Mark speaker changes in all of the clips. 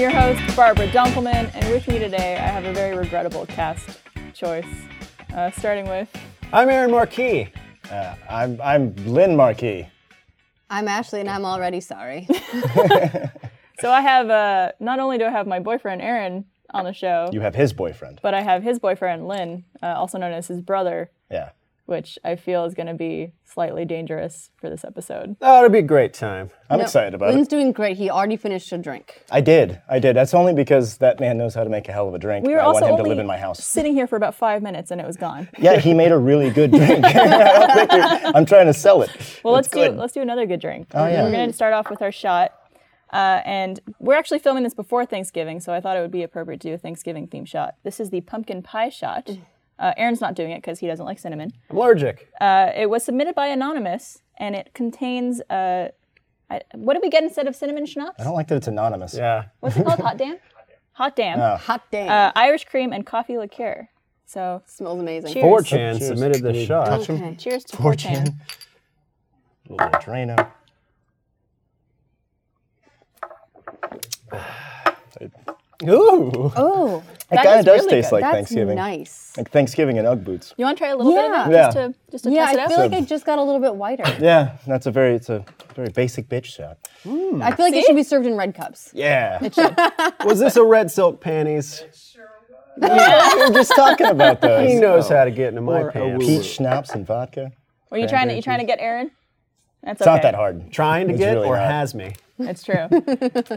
Speaker 1: Barbara Dunkelman, and with me today I have a very regrettable cast choice. Uh, starting with,
Speaker 2: I'm Aaron Marquis. Uh, I'm, I'm Lynn Marquis.
Speaker 3: I'm Ashley, and I'm already sorry.
Speaker 1: so I have, uh, not only do I have my boyfriend Aaron on the show,
Speaker 2: You have his boyfriend.
Speaker 1: but I have his boyfriend Lynn, uh, also known as his brother,
Speaker 2: Yeah.
Speaker 1: which I feel is going to be slightly dangerous for this episode.
Speaker 4: Oh, it'll be a great time.
Speaker 2: I'm excited about
Speaker 3: Lynn's
Speaker 2: it.
Speaker 3: doing great. He already finished a drink.
Speaker 2: I did. I did. That's only because that man knows how to make a hell of a drink.
Speaker 1: We
Speaker 2: and
Speaker 1: were
Speaker 2: I
Speaker 1: also
Speaker 2: want him
Speaker 1: only
Speaker 2: to live in my house.
Speaker 1: sitting here for about five minutes and it was gone.
Speaker 2: Yeah, he made a really good drink. I don't think you're- I'm trying to sell it.
Speaker 1: Well, let's do
Speaker 2: good.
Speaker 1: let's do another good drink.
Speaker 2: Oh, yeah.
Speaker 1: We're going to start off with our shot, uh, and we're actually filming this before Thanksgiving, so I thought it would be appropriate to do a Thanksgiving theme shot. This is the pumpkin pie shot.
Speaker 3: Mm.
Speaker 1: Uh, Aaron's not doing it because he doesn't like cinnamon.
Speaker 4: I'm allergic.
Speaker 1: Uh, it was submitted by anonymous, and it contains. Uh, I, what did we get instead of cinnamon schnapps?
Speaker 2: I don't like that it's anonymous.
Speaker 4: yeah.
Speaker 1: What's it called? Hot damn. Hot damn.
Speaker 3: Hot damn.
Speaker 1: Uh, Irish cream and coffee liqueur. So
Speaker 3: Smells amazing.
Speaker 1: cheers.
Speaker 4: 4chan
Speaker 2: Cheers.
Speaker 4: submitted
Speaker 2: Can
Speaker 4: the
Speaker 2: you
Speaker 4: shot.
Speaker 2: touch him?
Speaker 3: Okay.
Speaker 1: Cheers to
Speaker 2: 4chan.
Speaker 1: 4chan.
Speaker 2: A little Drano.
Speaker 4: Ooh.
Speaker 3: Oh,
Speaker 2: It
Speaker 1: That
Speaker 2: kind
Speaker 1: is
Speaker 2: of does
Speaker 1: really
Speaker 2: taste
Speaker 1: good.
Speaker 2: like
Speaker 3: that's
Speaker 2: Thanksgiving.
Speaker 3: nice.
Speaker 2: Like Thanksgiving and Ugg boots.
Speaker 1: You want to try a little bit of that
Speaker 2: Yeah.
Speaker 1: just to just to
Speaker 3: Yeah,
Speaker 1: test it
Speaker 3: I
Speaker 1: out?
Speaker 3: feel like I just got a little bit whiter.
Speaker 2: Yeah, that's a very it's a very basic bitch shot.
Speaker 3: I feel like it should be served in red cups.
Speaker 2: Yeah.
Speaker 4: Was this a red silk panties?
Speaker 2: we were just talking about those.
Speaker 4: He knows how to get into my
Speaker 2: Or a
Speaker 4: pants.
Speaker 2: peach schnapps and vodka.
Speaker 1: Were you trying to you trying to get Aaron? That's
Speaker 2: It's
Speaker 1: okay.
Speaker 2: not that hard.
Speaker 4: Trying to
Speaker 2: It's
Speaker 4: get
Speaker 2: really
Speaker 4: or
Speaker 2: not.
Speaker 4: has me.
Speaker 1: It's true.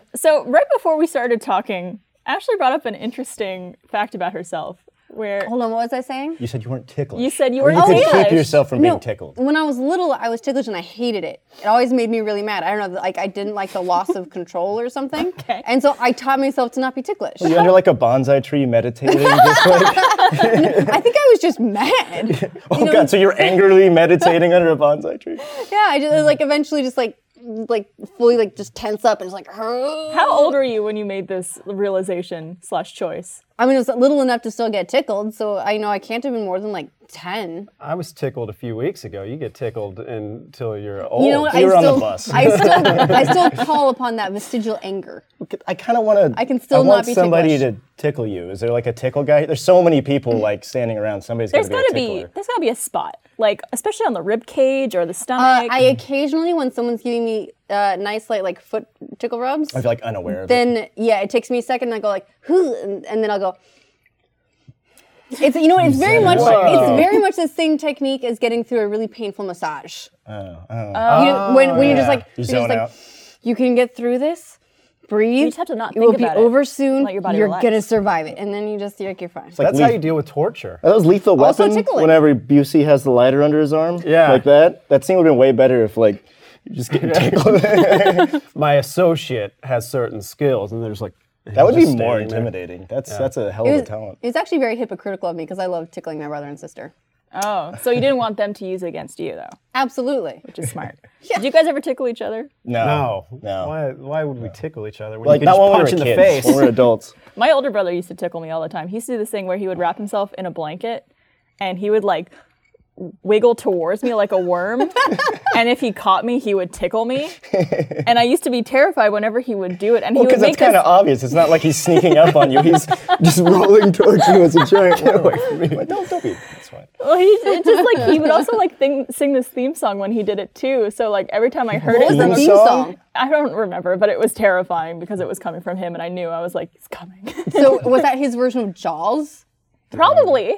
Speaker 1: so right before we started talking, Ashley brought up an interesting fact about herself, where
Speaker 3: Hold on, what was I saying?
Speaker 2: You said you weren't ticklish.
Speaker 1: you said you
Speaker 2: Or
Speaker 1: were
Speaker 2: you could
Speaker 1: ticklish.
Speaker 2: keep yourself from
Speaker 3: No,
Speaker 2: being tickled.
Speaker 3: when I was little, I was ticklish and I hated it. It always made me really mad. I don't know, like I didn't like the loss of control or something.
Speaker 1: Okay.
Speaker 3: And so I taught myself to not be ticklish.
Speaker 2: You under like a bonsai tree meditating, just like
Speaker 3: I think I was just mad.
Speaker 2: oh god. So you're angrily meditating under a bonsai tree.
Speaker 3: yeah, I just like eventually just like like fully like just tense up and just like. How
Speaker 1: How old were you when you made this realization slash choice?
Speaker 3: I mean, it was little enough to still get tickled, so I know I can't have been more than like 10.
Speaker 4: I was tickled a few weeks ago. You get tickled until you're old.
Speaker 3: you know what?
Speaker 2: you
Speaker 3: I
Speaker 2: were Oh, on the
Speaker 3: still,
Speaker 2: bus.
Speaker 3: I still, I still call upon that vestigial anger. Uh,
Speaker 2: I kind of want to.
Speaker 3: I can still
Speaker 2: want
Speaker 3: not be
Speaker 2: somebody
Speaker 3: ticklish.
Speaker 2: to tickle you. Is there like a tickle guy? There's so many people like standing around. Somebody's
Speaker 1: There's
Speaker 2: gonna
Speaker 1: gotta
Speaker 2: be a
Speaker 1: be
Speaker 2: tickler.
Speaker 1: there's gotta be a spot, like especially on the rib cage or the
Speaker 3: Uh,
Speaker 1: stomach.
Speaker 3: I occasionally, when someone's giving me uh, nice, like, like foot tickle rubs,
Speaker 2: I feel like unaware of it.
Speaker 3: then yeah, it takes me a second, and I go like, who, and, and then I'll go. It's you know what, it's very much
Speaker 2: Whoa.
Speaker 3: it's very much the same technique as getting through a really painful massage.
Speaker 2: Oh,
Speaker 3: You know, when when you're just like
Speaker 2: You
Speaker 3: you're just
Speaker 2: zone
Speaker 3: like,
Speaker 2: out.
Speaker 3: you can get through this. Breathe.
Speaker 1: just have to not
Speaker 3: it
Speaker 1: think
Speaker 3: will be
Speaker 1: about it.
Speaker 3: over soon.
Speaker 1: Let your body
Speaker 3: you're
Speaker 1: relax.
Speaker 3: gonna survive it, and then you just you're, like, you're fine.
Speaker 2: like-
Speaker 4: That's how
Speaker 2: leaf-
Speaker 4: you deal with torture.
Speaker 2: Are those lethal
Speaker 3: Also
Speaker 2: weapon?
Speaker 3: tickling.
Speaker 2: Whenever Busey has the lighter under his arm,
Speaker 4: Yeah.
Speaker 2: like that. That scene would have been way better if like you're just getting tickled.
Speaker 4: My associate has certain skills, and there's like
Speaker 2: that would be
Speaker 4: Just
Speaker 2: more
Speaker 4: standing there.
Speaker 2: intimidating. That's that's a hell
Speaker 3: it
Speaker 2: of a
Speaker 3: was,
Speaker 2: talent.
Speaker 3: it was actually very hypocritical of me because I love tickling my brother and sister.
Speaker 1: oh, so you didn't want them to use it against you though,
Speaker 3: Absolutely.
Speaker 1: which is smart. Did you guys ever tickle each other?
Speaker 2: No,
Speaker 4: No.
Speaker 2: no.
Speaker 4: Why, why would we tickle each other when
Speaker 2: Like
Speaker 4: you
Speaker 2: not
Speaker 4: could just
Speaker 2: when we were
Speaker 4: punch in the
Speaker 2: kids,
Speaker 4: face?
Speaker 2: When we were adults.
Speaker 1: My older brother used to tickle me all the time. He used to do this thing where he would wrap himself in a blanket and he would like wiggle towards me like a worm. and if he caught me, he would tickle me. And I used to be terrified whenever he would do it. And he
Speaker 2: Because
Speaker 1: would
Speaker 2: that's
Speaker 1: make
Speaker 2: kind
Speaker 1: this.
Speaker 2: of obvious. It's not like he's sneaking up on you. He's just rolling towards you as a giant. Get away from me. don't, don't be. That's fine.
Speaker 1: Well, he, it's just like he would also like thing, sing this theme song when he did it too. So like every time I heard
Speaker 3: What was
Speaker 1: it,
Speaker 3: the
Speaker 2: Theme
Speaker 3: theme
Speaker 2: song?
Speaker 3: song?
Speaker 1: I don't remember, but it was terrifying because it was coming from him, and I knew I was like, "He's coming."
Speaker 3: So was that his version of Jaws?
Speaker 1: Probably.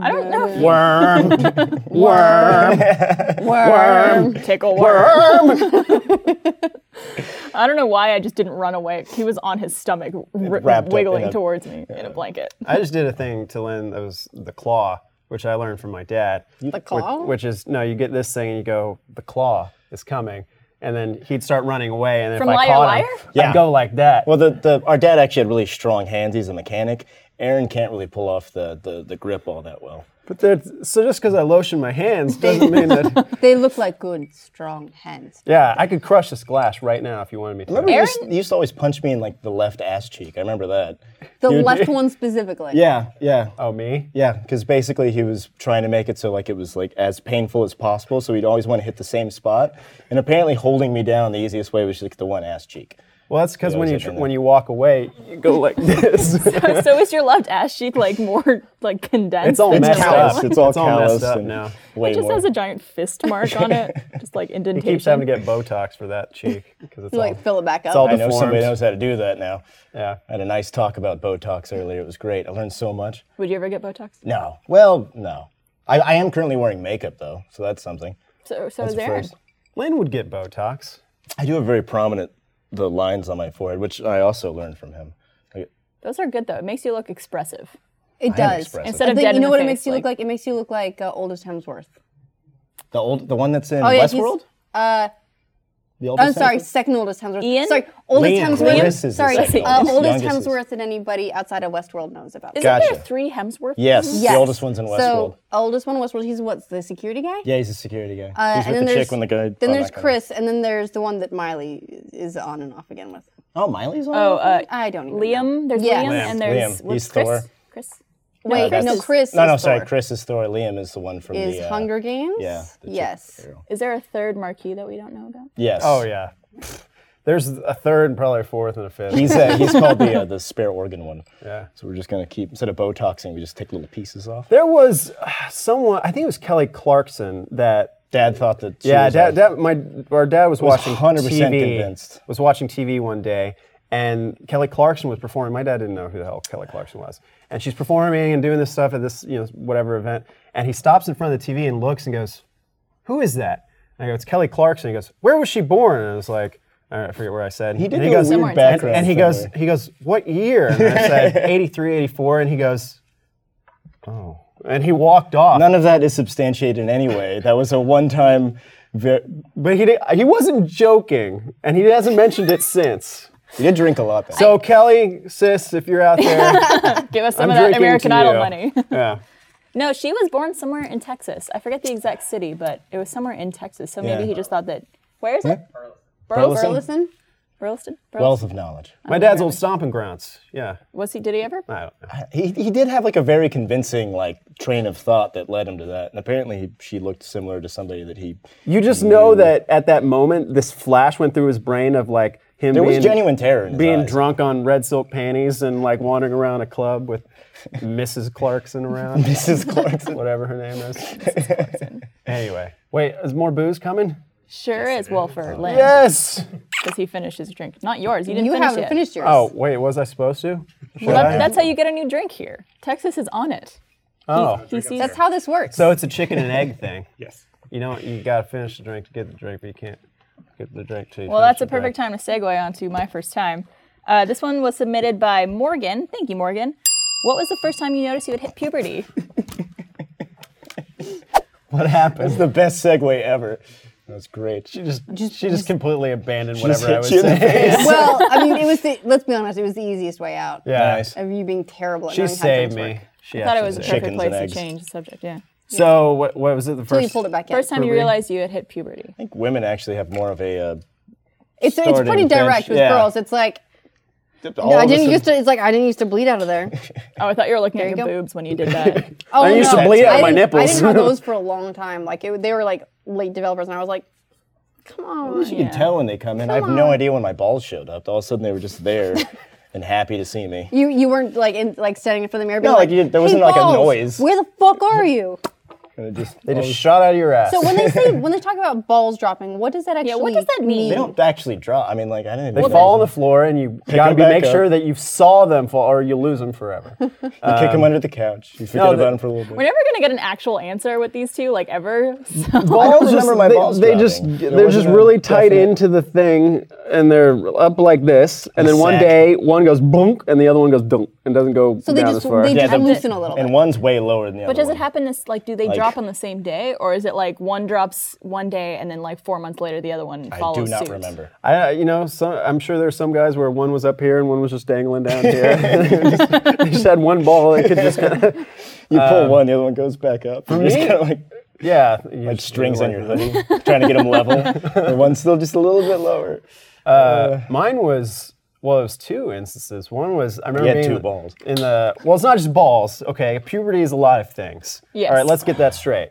Speaker 1: I don't know.
Speaker 2: Worm.
Speaker 3: Worm. Worm.
Speaker 1: Tickle worm. I don't know why I just didn't run away. He was on his stomach, r-
Speaker 2: wrapped up
Speaker 1: wiggling
Speaker 2: in a-
Speaker 1: towards me in a blanket.
Speaker 4: I just did a thing to Lynn that was the claw, which I learned from my dad.
Speaker 3: The claw?
Speaker 4: Which, which is no, you get this thing and you go, the claw is coming, and then he'd start running away, and then
Speaker 1: From
Speaker 4: if I
Speaker 1: Liar
Speaker 4: caught
Speaker 1: Liar?
Speaker 4: him,
Speaker 2: Yeah.
Speaker 4: I'd go like that.
Speaker 2: Well, the, the our dad actually had really strong hands. He's a mechanic. Aaron can't really pull off the, the, the grip all that well.
Speaker 4: but that's- so just because I lotion my hands doesn't mean that.
Speaker 3: They look like good, strong hands.
Speaker 4: Yeah, I could crush this glass right now if you wanted me to.
Speaker 2: Remember, you used, you used to always punch me in like the left ass cheek. I remember that.
Speaker 3: The
Speaker 2: Dude.
Speaker 3: left one specifically.
Speaker 2: Yeah, yeah,
Speaker 4: Oh me?
Speaker 2: yeah. Because basically, he was trying to make it so like it was like as painful as possible. So he'd always want to hit the same spot. And apparently, holding me down the easiest way was just like the one ass cheek.
Speaker 4: Well, that's because when
Speaker 2: always
Speaker 4: you
Speaker 2: have
Speaker 4: tr-
Speaker 2: been there.
Speaker 4: when you walk away, you go like this.
Speaker 1: so is your left ass cheek like more like condensed?
Speaker 4: It's all
Speaker 1: than
Speaker 2: It's
Speaker 1: the
Speaker 4: messed
Speaker 1: other
Speaker 4: up.
Speaker 2: calloused.
Speaker 1: one?
Speaker 2: It's all
Speaker 4: It's all messed
Speaker 2: calloused
Speaker 4: up
Speaker 2: and
Speaker 4: now.
Speaker 2: way
Speaker 1: It just
Speaker 2: more.
Speaker 1: has a giant fist mark on it, just like
Speaker 4: he
Speaker 1: indentation.
Speaker 4: keeps having to get Botox for that cheek because it's
Speaker 3: You, like
Speaker 4: all-
Speaker 3: fill it back up.
Speaker 4: all
Speaker 2: I know somebody
Speaker 4: deformed.
Speaker 2: knows how to do that now.
Speaker 4: Yeah.
Speaker 2: I had a nice talk about Botox earlier. It was great. I learned so much.
Speaker 1: Would you ever get Botox?
Speaker 2: No. Well, no. I, I am currently wearing makeup though, so that's something.
Speaker 1: So, so
Speaker 2: That's
Speaker 1: is
Speaker 2: the
Speaker 1: Aaron.
Speaker 2: first.
Speaker 4: Lynn would get Botox.
Speaker 2: I do have very prominent the lines on my forehead, which I also learned from him. Like,
Speaker 1: Those are good though. It makes you look expressive.
Speaker 2: I
Speaker 3: It
Speaker 2: am
Speaker 3: does.
Speaker 2: expressive.
Speaker 1: Instead of
Speaker 3: But
Speaker 1: dead
Speaker 3: you
Speaker 1: in
Speaker 3: know
Speaker 1: the
Speaker 3: what it
Speaker 1: face,
Speaker 3: makes you look
Speaker 1: like-
Speaker 3: like? It makes you look like uh, oldest Hemsworth.
Speaker 2: The old, the one that's in
Speaker 1: Oh,
Speaker 3: Oh, yeah, he's-
Speaker 2: Westworld.
Speaker 3: Uh,
Speaker 2: The oldest
Speaker 3: I'm sorry,
Speaker 2: one?
Speaker 3: second oldest Hemsworth.
Speaker 1: Ian?
Speaker 3: Sorry, oldest
Speaker 2: Liam
Speaker 3: Hemsworth.
Speaker 2: Hemsworth is the
Speaker 3: sorry,
Speaker 2: second
Speaker 3: uh,
Speaker 2: oldest.
Speaker 3: oldest
Speaker 2: Youngest is-
Speaker 3: Hemsworth that anybody outside of Westworld knows about.
Speaker 1: Isn't
Speaker 2: Gotcha.
Speaker 1: there three Hemsworths?
Speaker 2: Yes,
Speaker 3: Yes.
Speaker 2: the oldest one's in Westworld.
Speaker 3: So oldest one in Westworld. He's what's the security guy?
Speaker 2: yeah, he's a security guy.
Speaker 3: Uh,
Speaker 2: he's with
Speaker 3: and then
Speaker 2: the
Speaker 3: there's-
Speaker 2: chick when the guy.
Speaker 3: Then
Speaker 2: oh,
Speaker 3: there's
Speaker 2: that guy.
Speaker 3: Chris, and then there's the one that Miley is on and off again with.
Speaker 2: Oh, Miley's on.
Speaker 1: Oh, uh,
Speaker 3: I don't even know.
Speaker 1: Liam. There's
Speaker 3: Yes.
Speaker 1: Liam,
Speaker 3: Liam.
Speaker 1: and there's
Speaker 2: Liam.
Speaker 1: what's
Speaker 2: He's
Speaker 1: Chris.
Speaker 2: Thor.
Speaker 1: Chris.
Speaker 3: Wait,
Speaker 2: that's-
Speaker 3: no, Chris.
Speaker 2: no, no,
Speaker 3: is
Speaker 2: sorry.
Speaker 3: Thor.
Speaker 2: Chris is Thor. Liam is the one from
Speaker 3: is
Speaker 2: the. uh,
Speaker 3: Hunger Games.
Speaker 2: Yeah. the chick
Speaker 3: Yes.
Speaker 2: girl.
Speaker 1: Is there a third marquee that we don't know about?
Speaker 2: Yes.
Speaker 4: Oh yeah. There's a third, and probably a fourth, and a fifth.
Speaker 2: He's uh, he's called the uh, the spare organ one.
Speaker 4: Yeah.
Speaker 2: So we're just gonna keep instead of botoxing, we just take little pieces off.
Speaker 4: There was uh, someone. I think it was Kelly Clarkson that
Speaker 2: Dad thought that. she
Speaker 4: yeah,
Speaker 2: was uh,
Speaker 4: dad,
Speaker 2: like-
Speaker 4: dad, my our dad was, watching
Speaker 2: 100%
Speaker 4: TV,
Speaker 2: convinced.
Speaker 4: Was watching TV one day, and Kelly Clarkson was performing. My dad didn't know who the hell Kelly Clarkson was, and she's performing and doing this stuff at this you know whatever event, and he stops in front of the TV and looks and goes, "Who is that?" And I go, "It's Kelly Clarkson." He goes, "Where was she born?" And I was like. I don't know, I forget where I said.
Speaker 2: He did
Speaker 4: and
Speaker 2: do a
Speaker 4: goes,
Speaker 2: weird
Speaker 4: and-
Speaker 2: background
Speaker 4: And he goes,
Speaker 2: somewhere.
Speaker 4: he goes, what year? And I said, 83, 84. And he goes, oh. And he walked off.
Speaker 2: None of that is substantiated in any way. That was a one-time. Ve-
Speaker 4: But he did, he wasn't joking, and he hasn't mentioned it since.
Speaker 2: you did drink a lot. Then.
Speaker 4: So Kelly, sis, if you're out there,
Speaker 1: Give us some
Speaker 4: I'm
Speaker 1: of that
Speaker 4: drinking
Speaker 1: American
Speaker 4: to
Speaker 1: Idol
Speaker 4: you.
Speaker 1: money.
Speaker 4: yeah,
Speaker 1: no, she was born somewhere in Texas. I forget the exact city, but it was somewhere in Texas. So maybe
Speaker 2: Yeah.
Speaker 1: he just thought that. Where is it?
Speaker 3: Oh,
Speaker 2: Burleson?
Speaker 3: Burleson.
Speaker 1: Burleston?
Speaker 2: wealth of knowledge.
Speaker 4: my dad's old stomping grounds. Yeah,
Speaker 1: Was he? Did he
Speaker 2: uh,
Speaker 1: ever?
Speaker 4: I don't know.
Speaker 2: He, he did have like a very convincing like train of thought that led him to that, and apparently he, she looked similar to somebody that he.
Speaker 4: You
Speaker 2: Mm.
Speaker 4: just know that at that moment, this flash went through his brain of like him
Speaker 2: There was
Speaker 4: being
Speaker 2: genuine terror in his
Speaker 4: being
Speaker 2: eyes.
Speaker 4: drunk on red silk panties and like wandering around a club with Mrs. Clarkson around,
Speaker 2: Mrs. Clarkson.
Speaker 4: whatever her name is. anyway, wait, is more booze coming?
Speaker 1: Sure is. Well,
Speaker 2: Uh,
Speaker 1: for Lynn,
Speaker 4: Yes.
Speaker 1: because he finished his drink. Not yours. You didn't
Speaker 3: You
Speaker 1: finish
Speaker 3: haven't
Speaker 1: yet.
Speaker 3: finished yours.
Speaker 4: Oh wait, was I supposed to?
Speaker 1: Well, that- that's how you get a new drink here. Texas is on it.
Speaker 4: Oh,
Speaker 1: He sees.
Speaker 3: That's how this works.
Speaker 4: so it's a chicken and egg thing.
Speaker 5: Yes.
Speaker 4: You know, you gotta finish the drink to get the drink, but you can't get the drink to.
Speaker 1: Well, that's a perfect time to segue onto my first time. Uh, this one was submitted by Morgan. Thank you, Morgan. What was the first time you noticed you had hit puberty?
Speaker 2: What happened? That's the best segue ever. That was great. She just
Speaker 4: She just completely abandoned
Speaker 2: just
Speaker 4: whatever I
Speaker 2: hit
Speaker 4: was
Speaker 2: you in the
Speaker 4: saying.
Speaker 2: face.
Speaker 3: well, I mean, it was. The, let's be honest. It was the easiest way out
Speaker 4: Yeah.
Speaker 2: Nice.
Speaker 3: of you being terrible at
Speaker 4: She
Speaker 3: knowing how
Speaker 4: saved
Speaker 3: things
Speaker 4: me.
Speaker 3: work.
Speaker 4: She
Speaker 1: I thought it was a
Speaker 2: Chickens
Speaker 1: perfect place
Speaker 2: and
Speaker 1: to
Speaker 2: eggs.
Speaker 1: change the subject. Yeah.
Speaker 4: So what, what was it the
Speaker 3: Until you
Speaker 4: first?
Speaker 3: pulled it back in.
Speaker 1: First time you
Speaker 4: Puberty.
Speaker 1: realized you had hit puberty.
Speaker 2: I think women actually have more of a. Uh,
Speaker 3: It's, it's
Speaker 2: started
Speaker 3: pretty
Speaker 2: and finished.
Speaker 3: direct with
Speaker 2: Yeah.
Speaker 3: girls. It's like
Speaker 2: all
Speaker 3: I
Speaker 2: of us
Speaker 3: didn't
Speaker 2: have-
Speaker 3: used to. It's like I didn't used to bleed out of there.
Speaker 1: Oh, I thought you were looking
Speaker 3: There
Speaker 1: at
Speaker 3: you
Speaker 1: your
Speaker 3: go.
Speaker 1: boobs when you did that.
Speaker 3: Oh,
Speaker 4: I used to
Speaker 3: no.
Speaker 4: bleed out
Speaker 3: I
Speaker 4: my
Speaker 3: didn't- I
Speaker 4: nipples.
Speaker 3: didn't have those for a long time. Like it, they were like late developers, and I was like, come on.
Speaker 2: You can tell when they come in. I have no idea when my balls showed up. All of a sudden, they were just there and happy to see me.
Speaker 3: You you weren't like in like standing in front of the mirror. being
Speaker 2: No, like, you didn't- there
Speaker 3: "Hey,
Speaker 2: wasn't, like, a
Speaker 3: balls,
Speaker 2: noise."
Speaker 3: Where the fuck are you?
Speaker 2: And it just-
Speaker 4: They just shot out of your ass.
Speaker 3: So when they say when they talk about balls dropping, what does that actually?
Speaker 1: Yeah, what does that mean?
Speaker 2: they don't actually draw. I mean, like I didn't.
Speaker 4: they
Speaker 2: even
Speaker 4: fall on
Speaker 2: know.
Speaker 4: the floor, and you gotta
Speaker 2: them
Speaker 4: be,
Speaker 2: back
Speaker 4: make
Speaker 2: up.
Speaker 4: sure that you saw them fall, or you lose them forever.
Speaker 2: You kick them under Um, the couch. You forget
Speaker 4: no, the-
Speaker 2: about them for a little bit.
Speaker 1: We're never gonna get an actual answer with these two, like ever. So
Speaker 4: balls
Speaker 2: remember my
Speaker 4: they,
Speaker 2: balls
Speaker 4: they just
Speaker 2: dropping. There
Speaker 4: they're just
Speaker 2: wasn't a
Speaker 4: really tight
Speaker 2: definite-
Speaker 4: into the thing and they're up like this and then one
Speaker 2: Sack.
Speaker 4: day one goes bonk and the other one goes dunk and doesn't go
Speaker 3: So they
Speaker 4: down
Speaker 3: just
Speaker 4: as far
Speaker 3: they
Speaker 2: Yeah,
Speaker 3: just
Speaker 2: the-
Speaker 3: loosen a little
Speaker 2: and
Speaker 3: bit.
Speaker 2: one's way lower than the other.
Speaker 1: but does it
Speaker 2: one.
Speaker 1: happen this like do they
Speaker 2: Like-
Speaker 1: drop on the same day or is it like one drops one day and then like four months later the other one
Speaker 2: I
Speaker 1: follows
Speaker 2: do not
Speaker 1: suit?
Speaker 2: remember.
Speaker 4: I, you know, some, I'm sure there's some guys where one was up here and one was just dangling down here. they just had one ball that could just kind of,
Speaker 2: You pull one, the other one goes back up. You're just
Speaker 4: me-
Speaker 2: kind of like
Speaker 4: yeah,
Speaker 2: like strings on your hoodie, trying to get them level. The one's still just a little bit lower.
Speaker 4: Mine was well, it was two instances. One was I remember
Speaker 2: had
Speaker 4: being
Speaker 2: two
Speaker 4: in-
Speaker 2: balls.
Speaker 4: in the well, it's not just balls. Okay, puberty is a lot of things.
Speaker 1: Yes.
Speaker 4: All right, let's get that straight.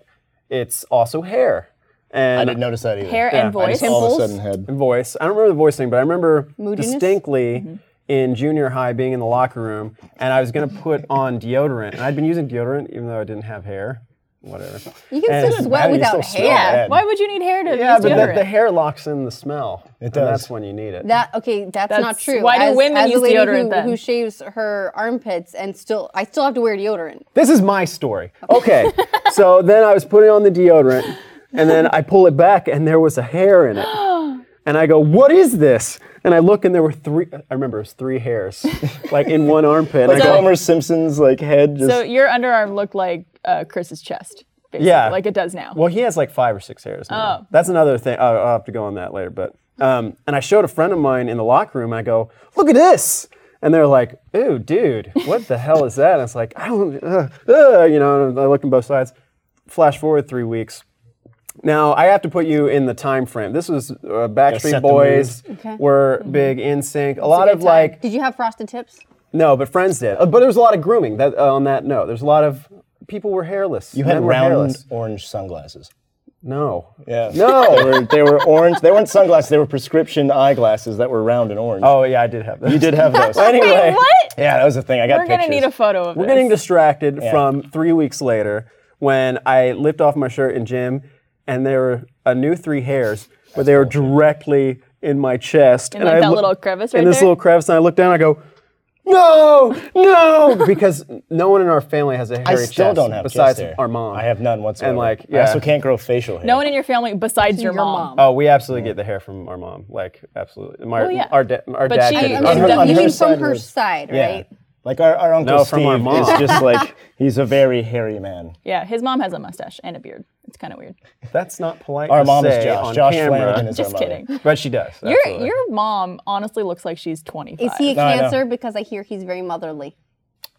Speaker 4: It's also hair. and
Speaker 2: I didn't notice that either.
Speaker 1: Hair
Speaker 4: Yeah, I
Speaker 1: and voice.
Speaker 2: Just all of a
Speaker 3: Pimples?
Speaker 2: sudden had.
Speaker 4: and voice. I don't remember the voice thing, but I remember
Speaker 3: Moodiness?
Speaker 4: distinctly in junior high being in the locker room, and I was gonna put on deodorant, and I'd been using deodorant even though I didn't have hair. Whatever.
Speaker 3: You can
Speaker 4: And
Speaker 3: still
Speaker 4: it's
Speaker 3: sweat
Speaker 4: bad, you
Speaker 3: without
Speaker 4: still smell
Speaker 3: hair.
Speaker 4: bad.
Speaker 1: Why would you need hair to
Speaker 4: Yeah,
Speaker 1: use
Speaker 4: but the,
Speaker 1: deodorant?
Speaker 4: the hair locks in the smell. It And
Speaker 2: does.
Speaker 4: that's when you need it.
Speaker 3: That okay? That's, not
Speaker 1: That's-
Speaker 3: true.
Speaker 1: why do
Speaker 3: as,
Speaker 1: women
Speaker 3: as
Speaker 1: use
Speaker 3: a lady
Speaker 1: deodorant
Speaker 3: who,
Speaker 1: then?
Speaker 3: who shaves her armpits and still, I still have to wear deodorant.
Speaker 4: this is my story. Okay. so then I was putting on the deodorant, and then I pull it back, and there was a hair in it. And I go, "What is this?" And I look, and there were three. I remember it was three hairs, like in one armpit. and I
Speaker 2: Like
Speaker 4: go,
Speaker 2: Homer Simpson's like head just.
Speaker 1: so your underarm looked like uh, Chris's chest, basically,
Speaker 4: Yeah.
Speaker 1: like it does now.
Speaker 4: Well, he has like five or six hairs. Now.
Speaker 1: Oh.
Speaker 4: That's another thing. I'll, I'll have to go on that later. But um, and I showed a friend of mine in the locker room. And I go, look at this. And they're like, ooh, dude, what the hell is that? And it's like, I don't, uh, uh, you know, and I looked on both sides. Flash forward three weeks. Now, I have to put you in the time frame. This was uh,
Speaker 2: set
Speaker 4: Backstreet
Speaker 2: the
Speaker 4: Boys
Speaker 3: Okay.
Speaker 4: were big, in sync. A lot of like,
Speaker 3: Did you have frosted tips?
Speaker 4: no, but friends did. Uh, But there was a lot of grooming that, uh, on that note. There's a lot of people were hairless.
Speaker 2: you had
Speaker 4: Men were
Speaker 2: round
Speaker 4: hairless.
Speaker 2: orange sunglasses.
Speaker 4: No.
Speaker 2: Yeah.
Speaker 4: No.
Speaker 2: they, were, they were orange. They weren't sunglasses. They were prescription eyeglasses that were round and orange.
Speaker 4: Oh yeah, I did have that.
Speaker 2: You did have those.
Speaker 1: Wait, what?
Speaker 2: Yeah, that was the thing. I got
Speaker 1: We're gonna need a
Speaker 2: pictures.
Speaker 1: photo of
Speaker 4: We're
Speaker 1: this.
Speaker 4: getting distracted from three weeks later when I lifted off my shirt in gym, and there were a new three hairs, but they were directly in my chest. In and
Speaker 1: like
Speaker 4: I
Speaker 1: that
Speaker 4: loo-
Speaker 1: little crevice
Speaker 4: In
Speaker 1: right
Speaker 4: this
Speaker 1: there?
Speaker 4: little crevice, and I look down. I go. No, no, because no one in our family has a hairy
Speaker 2: I still
Speaker 4: chest
Speaker 2: don't have
Speaker 4: besides
Speaker 2: chest hair.
Speaker 4: our mom.
Speaker 2: I have none whatsoever.
Speaker 4: And like,
Speaker 2: I
Speaker 4: yeah.
Speaker 2: also can't grow facial hair.
Speaker 1: no one in your family besides your,
Speaker 3: Your
Speaker 1: mom.
Speaker 3: mom.
Speaker 4: Oh, we absolutely get the hair from our mom. Like, absolutely. My,
Speaker 1: Oh, yeah.
Speaker 4: Our, da- our
Speaker 1: But
Speaker 4: dad.
Speaker 1: she-
Speaker 4: cut
Speaker 1: I
Speaker 4: it
Speaker 1: mean,
Speaker 4: out.
Speaker 2: On her-
Speaker 3: you
Speaker 2: on her
Speaker 3: mean
Speaker 2: side
Speaker 3: from her
Speaker 2: was-
Speaker 3: side,
Speaker 2: Yeah.
Speaker 3: right?
Speaker 2: Like our, our uncle
Speaker 4: No,
Speaker 2: Steve
Speaker 4: from our mom.
Speaker 2: is just like he's a very hairy man.
Speaker 1: Yeah, his mom has a mustache and a beard. It's kind of weird.
Speaker 4: That's not polite.
Speaker 2: Our
Speaker 4: to
Speaker 2: mom
Speaker 4: say
Speaker 2: is Josh.
Speaker 4: on
Speaker 2: Josh
Speaker 4: camera.
Speaker 2: Flanagan is
Speaker 1: Just
Speaker 2: our mother.
Speaker 1: kidding.
Speaker 4: But she does.
Speaker 1: Your
Speaker 4: absolutely.
Speaker 1: your mom honestly looks like she's 25.
Speaker 3: Is he a
Speaker 2: No, I know.
Speaker 3: cancer? Because I hear he's very motherly.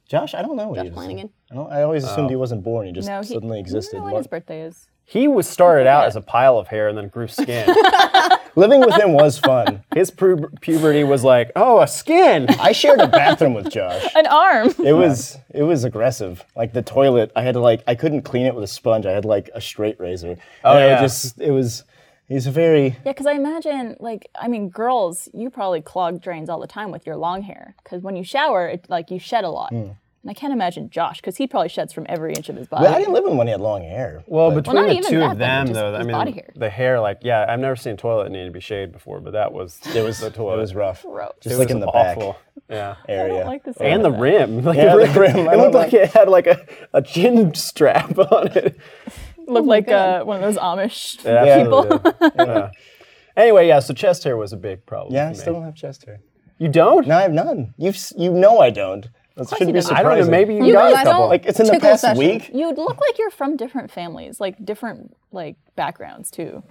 Speaker 2: Josh, I don't know. What Josh
Speaker 3: Flanagan.
Speaker 2: I, don't, I always
Speaker 4: Oh.
Speaker 2: assumed he wasn't born. He just
Speaker 1: no, he
Speaker 2: suddenly
Speaker 1: I
Speaker 2: existed.
Speaker 1: don't know when
Speaker 2: What-
Speaker 1: his birthday is.
Speaker 4: He was started out as a pile of hair and then grew skin.
Speaker 2: Living with him was fun.
Speaker 4: His pu- puberty was like, oh, a skin.
Speaker 2: I shared a bathroom with Josh.
Speaker 1: An arm.
Speaker 2: It was it was aggressive. Like the toilet, I had to like I couldn't clean it with a sponge. I had like a straight razor. Oh
Speaker 4: yeah.
Speaker 2: just it was he's a very
Speaker 1: Yeah, because I imagine, like, I mean, girls, you probably clog drains all the time with your long hair. Because when you shower, it, like, you shed a lot. And I can't imagine Josh, because he probably sheds from every inch of his body.
Speaker 2: Hmm. I didn't live with him when he had long hair.
Speaker 4: Well,
Speaker 2: but
Speaker 4: between
Speaker 1: not
Speaker 4: the
Speaker 1: even
Speaker 4: two
Speaker 1: that, but
Speaker 4: of them,
Speaker 1: just
Speaker 4: though, I
Speaker 1: his
Speaker 4: mean,
Speaker 1: body hair.
Speaker 4: the hair, like, yeah, I've never seen a toilet that needed to be shaved before, but that was
Speaker 2: it was
Speaker 4: the
Speaker 2: it
Speaker 4: toilet.
Speaker 2: was rough.
Speaker 1: Gross.
Speaker 2: Just
Speaker 4: It
Speaker 2: like
Speaker 4: was
Speaker 2: in the
Speaker 4: awful.
Speaker 2: back
Speaker 4: Yeah.
Speaker 2: area.
Speaker 1: like this
Speaker 4: And the rim. Like
Speaker 2: Yeah, the rim. I
Speaker 4: It
Speaker 2: don't
Speaker 4: looked like it had like a, a chin strap on it.
Speaker 1: Looked like uh, one of those Amish.
Speaker 4: Yeah,
Speaker 2: people.
Speaker 4: absolutely. Yeah. Anyway, yeah, so chest hair was a big problem.
Speaker 2: yeah,
Speaker 4: for
Speaker 2: I
Speaker 4: me.
Speaker 2: still don't have chest hair.
Speaker 4: You don't?
Speaker 2: No, I have none. You s- you know I don't. That shouldn't be
Speaker 1: you don't.
Speaker 4: I
Speaker 2: surprising.
Speaker 4: don't know. Maybe you,
Speaker 1: You
Speaker 4: got
Speaker 1: guys
Speaker 4: a couple.
Speaker 1: don't-
Speaker 2: like it's in the
Speaker 3: Tickle
Speaker 2: past
Speaker 3: session.
Speaker 2: week.
Speaker 1: You look like you're from different families, like, different, like, backgrounds, too.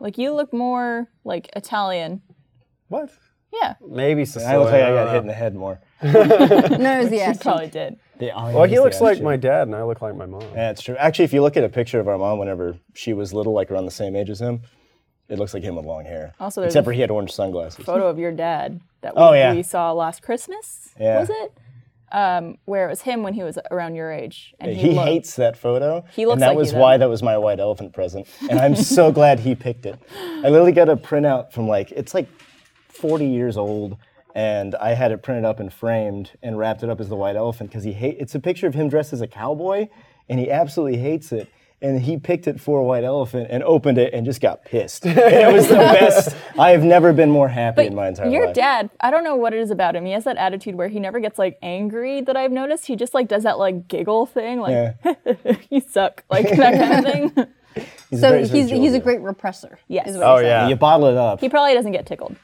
Speaker 1: Like, you look more, like, Italian.
Speaker 4: what?
Speaker 1: Yeah,
Speaker 4: Maybe Sicilian.
Speaker 2: I look like I
Speaker 4: don't
Speaker 2: got
Speaker 4: know.
Speaker 2: hit in the head more.
Speaker 3: No, it's the ass cheek.
Speaker 1: probably did.
Speaker 4: Well, he looks like my dad, and I look like my mom.
Speaker 2: That's true. Actually, if you look at a picture of our mom whenever she was little, like around the same age as him, it looks like him with long hair.
Speaker 1: Also, there's
Speaker 2: except
Speaker 1: a-
Speaker 2: for he had orange sunglasses.
Speaker 1: photo of your dad that we,
Speaker 2: Oh, yeah.
Speaker 1: we saw last Christmas.
Speaker 2: Yeah.
Speaker 1: Was it? Um, where it was him when he was around your age, and
Speaker 2: He
Speaker 1: looked,
Speaker 2: hates that photo.
Speaker 1: He looks
Speaker 2: and that
Speaker 1: like you,
Speaker 2: was
Speaker 1: though.
Speaker 2: why that was my white elephant present. And I'm so glad he picked it. I literally got a printout from like it's like 40 years old, and I had it printed up and framed and wrapped it up as the white elephant because he hate. It's a picture of him dressed as a cowboy, and he absolutely hates it. And he picked it for a white elephant and opened it and just got pissed. And it was the best. I have never been more happy in my entire
Speaker 1: your
Speaker 2: life.
Speaker 1: dad, I don't know what it is about him. He has that attitude where he never gets like angry that I've noticed. He just like does that like giggle thing, like you suck, like that kind of thing.
Speaker 2: He's
Speaker 3: So
Speaker 2: very-
Speaker 3: he's
Speaker 2: very
Speaker 3: he's,
Speaker 2: jovial.
Speaker 3: a great repressor.
Speaker 1: Yes.
Speaker 3: Is what you're
Speaker 4: Oh,
Speaker 3: saying.
Speaker 4: yeah.
Speaker 2: You bottle it up.
Speaker 1: He probably doesn't get tickled.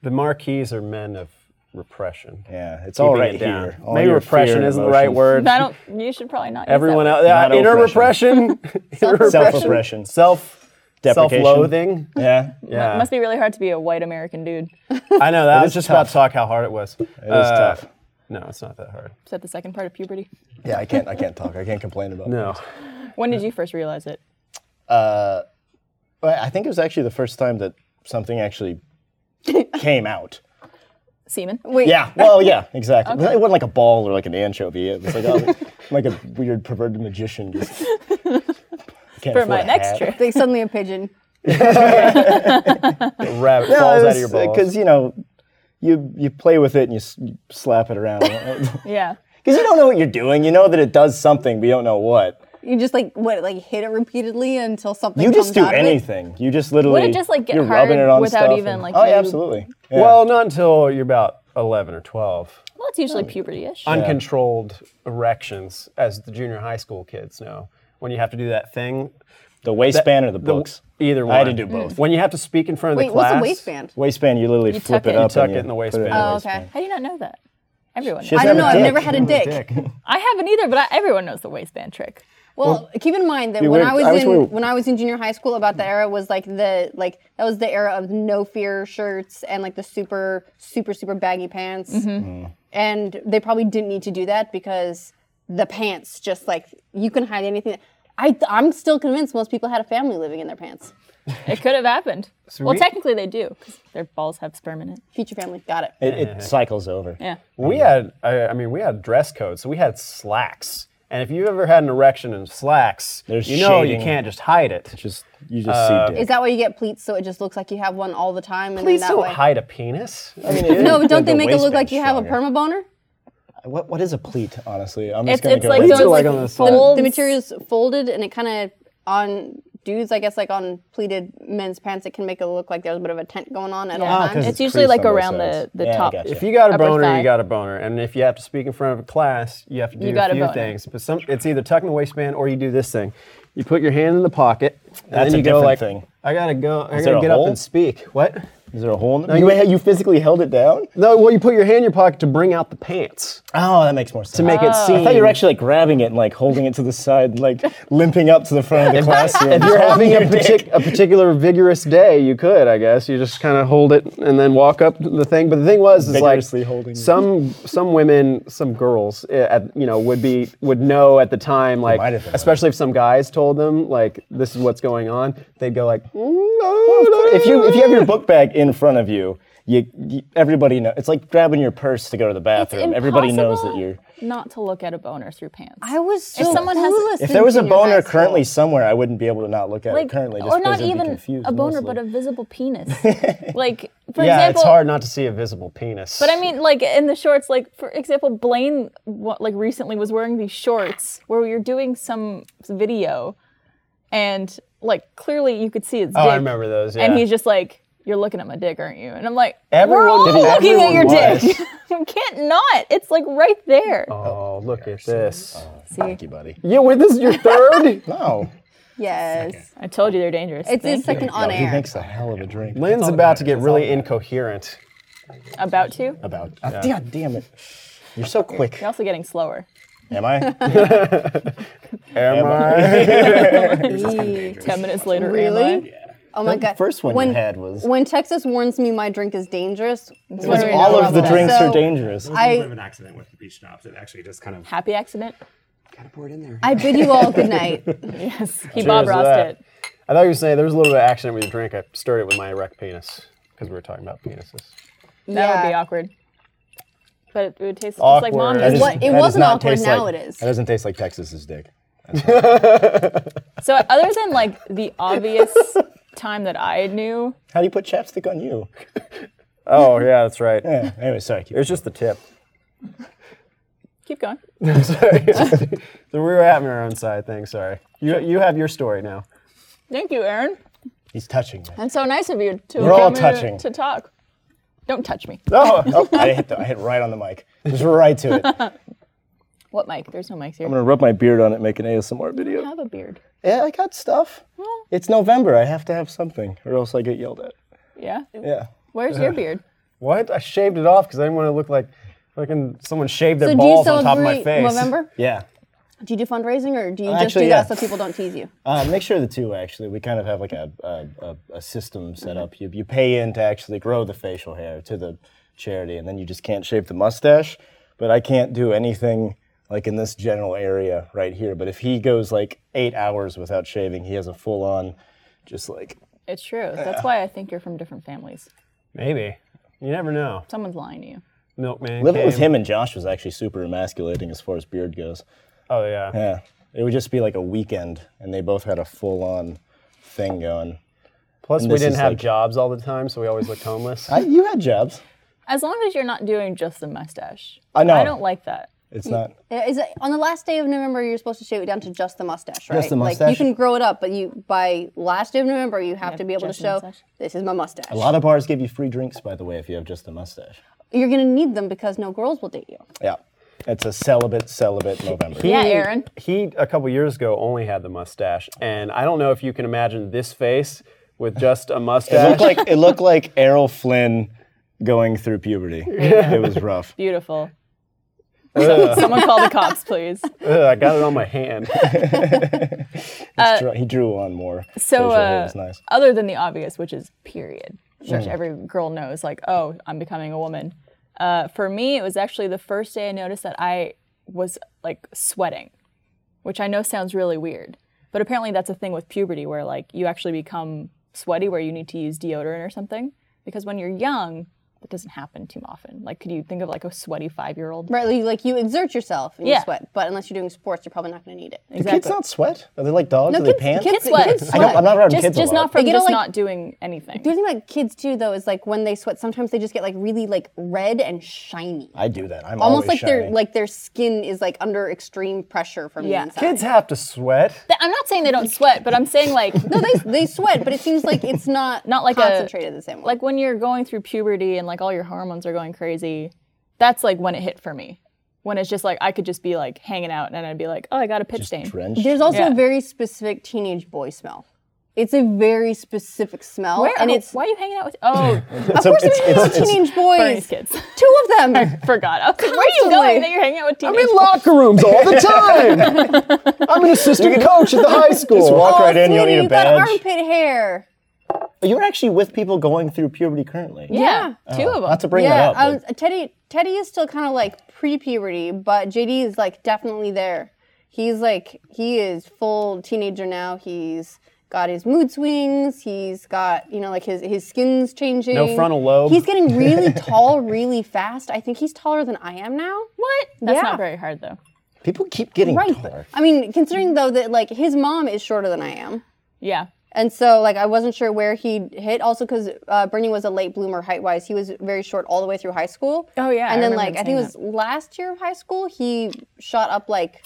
Speaker 4: The Marquis are men of repression.
Speaker 2: Yeah, it's
Speaker 4: Keeping
Speaker 2: all right
Speaker 4: it down.
Speaker 2: here. All
Speaker 4: Maybe
Speaker 2: your
Speaker 4: repression
Speaker 2: fear and
Speaker 4: isn't the right
Speaker 2: emotions.
Speaker 4: word.
Speaker 1: I don't. You should probably not. use
Speaker 4: Everyone
Speaker 1: that
Speaker 4: else,
Speaker 1: word.
Speaker 4: yeah,
Speaker 2: Not
Speaker 4: inner repression, inner
Speaker 2: Self-oppression.
Speaker 4: self,
Speaker 2: Deprecation.
Speaker 4: self-loathing.
Speaker 2: Yeah.
Speaker 4: Yeah,
Speaker 1: Must be really hard to be a white American dude.
Speaker 4: I know. That I was
Speaker 2: is
Speaker 4: just
Speaker 2: tough.
Speaker 4: about to talk how hard it was. It was
Speaker 2: tough.
Speaker 4: No, it's not that hard.
Speaker 1: Is that the second part of puberty?
Speaker 2: Yeah, I can't. I can't talk. I can't complain about. it. Uh,
Speaker 4: No,
Speaker 1: When did you first realize it?
Speaker 2: But I think it was actually the first time that something actually came out.
Speaker 1: Semen.
Speaker 3: Wait,
Speaker 2: Yeah. Well, yeah. Exactly. It wasn't like a ball or like an anchovy. It was like oh, like a weird perverted magician just can't
Speaker 1: for
Speaker 2: afford
Speaker 1: my
Speaker 2: a
Speaker 1: next
Speaker 2: hat.
Speaker 1: trip.
Speaker 3: Like suddenly a pigeon.
Speaker 4: A rabbit falls out of your balls.
Speaker 2: because uh, you know, you you play with it and you, s- you slap it around because
Speaker 1: Yeah.
Speaker 2: you don't know what you're doing. You know that it does something, but you don't know what.
Speaker 3: You just like what like hit it repeatedly until something.
Speaker 2: You just
Speaker 3: comes
Speaker 2: do
Speaker 3: out of it?
Speaker 2: anything. You just literally
Speaker 1: Would it just, like, get
Speaker 2: you're rubbing
Speaker 1: hard
Speaker 2: it on
Speaker 1: without
Speaker 2: stuff
Speaker 1: even,
Speaker 2: and-
Speaker 1: like,
Speaker 2: oh
Speaker 1: you-
Speaker 2: yeah, absolutely. Yeah.
Speaker 4: Well, not until you're about 11 or 12.
Speaker 1: Well, it's
Speaker 2: Oh.
Speaker 1: usually puberty-ish.
Speaker 4: Uncontrolled erections, as the junior high school kids know, when you have to do that thing.
Speaker 2: the waistband or the books.
Speaker 4: Either one.
Speaker 2: I had to do both.
Speaker 4: When you have to speak in front of
Speaker 3: Mm. Wait,
Speaker 4: the class.
Speaker 3: what's a waistband?
Speaker 2: Waistband, you literally flip
Speaker 1: tuck
Speaker 2: it
Speaker 1: it. You
Speaker 2: up.
Speaker 4: tuck
Speaker 2: and
Speaker 4: it in the
Speaker 2: put
Speaker 4: waistband.
Speaker 2: in the
Speaker 3: Oh,
Speaker 2: waistband.
Speaker 3: okay.
Speaker 1: How do you not know that? Everyone.
Speaker 2: She
Speaker 1: knows.
Speaker 3: I
Speaker 2: doesn't
Speaker 3: don't know.
Speaker 2: have
Speaker 3: I've
Speaker 2: a
Speaker 3: never
Speaker 2: dick.
Speaker 3: had a dick.
Speaker 1: I haven't either, but I, everyone knows the waistband trick.
Speaker 3: Well, keep in mind that when
Speaker 2: weird.
Speaker 3: I was,
Speaker 2: I was
Speaker 3: in
Speaker 2: weird.
Speaker 3: when I was in junior high school, about the era was like the like that was the era of no fear shirts and like the super super super baggy pants, and they probably didn't need to do that because the pants just like you can hide anything. I I'm still convinced most people had a family living in their pants.
Speaker 1: It could have happened. well,
Speaker 4: we-
Speaker 1: technically they do, 'cause their balls have sperm in it.
Speaker 3: Future family, got it.
Speaker 2: It, it cycles over.
Speaker 1: Yeah.
Speaker 4: We had, I, I mean, we had dress codes, so we had slacks. And if you ever had an erection in slacks,
Speaker 2: There's
Speaker 4: you know you
Speaker 2: shading.
Speaker 4: can't just hide it.
Speaker 2: Just you just see
Speaker 3: Is
Speaker 2: dick.
Speaker 3: that why you get pleats so it just looks like you have one all the time? And
Speaker 4: Please
Speaker 3: then that
Speaker 4: don't
Speaker 3: way?
Speaker 4: hide a penis. I mean, it-
Speaker 3: No,
Speaker 2: The-
Speaker 3: but don't they
Speaker 2: the
Speaker 3: make it look like
Speaker 2: waistband's
Speaker 3: you have a
Speaker 2: stronger.
Speaker 3: perma boner?
Speaker 2: What what is a pleat? Honestly, I'm just
Speaker 1: It's,
Speaker 2: gonna
Speaker 1: it's
Speaker 2: go.
Speaker 1: like
Speaker 2: with
Speaker 4: Pleats
Speaker 1: those
Speaker 2: it.
Speaker 4: are
Speaker 1: like,
Speaker 4: like on the side.
Speaker 1: folds.
Speaker 3: The material's folded and it kind of on dudes, I guess, like on pleated men's pants, it can make it look like there's a bit of a tent going on at all
Speaker 2: Ah, 'cause
Speaker 3: times.
Speaker 1: It's usually
Speaker 2: creased
Speaker 1: like
Speaker 2: on both
Speaker 1: around the,
Speaker 2: sides.
Speaker 1: the
Speaker 2: Yeah, I
Speaker 1: top.
Speaker 2: gotcha.
Speaker 4: If you got a
Speaker 1: Upper
Speaker 4: boner,
Speaker 1: thigh.
Speaker 4: you got a boner, and if you have to speak in front of a class, you have to do
Speaker 1: You
Speaker 4: a
Speaker 1: got a
Speaker 4: few
Speaker 1: boner.
Speaker 4: things. But some, it's either tuck in the waistband or you do this thing. You put your hand in the pocket, and
Speaker 2: That's
Speaker 4: then
Speaker 2: a
Speaker 4: you go
Speaker 2: different
Speaker 4: like,
Speaker 2: thing.
Speaker 4: "I gotta go. I
Speaker 2: there
Speaker 4: gotta
Speaker 2: a
Speaker 4: get
Speaker 2: hole?
Speaker 4: up and speak." What?
Speaker 2: Is there a hole in the?
Speaker 4: you-
Speaker 2: you, you physically held it down?
Speaker 4: No, well, you put your hand in your pocket to bring out the pants
Speaker 2: Oh, that makes more sense.
Speaker 4: to make it seem.
Speaker 2: I thought you were actually like grabbing it and like holding it to the side, and, like limping up to the front of the classroom.
Speaker 4: if you're having a,
Speaker 2: Your dick.
Speaker 4: partic- a particular vigorous day, you could, I guess. You just kind of hold it and then walk up to the thing. But the thing was, is like
Speaker 2: Vigorously holding it.
Speaker 4: some some women, some girls, eh, at, you know, would be would know at the time, like
Speaker 2: might have been.
Speaker 4: especially if some guys told them, like this is what's going on. They'd go like,
Speaker 2: if you if you have your book bag in front of you, you, you everybody know it's like grabbing your purse to go to the bathroom. Everybody knows that
Speaker 1: impossible
Speaker 2: you're.
Speaker 1: not to look at a boner through pants.
Speaker 3: I was so
Speaker 1: If someone has-
Speaker 3: clueless
Speaker 2: If
Speaker 3: in
Speaker 2: there was a
Speaker 3: junior high
Speaker 2: boner
Speaker 3: school.
Speaker 2: currently somewhere, I wouldn't be able to not look at it currently. Just
Speaker 1: or not
Speaker 2: 'cause I'd be
Speaker 1: even
Speaker 2: confused
Speaker 1: a boner,
Speaker 2: mostly.
Speaker 1: but a visible penis. like, for
Speaker 4: yeah,
Speaker 1: example,
Speaker 4: it's hard not to see a visible penis.
Speaker 1: But I mean, like in the shorts, like for example, Blaine, wa- like recently was wearing these shorts where we were doing some video, and like clearly you could see his dick.
Speaker 4: Oh, I remember those, yeah.
Speaker 1: And he's just like, "You're looking at my dick, aren't you?" And I'm like,
Speaker 4: Everyone-
Speaker 1: "We're all
Speaker 4: Did he-
Speaker 1: looking at your
Speaker 4: everyone was.
Speaker 1: dick. you can't not. It's like right there.
Speaker 4: oh, look at this.
Speaker 2: Thank you, buddy.
Speaker 4: Yeah, wait, this is your third.
Speaker 2: No,
Speaker 3: Yes.
Speaker 1: I told you they're dangerous.
Speaker 3: It's his
Speaker 1: Thank you.
Speaker 3: second on
Speaker 2: he
Speaker 3: air.
Speaker 2: makes a hell of a drink.
Speaker 4: Lynn's about to get really incoherent.
Speaker 1: about to.
Speaker 2: About Ah, God damn it, you're so quick.
Speaker 1: You're also getting slower.
Speaker 2: Am I?
Speaker 4: Am I?
Speaker 1: Ten minutes later, Am I?
Speaker 3: Really? Oh my
Speaker 2: The
Speaker 3: god.
Speaker 2: first one you
Speaker 3: when,
Speaker 2: had was-
Speaker 3: When Texas warns me my drink is dangerous,
Speaker 1: was
Speaker 3: we're in
Speaker 2: All of the
Speaker 3: trouble.
Speaker 2: drinks
Speaker 3: So,
Speaker 2: are dangerous.
Speaker 5: I was a bit
Speaker 3: I-
Speaker 5: of an accident with the beach schnapps. It actually just kind of
Speaker 1: Happy accident.
Speaker 5: kind of poured in there.
Speaker 3: I bid you all good night.
Speaker 1: Yes, he Bob
Speaker 4: to
Speaker 1: Rossed
Speaker 4: that.
Speaker 1: it.
Speaker 4: I thought you were saying there was a little bit of accident with your drink. I stirred it with my erect penis because we were talking about penises.
Speaker 1: That would
Speaker 3: Yeah.
Speaker 1: be awkward. But it would taste just like
Speaker 4: Awkward.
Speaker 1: mom.
Speaker 4: That
Speaker 1: does.
Speaker 3: is- What- it
Speaker 2: That does
Speaker 3: wasn't
Speaker 2: not
Speaker 3: awkward,
Speaker 2: taste
Speaker 3: now
Speaker 2: like-
Speaker 3: it is.
Speaker 2: That doesn't taste like Texas's dick.
Speaker 1: So other than like the obvious time that I knew,
Speaker 2: How do you put chapstick on you?
Speaker 4: Oh yeah, that's right.
Speaker 2: Yeah, anyway, sorry. Keep
Speaker 4: It was just the tip.
Speaker 1: keep going.
Speaker 4: sorry. so we were having our own side thing. Sorry. You you have your story now.
Speaker 1: Thank you, Aaron.
Speaker 2: He's touching me.
Speaker 1: And so nice of you to
Speaker 2: We're all
Speaker 1: come here
Speaker 2: touching.
Speaker 1: to talk. Don't touch me.
Speaker 2: Oh, oh, I hit the, I hit right on the mic. Just right to it. I'm
Speaker 1: What mic? There's no mics here.
Speaker 2: gonna rub my beard on it, make an ASMR
Speaker 1: I
Speaker 2: video.
Speaker 1: have a beard.
Speaker 2: Yeah, I got stuff. It's November. I have to have something, or else I get yelled at.
Speaker 1: Yeah.
Speaker 2: Yeah.
Speaker 1: Where's your beard?
Speaker 4: What? I shaved it off because I didn't want to look like fucking someone shaved their
Speaker 3: So do you
Speaker 4: balls on top of
Speaker 3: celebrate
Speaker 4: my face.
Speaker 3: November?
Speaker 2: Yeah.
Speaker 3: Do you do fundraising or do you
Speaker 2: Uh,
Speaker 3: just
Speaker 2: actually,
Speaker 3: do
Speaker 2: yeah.
Speaker 3: that so people don't tease you?
Speaker 2: Uh, make sure the two actually. We kind of have like a a, a, a system set up. You you pay in to actually grow the facial hair to the charity, and then you just can't shave the mustache. But I can't do anything like in this general area right here. But if he goes like eight hours without shaving, he has a full on, just like
Speaker 1: It's true. That's why I think you're from different families.
Speaker 4: Maybe. You never know.
Speaker 1: Someone's lying to you.
Speaker 4: Milkman.
Speaker 2: Living with
Speaker 4: came.
Speaker 2: him and Josh was actually super emasculating as far as beard goes.
Speaker 4: Oh yeah.
Speaker 2: Yeah. It would just be like a weekend, and they both had a full-on thing going.
Speaker 4: Plus,
Speaker 2: And
Speaker 4: we
Speaker 2: this
Speaker 4: didn't
Speaker 2: is
Speaker 4: have
Speaker 2: like-
Speaker 4: jobs all the time, so we always looked homeless.
Speaker 2: I, you had jobs.
Speaker 1: As long as you're not doing just the mustache.
Speaker 2: I know.
Speaker 1: I don't like that.
Speaker 2: It's not.
Speaker 3: Yeah, Is it, on the last day of November, you're supposed to shave it down to just the mustache, right?
Speaker 2: the
Speaker 3: Like you
Speaker 2: mustache.
Speaker 3: can grow it up, but you by last day of November, you have to be able to
Speaker 1: just the
Speaker 3: show
Speaker 1: mustache.
Speaker 3: this is my mustache.
Speaker 2: A lot of bars give you free drinks, by the way, if you have just a mustache.
Speaker 3: You're gonna need them because no girls will date you.
Speaker 2: Yeah, it's a celibate, celibate November.
Speaker 1: Yeah, Aaron.
Speaker 4: He a couple years ago only had the mustache, and I don't know if you can imagine this face with just a
Speaker 2: It
Speaker 4: mustache.
Speaker 2: looked like it looked like Errol Flynn going through puberty. It was rough.
Speaker 1: Beautiful. So- Someone call the cops, please.
Speaker 4: Ugh, I got it on my hand.
Speaker 2: It's dr- he drew on more.
Speaker 1: So,
Speaker 2: facial hair.
Speaker 1: uh,
Speaker 2: It's nice. Hmm.
Speaker 1: other than the obvious, which is period, which every girl knows, like, oh, I'm becoming a woman. Uh, for me, it was actually the first day I noticed that I was like sweating, which I know sounds really weird, but apparently that's a thing with puberty where like you actually become sweaty where you need to use deodorant or something because when you're young, that doesn't happen too often. Like, could you think of like a sweaty five-year-old?
Speaker 3: Right? Like, like you exert yourself and you
Speaker 1: Yeah.
Speaker 3: sweat, but unless you're doing sports, you're probably not gonna need it.
Speaker 2: Do kids not sweat? Are they like dogs?
Speaker 3: No,
Speaker 2: Are
Speaker 3: kids-
Speaker 2: they pants?
Speaker 3: kids
Speaker 1: sweat.
Speaker 3: Kids
Speaker 2: I don't, I'm not around
Speaker 1: Just,
Speaker 2: kids
Speaker 1: just
Speaker 2: a lot.
Speaker 1: not from
Speaker 3: They get
Speaker 1: just
Speaker 3: all, like-
Speaker 1: not doing anything.
Speaker 3: The thing about kids too, though, is like when they sweat, sometimes they just get like really like red and shiny.
Speaker 2: I do that. I'm
Speaker 3: Almost
Speaker 2: always
Speaker 3: like their
Speaker 2: shiny.
Speaker 3: like their skin is like under extreme pressure from
Speaker 1: Yeah.
Speaker 3: the inside.
Speaker 4: Kids have to sweat.
Speaker 1: Th- I'm not saying they don't sweat, but I'm saying like
Speaker 3: No, they, they sweat, but it seems like it's not
Speaker 1: Not like a-
Speaker 3: concentrated the same way.
Speaker 1: like when you're going through puberty and like all your hormones are going crazy, that's like when it hit for me. When it's just like I could just be like hanging out and I'd be like, oh, I got a pit stain.
Speaker 2: drenched.
Speaker 3: There's also
Speaker 1: Yeah.
Speaker 3: a very specific teenage boy smell. It's a very specific smell,
Speaker 1: Where?
Speaker 3: and
Speaker 1: oh,
Speaker 3: it's
Speaker 1: why are you hanging out with? Oh,
Speaker 3: of course
Speaker 2: it's-
Speaker 3: we're hanging out
Speaker 2: it's-
Speaker 3: with
Speaker 2: it's-
Speaker 3: teenage boys.
Speaker 1: Bernie's kids.
Speaker 3: Two of them.
Speaker 1: Forgot. I was like, Where are you
Speaker 3: Constantly.
Speaker 1: going? That you're hanging out with teenage.
Speaker 2: locker rooms all the time. I'm an assistant coach at the high school. Just walk
Speaker 3: oh,
Speaker 2: right in. You don't
Speaker 3: sweetie,
Speaker 2: need a
Speaker 3: you got
Speaker 2: badge.
Speaker 3: armpit hair.
Speaker 2: You're actually with people going through puberty currently.
Speaker 1: Yeah, two of them.
Speaker 2: Not to bring
Speaker 3: yeah,
Speaker 2: that up.
Speaker 3: I
Speaker 2: but
Speaker 3: was- Teddy. Teddy is still kind of like pre-puberty, but JD is like definitely there. He's like he is full teenager now. He's got his mood swings. He's got you know like his his skin's changing.
Speaker 4: No frontal lobe.
Speaker 3: He's getting really tall, really fast. I think he's taller than I am now.
Speaker 1: What? That's
Speaker 3: Yeah.
Speaker 1: not very hard though.
Speaker 2: people keep getting
Speaker 3: Right.
Speaker 2: taller.
Speaker 3: I mean, considering though that like his mom is shorter than I am.
Speaker 1: Yeah.
Speaker 3: And so, like, I wasn't sure where he hit. Also, because uh, Bernie was a late bloomer height wise, he was very short all the way through high school.
Speaker 1: Oh, yeah, I
Speaker 3: And then,
Speaker 1: remember
Speaker 3: like,
Speaker 1: him
Speaker 3: I think it
Speaker 1: saying
Speaker 3: was last year of high school, he shot up like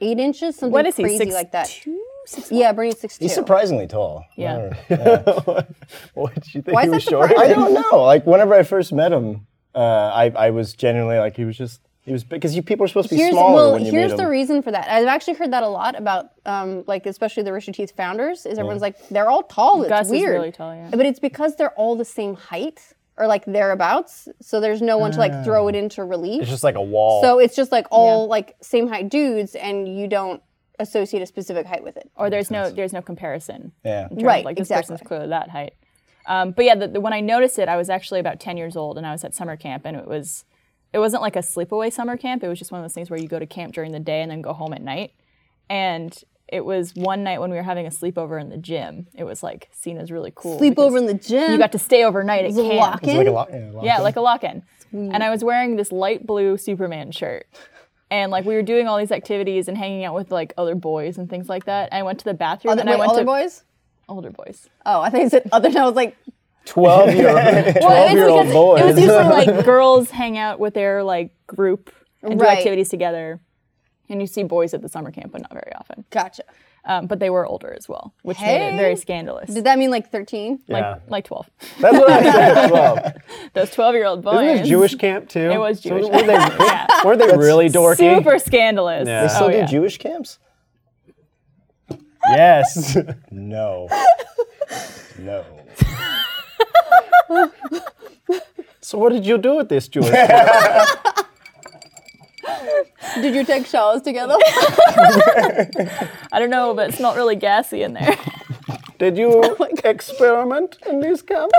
Speaker 3: eight inches, something
Speaker 1: What is he?
Speaker 3: crazy
Speaker 1: Six
Speaker 3: like that.
Speaker 1: two? Six
Speaker 3: Yeah, Bernie's six
Speaker 2: He's surprisingly tall.
Speaker 1: Yeah.
Speaker 2: I don't-
Speaker 4: what did you think
Speaker 3: Why
Speaker 4: he
Speaker 3: is
Speaker 4: was
Speaker 3: that
Speaker 4: short?
Speaker 2: I
Speaker 3: surprising?
Speaker 2: don't know. Like whenever I first met him, uh, I I was genuinely like he was just he was because you people are supposed to be
Speaker 3: Here's,
Speaker 2: smaller
Speaker 3: well,
Speaker 2: when you
Speaker 3: here's
Speaker 2: meet
Speaker 3: the
Speaker 2: him.
Speaker 3: reason for that. I've actually heard that a lot about, um, like, especially the Rooster Teeth founders. Is everyone's like they're all tall. It's
Speaker 1: Gus is
Speaker 3: weird.
Speaker 1: really tall, yeah.
Speaker 3: But it's because they're all the same height or like thereabouts. So there's no one to like throw
Speaker 1: Mm.
Speaker 3: it into relief.
Speaker 4: It's just like a wall.
Speaker 3: So it's just like all like same height dudes, and you don't associate a specific height with it.
Speaker 1: Or there's no there's no comparison.
Speaker 2: yeah.
Speaker 1: in terms of,
Speaker 3: Right,
Speaker 1: Like this
Speaker 3: exactly.
Speaker 1: person's clearly that height. Um, but yeah, the, the, when I noticed it, I was actually about ten years old, and I was at summer camp, and it was, it wasn't like a sleepaway summer camp. It was just one of those things where you go to camp during the day and then go home at night. And it was one night when we were having a sleepover in the gym. It was like seen as really cool.
Speaker 3: Sleepover in
Speaker 1: because
Speaker 3: the gym.
Speaker 1: You got to stay overnight at
Speaker 3: It was a
Speaker 1: camp.
Speaker 3: lock-in.
Speaker 2: Like a lot, yeah, a lot.
Speaker 1: Yeah, like a lock-in. And I was wearing this light blue Superman shirt. And like we were doing all these activities and hanging out with like other boys and things like that. I went to the bathroom
Speaker 3: Other,
Speaker 1: and
Speaker 3: wait,
Speaker 1: I went
Speaker 3: other
Speaker 1: to
Speaker 3: boys.
Speaker 1: older boys.
Speaker 3: Oh, I think it said other. And I was like,
Speaker 4: Twelve year
Speaker 1: Well, it's
Speaker 2: 12-year-old
Speaker 1: because It was
Speaker 2: boys.
Speaker 1: usually like girls hang out with their like group and do
Speaker 3: Right.
Speaker 1: activities together. And you see boys at the summer camp, but not very often.
Speaker 3: gotcha.
Speaker 1: Um, but they were older as well, which made
Speaker 3: Hey.
Speaker 1: it very scandalous.
Speaker 3: Did that mean like thirteen?
Speaker 1: like,
Speaker 4: Yeah.
Speaker 1: like 12.
Speaker 4: That's what I said. Twelve.
Speaker 1: Those 12 year old boys.
Speaker 4: Isn't this Jewish camp too? It
Speaker 1: was Jewish
Speaker 4: were they,
Speaker 1: Yeah.
Speaker 4: were they really dorky?
Speaker 1: Super scandalous.
Speaker 4: Yeah. They
Speaker 2: Still
Speaker 1: Oh,
Speaker 2: do
Speaker 1: yeah.
Speaker 2: Jewish camps?
Speaker 4: Yes.
Speaker 2: No. no.
Speaker 4: so what did you do with this Jewish camp?
Speaker 3: Did you take showers together?
Speaker 1: I don't know, but it's not really gassy in there.
Speaker 4: Did you experiment in this camp?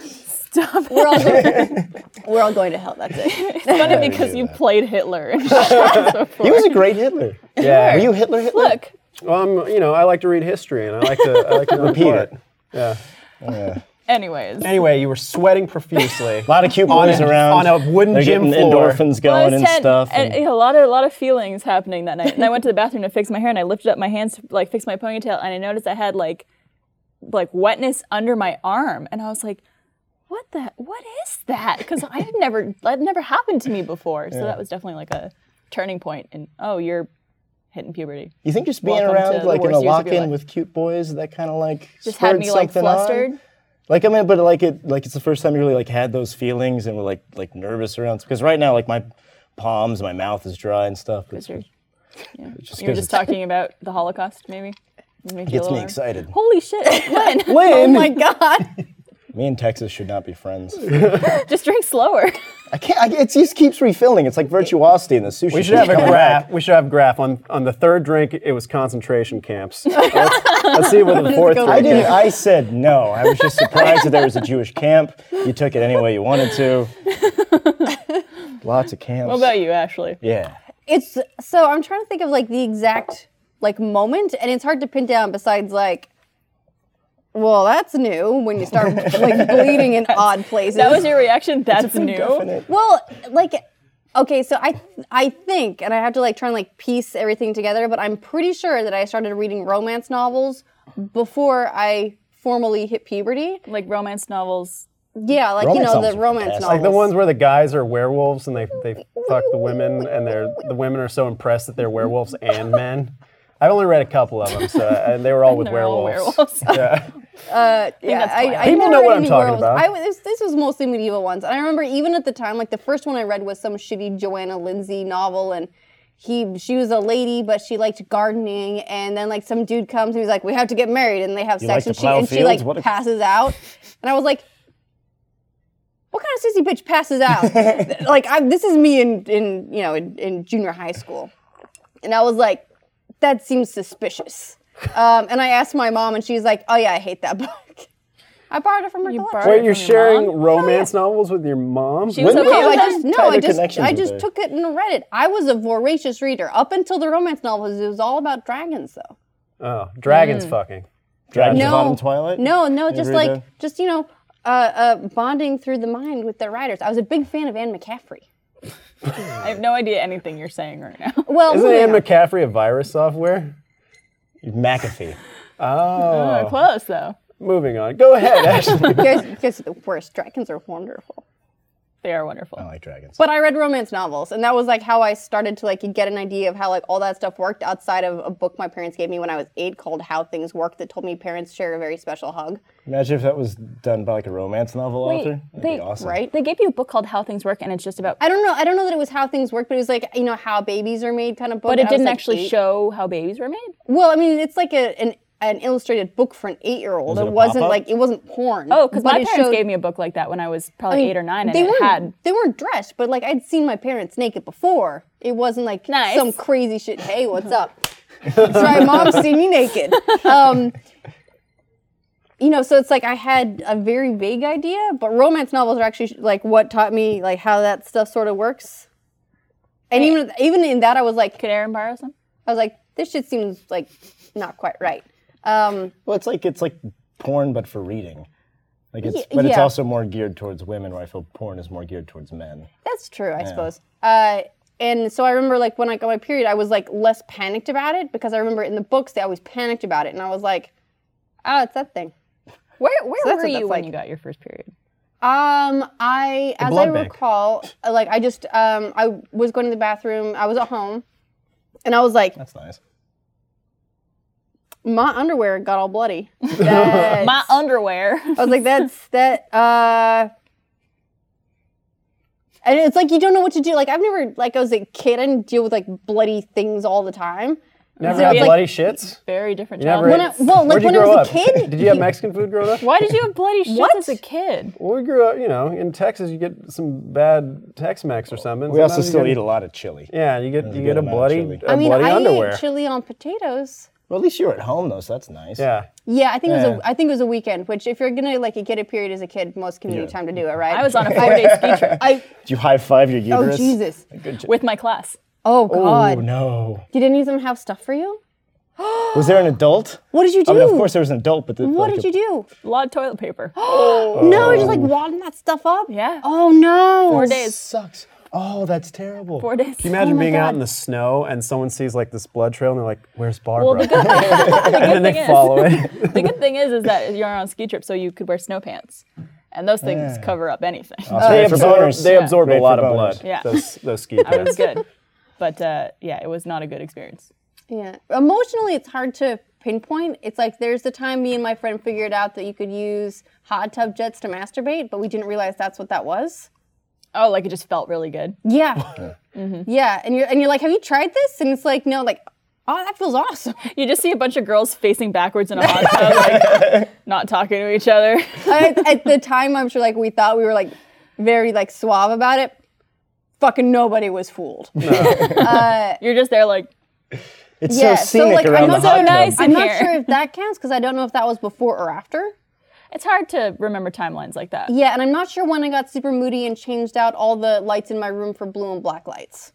Speaker 1: Stop it.
Speaker 3: we're all going, we're all going to hell. That's it.
Speaker 1: Funny because you played Hitler. and
Speaker 2: He was a great Hitler.
Speaker 4: Yeah.
Speaker 2: Were you Hitler Hitler?
Speaker 1: Look,
Speaker 4: Well, I'm, you know, I like to read history and I like to, I like to know
Speaker 2: Repeat
Speaker 4: part.
Speaker 2: it.
Speaker 4: Yeah.
Speaker 1: Anyways,
Speaker 4: Anyway, you were sweating profusely.
Speaker 2: A lot of cute
Speaker 4: On
Speaker 2: boys
Speaker 4: a-
Speaker 2: around.
Speaker 4: on a wooden
Speaker 2: They're
Speaker 4: gym
Speaker 2: getting
Speaker 4: floor.
Speaker 2: endorphins
Speaker 1: Well, I uh, was
Speaker 2: going and
Speaker 1: 10
Speaker 2: stuff.
Speaker 1: and-
Speaker 2: and-
Speaker 1: yeah, a lot of a lot of feelings happening that night. And I went to the bathroom to fix my hair, and I lifted up my hands to like fix my ponytail, and I noticed I had like like wetness under my arm, and I was like, "What the? What is that?" Because I had never that had never happened to me before. So that was definitely like a turning point. And oh, you're hitting puberty.
Speaker 2: you think just being
Speaker 1: Welcome to
Speaker 2: around
Speaker 1: the
Speaker 2: like
Speaker 1: worst
Speaker 2: in a
Speaker 1: years of your
Speaker 2: lock-in
Speaker 1: life.
Speaker 2: with cute boys that kind of like
Speaker 1: Just had
Speaker 2: spurred
Speaker 1: me like
Speaker 2: something on?
Speaker 1: flustered.
Speaker 2: Like I mean, but like it, like it's the first time you really like had those feelings and were like like nervous around because right now like my palms, my mouth is dry and stuff. But
Speaker 1: You're,
Speaker 2: it just
Speaker 1: you were
Speaker 2: gives
Speaker 1: just
Speaker 2: it
Speaker 1: talking about the Holocaust, maybe. Make you a
Speaker 2: gets
Speaker 1: little-
Speaker 2: me excited.
Speaker 1: Holy shit! When?
Speaker 2: Lynn,
Speaker 3: Oh my God.
Speaker 2: me and Texas should not be friends.
Speaker 1: just drink slower.
Speaker 2: I can't. I, it just keeps refilling. It's like virtuosity in the sushi.
Speaker 4: We should have a graph. We should have a graph on on the third drink. It was concentration camps. let's, let's see what the fourth
Speaker 3: go
Speaker 4: drink.
Speaker 2: I didn't.
Speaker 4: is.
Speaker 2: I said no. I was just surprised that there was a Jewish camp. You took it any way you wanted to. Lots of camps.
Speaker 1: What about you, Ashley?
Speaker 2: Yeah.
Speaker 3: it's so I'm trying to think of like the exact like moment, and it's hard to pin down. Besides, like, well, that's new when you start like bleeding in odd places.
Speaker 1: That was your reaction. That's new.
Speaker 2: Definite.
Speaker 3: well, like, okay, so I I think, and I have to like try and like piece everything together, but I'm pretty sure that I started reading romance novels before I formally hit puberty.
Speaker 1: Like romance novels.
Speaker 3: Yeah, like
Speaker 2: Romance
Speaker 3: you know
Speaker 2: novels
Speaker 3: the
Speaker 2: are
Speaker 3: romance
Speaker 2: fantastic.
Speaker 3: novels.
Speaker 2: Like
Speaker 4: Like the ones where the guys are werewolves and they they fuck the women and they're the women are so impressed that they're werewolves and men. I've only read a couple of them, so and they were all with
Speaker 1: They're all
Speaker 4: werewolves.
Speaker 1: werewolves.
Speaker 4: Yeah.
Speaker 3: Yeah,
Speaker 1: that's
Speaker 3: I,
Speaker 1: why.
Speaker 3: I
Speaker 4: People
Speaker 3: never
Speaker 4: know
Speaker 3: read
Speaker 4: what I'm
Speaker 3: any
Speaker 4: talking
Speaker 3: werewolves.
Speaker 4: about.
Speaker 3: I was, this, this was mostly medieval ones, and I remember even at the time, like the first one I read was some shitty Joanna Lindsay novel, and he she was a lady, but she liked gardening, and then like some dude comes and he's like, "We have to get married," and they have
Speaker 2: like
Speaker 3: sex,
Speaker 2: to
Speaker 3: and she
Speaker 2: plow
Speaker 3: and she
Speaker 2: fields?
Speaker 3: like
Speaker 2: What a-
Speaker 3: passes out, and I was like. What kind of sissy bitch passes out? like I, this is me in, in you know in, in junior high school, and I was like, that seems suspicious. Um, and I asked my mom, and she's like, "Oh yeah, I hate that book. I borrowed it from her
Speaker 1: You
Speaker 3: collection."
Speaker 1: borrowed
Speaker 4: Wait,
Speaker 1: From
Speaker 4: you're
Speaker 1: your
Speaker 4: sharing
Speaker 1: mom?
Speaker 4: romance novels with your mom?
Speaker 1: She was
Speaker 2: Wouldn't
Speaker 1: okay
Speaker 3: No, I
Speaker 1: with
Speaker 3: just
Speaker 1: that.
Speaker 3: no, I
Speaker 2: Tighter
Speaker 3: just
Speaker 2: connections
Speaker 3: I
Speaker 2: with
Speaker 3: just
Speaker 2: it.
Speaker 3: took it and read it. I was a voracious reader up until the romance novels. It was all about dragons, though.
Speaker 4: Oh, dragons fucking.
Speaker 2: Dragon's
Speaker 3: No.
Speaker 2: Bottom Twilight.
Speaker 3: No, no, just
Speaker 2: read
Speaker 3: like
Speaker 2: that?
Speaker 3: just you know, uh, uh, bonding through the mind with the writers. I was a big fan of Anne McCaffrey.
Speaker 1: I have no idea anything you're saying right now.
Speaker 3: Well,
Speaker 4: Isn't
Speaker 3: moving
Speaker 4: Anne
Speaker 3: on.
Speaker 4: McCaffrey a virus software?
Speaker 2: McAfee.
Speaker 1: Oh, close though.
Speaker 4: Moving on. Go ahead, Ashley.
Speaker 3: you, guys, you guys are the worst. Dragons are wonderful.
Speaker 1: They are wonderful.
Speaker 2: I like dragons.
Speaker 3: But I read romance novels, and that was like how I started to like get an idea of how like all that stuff worked outside of a book my parents gave me when I was eight called "How Things Work" that told me parents share a very special hug.
Speaker 2: Imagine if that was done by like a romance novel
Speaker 1: Wait,
Speaker 2: author. That'd
Speaker 1: they-
Speaker 2: be awesome.
Speaker 3: right?
Speaker 1: They gave you a book called How Things Work, and it's just about.
Speaker 3: I don't know. I don't know that it was how things work, but it was like you know how babies are made kind of book.
Speaker 1: But
Speaker 3: and
Speaker 1: it
Speaker 3: I was,
Speaker 1: didn't
Speaker 3: like,
Speaker 1: actually
Speaker 3: eight.
Speaker 1: show how babies were made.
Speaker 3: Well, I mean, it's like a, an an illustrated book for an eight year old.
Speaker 2: it
Speaker 3: It,
Speaker 2: a
Speaker 3: wasn't
Speaker 2: pop-up?
Speaker 3: like it wasn't porn.
Speaker 1: Oh, because
Speaker 3: but
Speaker 1: my
Speaker 3: it
Speaker 1: parents
Speaker 3: showed-
Speaker 1: gave me a book like that when I was probably eight or nine, and
Speaker 3: they
Speaker 1: it
Speaker 3: weren't
Speaker 1: had.
Speaker 3: they weren't dressed, but like I'd seen my parents naked before. It wasn't like
Speaker 1: Nice.
Speaker 3: some crazy shit. Hey, what's up? That's right, mom's seen me naked. Um, you know, so it's like I had a very vague idea, but romance novels are actually like what taught me like how that stuff sort of works. And even even in that, I was like,
Speaker 1: Could Aaron borrow some?
Speaker 3: I was like, this shit seems like not quite right. Um,
Speaker 2: Well, it's like it's like porn, but for reading. Like it's,
Speaker 3: Ye-
Speaker 2: but it's
Speaker 3: yeah.
Speaker 2: also more geared towards women, where I feel porn is more geared towards men.
Speaker 3: That's true, I suppose. Uh, and so I remember, like, when I got my period, I was like less panicked about it because I remember in the books they always panicked about it, and I was like, "Oh, it's that thing."
Speaker 1: Where Where
Speaker 3: that's
Speaker 1: were
Speaker 3: what
Speaker 1: you
Speaker 3: that's
Speaker 1: when
Speaker 3: like.
Speaker 1: you got your first period?
Speaker 3: Um, I, as I
Speaker 4: blood bank.
Speaker 3: recall, uh, like, I just, um, I was going to the bathroom. I was at home, and I was like,
Speaker 2: That's nice.
Speaker 3: my underwear got all bloody. That's-
Speaker 1: My underwear.
Speaker 3: I was like, that's that. Uh, and it's like you don't know what to do. Like I've never, like I was a kid, I didn't deal with like bloody things all the time.
Speaker 4: Never
Speaker 3: So
Speaker 4: had
Speaker 3: it's like-
Speaker 4: bloody shits?
Speaker 1: Very different.
Speaker 4: You never
Speaker 1: childhood.
Speaker 3: When I- well, like,
Speaker 4: Where'd you
Speaker 3: when I
Speaker 4: grow
Speaker 3: was a
Speaker 4: up?
Speaker 3: kid,
Speaker 4: Did you have Mexican food growing up?
Speaker 1: Why did you have bloody shits
Speaker 3: What?
Speaker 1: as a kid?
Speaker 4: Well, we grew up, you know, in Texas, you get some bad Tex-Mex or something.
Speaker 2: We also
Speaker 4: Sometimes you
Speaker 2: still
Speaker 4: get-
Speaker 2: eat a lot of chili.
Speaker 4: Yeah, you get you
Speaker 2: a
Speaker 4: get
Speaker 2: good
Speaker 4: a
Speaker 2: amount of
Speaker 4: bloody,
Speaker 2: chili.
Speaker 4: a
Speaker 3: I mean,
Speaker 4: bloody
Speaker 3: I
Speaker 4: underwear.
Speaker 3: ate chili on potatoes.
Speaker 2: Well, at least you were at home though, so that's nice.
Speaker 4: yeah,
Speaker 1: Oh
Speaker 3: Yeah, I think it was.
Speaker 2: Yeah.
Speaker 3: A, I think it was a weekend. Which, if you're gonna like get a period as a kid, most can be
Speaker 2: Yeah.
Speaker 3: time to do it, right?
Speaker 1: I was on a four day ski trip
Speaker 3: I
Speaker 2: Did you high five your
Speaker 3: oh
Speaker 2: uterus?
Speaker 3: Jesus.
Speaker 1: with my class.
Speaker 3: Oh
Speaker 2: Oh
Speaker 3: God.
Speaker 2: no.
Speaker 3: Did any of them have stuff for you?
Speaker 2: Was there an adult?
Speaker 3: What did you
Speaker 2: I mean, of
Speaker 3: do?
Speaker 2: course there was an adult, but the,
Speaker 3: What
Speaker 2: like
Speaker 3: did you do?
Speaker 1: A lot of toilet paper.
Speaker 3: No, you're just like wadding that stuff up.
Speaker 1: Yeah.
Speaker 3: Oh no.
Speaker 1: Four days.
Speaker 2: Sucks. Oh, that's terrible.
Speaker 1: Four days.
Speaker 4: Can you imagine
Speaker 3: my
Speaker 4: being out
Speaker 3: God.
Speaker 4: in the snow and someone sees like this blood trail and they're like, "Where's Barbara?"
Speaker 1: Well, the good, the good
Speaker 4: and then
Speaker 1: thing
Speaker 4: they
Speaker 1: is,
Speaker 4: follow it.
Speaker 1: the good thing is, is that you're on a ski trip, so you could wear snow pants, and those things cover up anything.
Speaker 2: Great
Speaker 4: they
Speaker 2: for
Speaker 4: absorb,
Speaker 2: boners.
Speaker 4: they
Speaker 2: Yeah.
Speaker 4: absorb
Speaker 2: Great
Speaker 4: a
Speaker 2: for
Speaker 4: lot of
Speaker 2: boners.
Speaker 4: blood.
Speaker 1: Yeah.
Speaker 4: Those, those ski
Speaker 1: it was
Speaker 4: pants.
Speaker 1: good, but uh, yeah, it was not a good experience.
Speaker 3: Yeah. Emotionally, it's hard to pinpoint. It's like there's the time me and my friend figured out that you could use hot tub jets to masturbate, but we didn't realize that's what that was.
Speaker 1: Oh, like it just felt really good.
Speaker 3: Yeah. Mm-hmm. Yeah. And you're and you're like, have you tried this? And it's like, no, like, oh, that feels awesome.
Speaker 1: You just see a bunch of girls facing backwards in a hot tub, like not talking to each other.
Speaker 3: at, at the time, I'm sure like we thought we were like very like suave about it. Fucking nobody was fooled.
Speaker 1: You're just there, like
Speaker 2: It's
Speaker 3: yeah.
Speaker 2: so scenic
Speaker 3: like,
Speaker 2: around
Speaker 3: I'm
Speaker 2: the
Speaker 3: not
Speaker 1: so
Speaker 2: hot tub.
Speaker 1: nice.
Speaker 3: I'm not
Speaker 1: Here.
Speaker 3: sure if that counts because I don't know if that was before or after.
Speaker 1: it's hard to remember timelines like that.
Speaker 3: Yeah, and I'm not sure when I got super moody and changed out all the lights in my room for blue and black lights.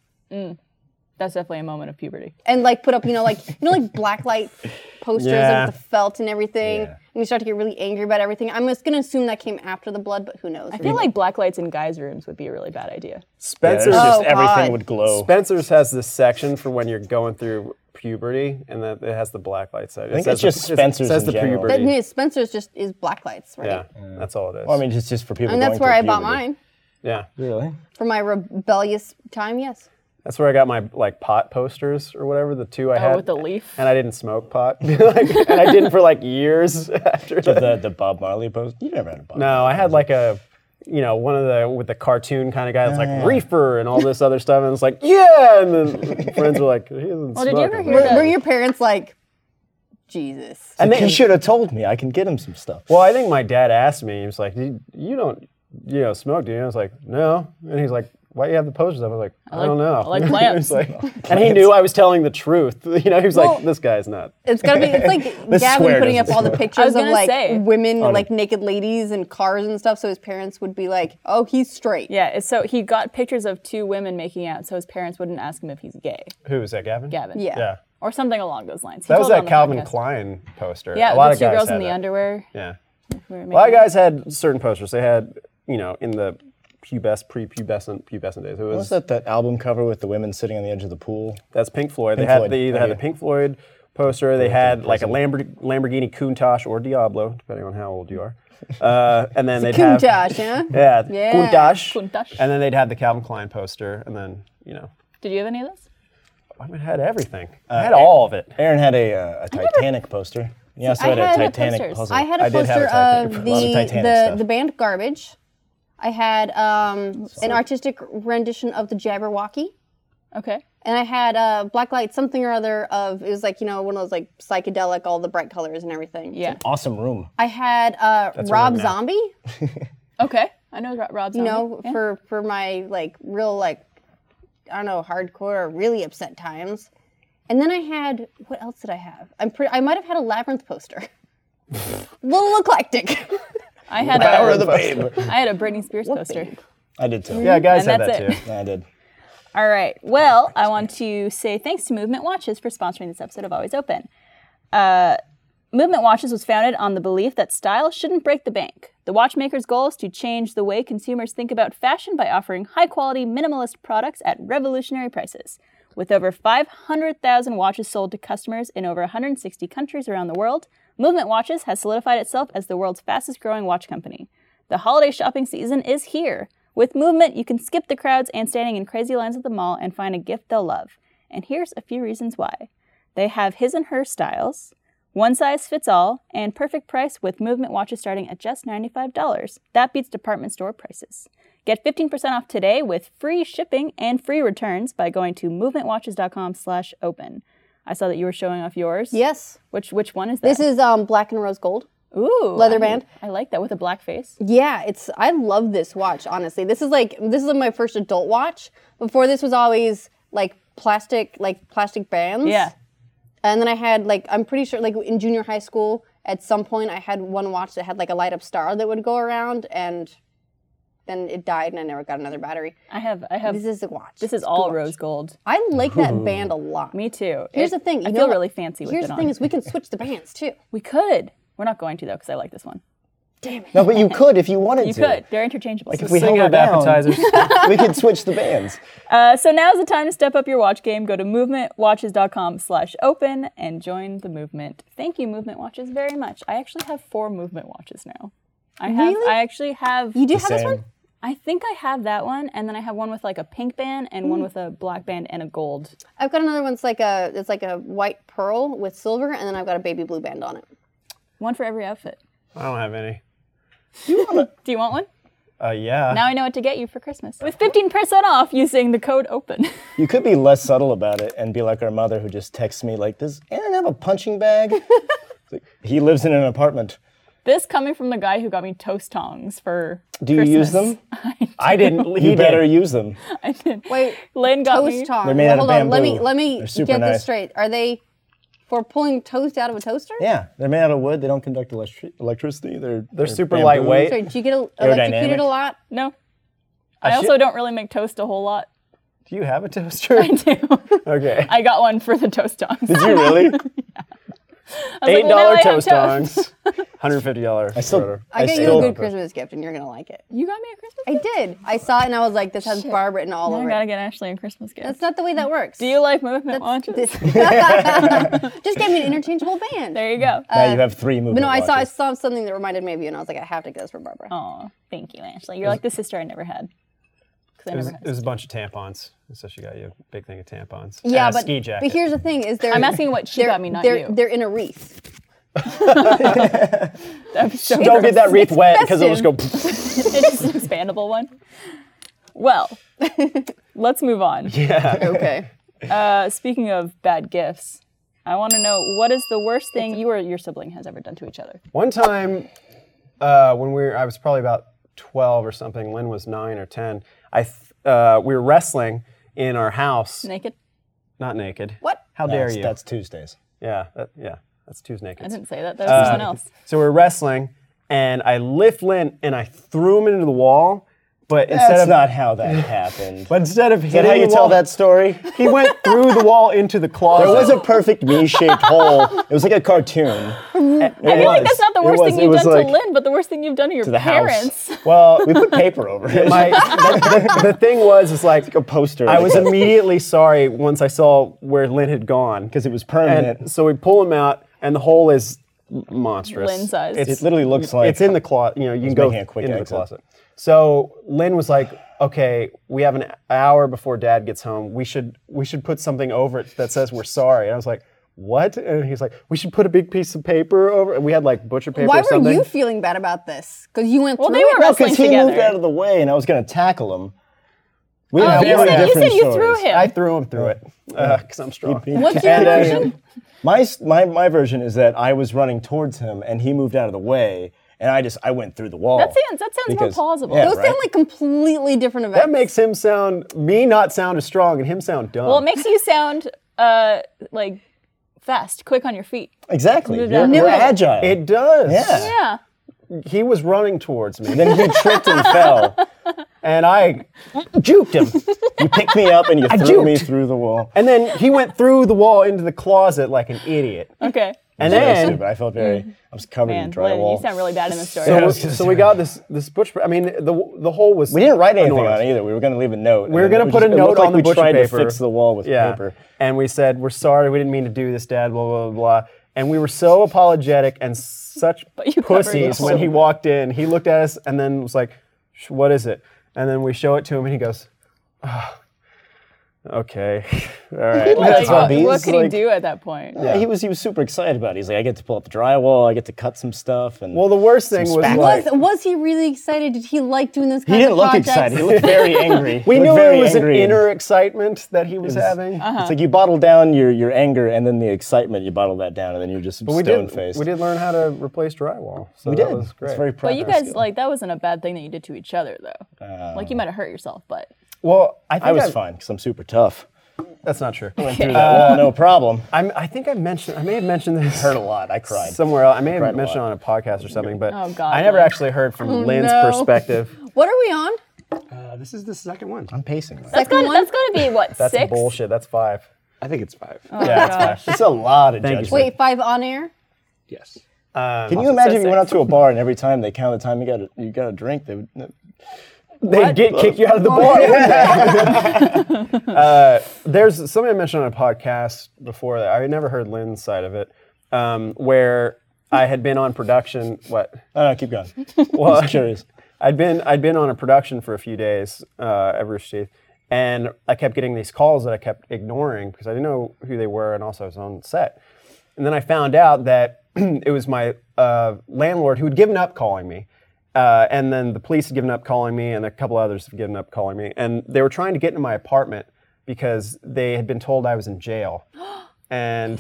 Speaker 1: That's definitely a moment of puberty.
Speaker 3: And like put up, you know, like you know, like black light posters
Speaker 4: Yeah.
Speaker 3: like with the felt and everything.
Speaker 2: Yeah.
Speaker 3: And you start to get really angry about everything. I'm just gonna assume that came after the blood, but who knows?
Speaker 1: I feel like black lights in guys' rooms would be a really bad idea.
Speaker 2: Yeah,
Speaker 4: Spencer's
Speaker 2: there's just
Speaker 3: Oh, God.
Speaker 2: everything would glow.
Speaker 4: Spencer's has this section for when you're going through puberty, and that it has the black light side. I
Speaker 2: think it's just Spencer's
Speaker 4: It says
Speaker 2: in
Speaker 4: the
Speaker 2: general.
Speaker 3: that
Speaker 4: puberty.
Speaker 3: yeah, Spencer's just is black lights, right?
Speaker 4: yeah, that's all it is.
Speaker 2: Well, I mean, it's just for people.
Speaker 3: And
Speaker 2: going
Speaker 3: that's where I
Speaker 2: through
Speaker 3: bought
Speaker 2: puberty.
Speaker 3: mine.
Speaker 4: yeah,
Speaker 2: Really?
Speaker 3: For my rebellious time, yes.
Speaker 4: that's where I got my like pot posters or whatever. The two I
Speaker 1: Oh,
Speaker 4: had
Speaker 1: with the leaf.
Speaker 4: and I didn't smoke pot, Like, and I didn't for like years after that.
Speaker 2: The the Bob Marley post. You never had a Bob.
Speaker 4: No, I had like a, you know, one of the with the cartoon kind of guy that's like reefer and all this other stuff, and it's like yeah, and then friends were like, he doesn't
Speaker 1: did you
Speaker 4: smoke."
Speaker 1: ever
Speaker 4: I'm
Speaker 1: hear
Speaker 4: like,
Speaker 1: that-
Speaker 3: Were, were your parents like, Jesus?
Speaker 2: And
Speaker 4: they-
Speaker 2: he should have told me. I can get him some stuff.
Speaker 4: Well, I think my dad asked me. He was like, "You you don't, you know, smoke, do you?" I was like, "No," and he's like. Why do you have the posters up? I was like, I, don't know.
Speaker 1: like- I like
Speaker 4: He was
Speaker 1: plants.
Speaker 4: like- and he knew I was telling the truth. You know, he was
Speaker 3: Well-
Speaker 4: like, this guy's not.
Speaker 3: It's gotta be. It's like
Speaker 2: This
Speaker 3: Gavin
Speaker 2: swear
Speaker 3: putting up
Speaker 2: doesn't
Speaker 3: all the
Speaker 2: swear.
Speaker 1: I
Speaker 3: pictures
Speaker 1: was
Speaker 3: of
Speaker 1: gonna
Speaker 3: like
Speaker 1: say.
Speaker 3: women, like naked ladies and cars and stuff. So his parents would be like, "Oh, he's straight."
Speaker 1: Yeah, it's- so he got pictures of two women making out, so his parents wouldn't ask him if he's gay,
Speaker 4: Who is that, Gavin?
Speaker 1: Gavin.
Speaker 3: Yeah.
Speaker 4: Yeah.
Speaker 1: or something along those lines. He
Speaker 4: That was
Speaker 1: told on
Speaker 4: that
Speaker 1: the
Speaker 4: Calvin
Speaker 1: podcast.
Speaker 4: Klein poster.
Speaker 1: Yeah,
Speaker 4: a lot
Speaker 1: the
Speaker 4: of
Speaker 1: two
Speaker 4: guys
Speaker 1: girls in
Speaker 4: had
Speaker 1: the
Speaker 4: that.
Speaker 1: underwear.
Speaker 4: Yeah.
Speaker 1: who were
Speaker 4: A lot of
Speaker 1: making out.
Speaker 4: guys had certain posters. They had, you know, in the pubescent, prepubescent, pubescent days. It
Speaker 2: Was
Speaker 4: was
Speaker 2: that that album cover with the women sitting on the edge of the pool?
Speaker 4: that's Pink Floyd.
Speaker 2: Pink
Speaker 4: they had
Speaker 2: Floyd,
Speaker 4: they either had the
Speaker 2: okay.
Speaker 4: Pink Floyd poster. They had like a Lamborghini, Lamborghini Countach or Diablo, depending on how old you are. Uh, and then they'd have
Speaker 3: Kuntash, huh?
Speaker 4: yeah,
Speaker 3: Yeah.
Speaker 4: Countach.
Speaker 1: Countach.
Speaker 4: And then they'd have the Calvin Klein poster, and then you know,
Speaker 1: Did you have any of those?
Speaker 4: I mean, I had everything.
Speaker 2: Uh,
Speaker 4: I had all of it.
Speaker 2: Aaron had a, uh, a Titanic poster. Yeah, also
Speaker 1: I
Speaker 2: had,
Speaker 1: had
Speaker 2: a
Speaker 1: the
Speaker 2: Titanic
Speaker 1: posters.
Speaker 2: puzzle.
Speaker 3: I had a
Speaker 2: did have
Speaker 3: poster
Speaker 2: Titan-
Speaker 3: of
Speaker 2: a lot of
Speaker 3: the
Speaker 2: Titanic
Speaker 3: the,
Speaker 2: stuff.
Speaker 3: the band Garbage. I had um, an artistic rendition of the Jabberwocky,
Speaker 1: Okay.
Speaker 3: and I had uh, blacklight something or other of it was like you know one of those like psychedelic, all the bright colors and everything.
Speaker 1: Yeah.
Speaker 2: awesome room.
Speaker 3: I had uh, Rob Zombie.
Speaker 1: Okay. I know Rob, Rob's.
Speaker 3: you know, for for my like real like I don't know, hardcore or really upset times. And then I had what else did I have? I'm pretty I might have had a labyrinth poster. Little eclectic.
Speaker 1: I had
Speaker 2: Power
Speaker 1: a,
Speaker 2: of the babe.
Speaker 1: I had a Britney Spears poster.
Speaker 2: I did too.
Speaker 4: Yeah, guys
Speaker 1: Mm-hmm. And
Speaker 4: had
Speaker 1: that's
Speaker 4: that
Speaker 1: it.
Speaker 4: too.
Speaker 2: I did.
Speaker 1: All right. Well, I want to say thanks to Movement Watches for sponsoring this episode of Always Open. Uh, Movement Watches was founded on the belief that style shouldn't break the bank. The watchmaker's goal is to change the way consumers think about fashion by offering high quality, minimalist products at revolutionary prices. With over 500,000 watches sold to customers in over 160 countries around the world, Movement Watches has solidified itself as the world's fastest growing watch company. The holiday shopping season is here. With Movement, you can skip the crowds and standing in crazy lines at the mall and find a gift they'll love. And here's a few reasons why. They have his and her styles, one size fits all, and perfect price with Movement watches starting at just $95. That beats department store prices. Get 15% off today with free shipping and free returns by going to movementwatches.com slash open. I saw that you were showing off yours.
Speaker 3: yes.
Speaker 1: Which which one is that?
Speaker 3: This is um black and rose gold.
Speaker 1: Ooh.
Speaker 3: leather
Speaker 1: I-
Speaker 3: band.
Speaker 1: I like that with a black face.
Speaker 3: Yeah, it's I love this watch, honestly. This is like this is my first adult watch. Before this was always like plastic like plastic bands.
Speaker 1: Yeah.
Speaker 3: And then I had like I'm pretty sure like in junior high school at some point I had one watch that had like a light up star that would go around and then it died, and I never got another battery.
Speaker 1: I have, I have.
Speaker 3: This is a watch.
Speaker 1: This is all rose gold.
Speaker 3: I like that band a lot.
Speaker 1: Me too.
Speaker 3: Here's
Speaker 1: It-
Speaker 3: the thing.
Speaker 1: I
Speaker 3: you
Speaker 1: feel
Speaker 3: know-
Speaker 1: really fancy with
Speaker 3: Here's
Speaker 1: it
Speaker 3: the
Speaker 1: on.
Speaker 3: thing: is we can switch the bands too.
Speaker 1: we could. We're not going to though, because I like this one.
Speaker 2: No, but you could if you wanted
Speaker 1: You
Speaker 2: to.
Speaker 1: could. They're interchangeable.
Speaker 2: Like if we
Speaker 4: Sing
Speaker 2: held her
Speaker 4: up
Speaker 2: down,
Speaker 4: appetizers.
Speaker 2: we could switch the bands.
Speaker 1: Uh, so now's the time to step up your watch game. Go to movementwatches.com slash open and join the movement. Thank you, Movement Watches, very much. I actually have four Movement Watches now. I have.
Speaker 3: Really?
Speaker 1: I actually have.
Speaker 3: You do have this
Speaker 2: Same.
Speaker 3: one?
Speaker 1: I think I have that one, and then I have one with like a pink band, and one with a black band and a gold.
Speaker 3: I've got another one. It's like a it's like a white pearl with silver, and then I've got a baby blue band on it.
Speaker 1: One for every outfit.
Speaker 4: I don't have any.
Speaker 1: Do you want one?
Speaker 4: Uh, yeah.
Speaker 1: Now I know what to get you for Christmas. With 15% off using the code OPEN.
Speaker 2: You could be less subtle about it and be like our mother who just texts me like, "Does Aaron have a punching bag?" It's like, he lives in an apartment.
Speaker 1: this coming from the guy who got me toast tongs for
Speaker 2: Do you use
Speaker 1: Christmas.
Speaker 2: them?
Speaker 4: I didn't.
Speaker 2: You
Speaker 4: he
Speaker 2: better
Speaker 4: Did.
Speaker 2: use them.
Speaker 1: I did.
Speaker 3: Wait,
Speaker 1: Lynn got me.
Speaker 3: toast tongs.
Speaker 2: They're made out of
Speaker 3: Hold on. Let me
Speaker 2: bamboo.
Speaker 3: let me
Speaker 2: They're
Speaker 3: get
Speaker 2: super
Speaker 3: this
Speaker 2: nice.
Speaker 3: straight. Are they for pulling toast out of a toaster?
Speaker 2: Yeah, they're made out of wood. They don't conduct electri- electricity. They're they're,
Speaker 4: super lightweight.
Speaker 3: Sorry, do you get el- electrocuted a
Speaker 2: Aerodynamic.
Speaker 3: lot?
Speaker 1: No. I, also don't really make toast a whole lot.
Speaker 4: Do you have a toaster?
Speaker 1: I do.
Speaker 4: okay.
Speaker 1: I got one for the toast tongs.
Speaker 2: Did you really?
Speaker 1: like,
Speaker 4: Eight
Speaker 1: well, now I
Speaker 4: dollar
Speaker 1: have
Speaker 4: toast
Speaker 1: toast.
Speaker 4: tongs. Hundred fifty dollar.
Speaker 2: I still.
Speaker 3: I, got you
Speaker 2: still-
Speaker 3: a good Christmas gift, and you're gonna like it.
Speaker 1: You got me a Christmas
Speaker 3: I
Speaker 1: gift?
Speaker 3: did. I saw it, and I was like, "This has Barb written all
Speaker 1: I
Speaker 3: over
Speaker 1: gotta
Speaker 3: it."
Speaker 1: get Ashley a Christmas gift.
Speaker 3: That's not the way that works.
Speaker 1: Do you like movement watches?
Speaker 3: This- Just get me an interchangeable band.
Speaker 1: There you go.
Speaker 3: Uh,
Speaker 2: Now you have three movies.
Speaker 3: But no, I saw I saw something that reminded me of you, and I was like, I have to get this for Barbara.
Speaker 1: Aw, thank you, Ashley. You're like the sister I never had. 'Cause I
Speaker 4: It was,
Speaker 1: never
Speaker 4: it
Speaker 1: had.
Speaker 4: was a bunch of tampons. So she got you a big thing of tampons.
Speaker 3: Yeah,
Speaker 4: and a
Speaker 3: but
Speaker 4: ski jacket.
Speaker 3: but here's the thing: is they're
Speaker 1: I'm asking what she
Speaker 3: they're,
Speaker 1: got me, not
Speaker 3: they're,
Speaker 1: you.
Speaker 3: They're in a wreath.
Speaker 1: That'd be so
Speaker 2: Don't get that wreath wet because it'll just go.
Speaker 3: festive.
Speaker 1: it's an expandable one. Well, let's move on.
Speaker 3: Okay.
Speaker 1: Uh, speaking of bad gifts, I want to know what is the worst thing you or your sibling has ever done to each other?
Speaker 4: One time, uh, when we were, I was probably about 12 or something. Lynn was nine or 10. I, th- uh, we were wrestling in our house,
Speaker 1: Naked?
Speaker 4: not naked.
Speaker 3: What?
Speaker 4: How dare
Speaker 2: That's,
Speaker 4: you?
Speaker 2: that's Tuesdays.
Speaker 4: yeah, that, yeah, that's two's naked.
Speaker 1: I didn't say that. That
Speaker 4: Uh,
Speaker 1: was someone else.
Speaker 4: So we were wrestling, and I lift Lynn and I threw him into the wall. But instead
Speaker 2: That's
Speaker 4: of
Speaker 2: not how that happened.
Speaker 4: but instead of
Speaker 2: Is
Speaker 4: hitting
Speaker 2: that how you
Speaker 4: the
Speaker 2: tell
Speaker 4: wall,
Speaker 2: that story?
Speaker 4: he went through the wall into the closet.
Speaker 2: There was a perfect me-shaped hole. It was like a cartoon.
Speaker 1: Mm-hmm. I feel like
Speaker 2: was.
Speaker 1: that's not the
Speaker 2: It
Speaker 1: worst
Speaker 2: was-
Speaker 1: thing
Speaker 2: it
Speaker 1: you've
Speaker 2: was
Speaker 1: done to
Speaker 2: like-
Speaker 1: Lynn, but the worst thing you've done to your
Speaker 2: the house.
Speaker 1: parents.
Speaker 4: well.
Speaker 2: We put paper over it.
Speaker 4: My, the, the thing was, is like
Speaker 2: a poster.
Speaker 4: I was immediately sorry once I saw where Lynn had gone
Speaker 2: because it was permanent.
Speaker 4: And so we pull him out, and the hole is m- monstrous.
Speaker 1: Lynn sized.
Speaker 4: It's,
Speaker 2: it literally looks like
Speaker 4: it's in the closet. You know, you can go
Speaker 2: making a quick
Speaker 4: into the
Speaker 2: exit.
Speaker 4: closet. So Lynn was like, "Okay, we have an hour before Dad gets home. We should we should put something over it that says we're sorry." And I was like, "What?" And he's like, "We should put a big piece of paper over." And we had like butcher paper
Speaker 3: Why
Speaker 4: or
Speaker 3: were
Speaker 4: something.
Speaker 3: you feeling bad about this? Because you went
Speaker 1: Well,
Speaker 3: through
Speaker 1: they were
Speaker 3: it.
Speaker 2: no,
Speaker 1: wrestling
Speaker 2: because he
Speaker 1: together.
Speaker 2: moved out of the way, and I was going to tackle him. We
Speaker 1: Oh,
Speaker 2: have
Speaker 1: you
Speaker 2: very
Speaker 1: said, you,
Speaker 2: different
Speaker 1: said you threw
Speaker 2: stories.
Speaker 1: him.
Speaker 4: I threw him through it because I'm strong.
Speaker 1: What's your
Speaker 2: And, uh,
Speaker 1: version?
Speaker 2: my, s- my my version is that I was running towards him, and he moved out of the way, and I just I went through the wall.
Speaker 1: That sounds- that sounds more plausible.
Speaker 2: Yeah,
Speaker 3: Those
Speaker 2: right?
Speaker 3: sound like completely different events.
Speaker 4: That makes him sound me not sound as strong, and him sound dumb.
Speaker 1: well, it makes you sound uh, like fast, quick on your feet.
Speaker 2: exactly.
Speaker 1: Moved
Speaker 2: You're,
Speaker 1: out of the
Speaker 2: you're
Speaker 1: way.
Speaker 2: agile.
Speaker 4: it does.
Speaker 2: Yeah.
Speaker 1: Yeah.
Speaker 4: He was running towards me.
Speaker 2: then he tripped and fell.
Speaker 4: and I juked him.
Speaker 2: You picked me up and you threw me
Speaker 4: juked.
Speaker 2: through the wall.
Speaker 4: And then he went through the wall into the closet like an idiot.
Speaker 1: Okay.
Speaker 4: And
Speaker 2: Very
Speaker 4: then
Speaker 2: stupid. I felt very. I was covered
Speaker 1: Man,
Speaker 2: in
Speaker 1: Lynn,
Speaker 2: drywall.
Speaker 1: you sound really bad in this story.
Speaker 4: so,
Speaker 2: gonna
Speaker 4: so we got this this butch. I mean, the the hole was.
Speaker 2: we didn't write anything
Speaker 4: enormous.
Speaker 2: on it either. We were going to leave a note.
Speaker 4: We were going to put a note on the
Speaker 2: we
Speaker 4: butcher
Speaker 2: tried
Speaker 4: paper.
Speaker 2: to fix the wall with
Speaker 4: yeah.
Speaker 2: paper.
Speaker 4: And we said, "We're sorry, we didn't mean to do this, Dad." Blah blah blah. blah." And we were so apologetic and such
Speaker 1: But you covered
Speaker 4: pussies
Speaker 1: it
Speaker 4: when
Speaker 1: all.
Speaker 4: he walked in. He looked at us and then was like, "Sh- "What is it?" And then we show it to him, and he goes, "Ah, "Okay, all right."
Speaker 1: Like,
Speaker 2: That's
Speaker 1: what,
Speaker 2: obvious,
Speaker 1: what could he
Speaker 2: like-
Speaker 1: do at that point?
Speaker 2: He was he was super excited about. it. He's like, I get to pull up the drywall. I get to cut some stuff. And
Speaker 4: Well, the worst thing was
Speaker 2: spackle.
Speaker 4: like
Speaker 3: was, was he really excited? Did he like doing this?
Speaker 2: he
Speaker 3: kind
Speaker 2: didn't
Speaker 3: of
Speaker 2: look
Speaker 3: projects?
Speaker 2: excited. He looked very angry.
Speaker 4: we
Speaker 2: He looked
Speaker 4: knew
Speaker 2: very
Speaker 4: it was an
Speaker 2: angry and-
Speaker 4: inner excitement that he was, having.
Speaker 1: Uh-huh.
Speaker 2: It's like you bottle down your, your anger and then the excitement. You bottle that down and then you're just
Speaker 4: We
Speaker 2: stone
Speaker 4: did.
Speaker 2: faced.
Speaker 4: We did learn how to replace drywall. So
Speaker 2: We
Speaker 4: that
Speaker 2: did.
Speaker 4: was great.
Speaker 2: It's very
Speaker 1: But you
Speaker 2: proper
Speaker 1: guys,
Speaker 2: skill.
Speaker 1: like, that wasn't a bad thing that you did to each other, though. like, you might have hurt yourself, but
Speaker 4: well, I think
Speaker 2: I was
Speaker 4: I-
Speaker 2: fine fine because I'm super tough.
Speaker 4: That's not true.
Speaker 2: Went through that wall, no problem.
Speaker 4: I'm, I think I mentioned. I may have mentioned this.
Speaker 2: Hurt a lot. I cried.
Speaker 4: somewhere else. I may have
Speaker 2: Cried a
Speaker 4: mentioned it
Speaker 2: lot.
Speaker 4: on a podcast or something, but
Speaker 1: Oh, God,
Speaker 4: I never
Speaker 1: Lynn.
Speaker 4: actually heard from Lynn's
Speaker 3: no.
Speaker 4: perspective.
Speaker 3: What are we on?
Speaker 5: Uh, this is the second one.
Speaker 2: I'm pacing. myself.
Speaker 1: That's
Speaker 3: Second
Speaker 1: gotta,
Speaker 3: one?
Speaker 1: that's gotta be what
Speaker 4: That's
Speaker 1: six.
Speaker 4: bullshit. That's five.
Speaker 5: I think it's five.
Speaker 2: yeah, it's fine. It's a lot of
Speaker 4: Thank you,
Speaker 2: judgment.
Speaker 4: sir.
Speaker 3: Wait, five on air?
Speaker 5: Yes.
Speaker 2: Can you imagine if you
Speaker 1: so
Speaker 2: went out to a bar and every time they count the time you got a, you got a drink, they would.
Speaker 4: They get kick you out of the bar.
Speaker 1: Oh,
Speaker 4: Uh, there's something I mentioned on a podcast before that I had never heard Lynn's side of it, um, where I had been on production. What?
Speaker 2: Oh, no, keep going.
Speaker 4: Well,
Speaker 2: I'm just curious.
Speaker 4: I'd been I'd been on a production for a few days uh, at Rooster Teeth, and I kept getting these calls that I kept ignoring because I didn't know who they were, and also I was on set. And then I found out that it was my uh, landlord who had given up calling me, uh, and then the police had given up calling me, and a couple others had given up calling me, and they were trying to get into my apartment because they had been told I was in jail, and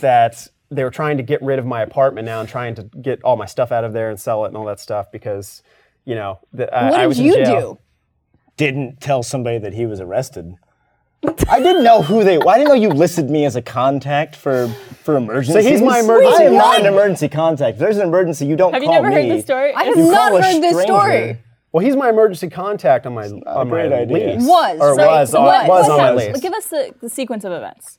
Speaker 4: that. They were trying to get rid of my apartment now and trying to get all my stuff out of there and sell it and all that stuff because, you know, the, I,
Speaker 3: What
Speaker 4: I
Speaker 3: did
Speaker 4: was in
Speaker 3: you
Speaker 4: jail.
Speaker 3: do?
Speaker 2: Didn't tell somebody that he was arrested. I didn't know who they. I didn't know you listed me as a contact for for emergencies.
Speaker 4: he's my emergency
Speaker 2: I am not
Speaker 4: contact.
Speaker 2: an emergency contact. If there's an emergency, you don't
Speaker 1: Have you
Speaker 2: call
Speaker 1: never
Speaker 2: me.
Speaker 1: heard this story?
Speaker 3: I have
Speaker 2: You
Speaker 3: not
Speaker 2: call a
Speaker 3: heard this story.
Speaker 2: stranger.
Speaker 4: Well, he's my emergency contact on my
Speaker 2: a
Speaker 4: on my
Speaker 2: great idea.
Speaker 4: lease.
Speaker 3: Was.
Speaker 4: or
Speaker 3: So
Speaker 4: was on,
Speaker 3: what-
Speaker 4: was
Speaker 3: what
Speaker 4: on my
Speaker 3: happened?
Speaker 4: lease.
Speaker 1: Give us the, the sequence of events.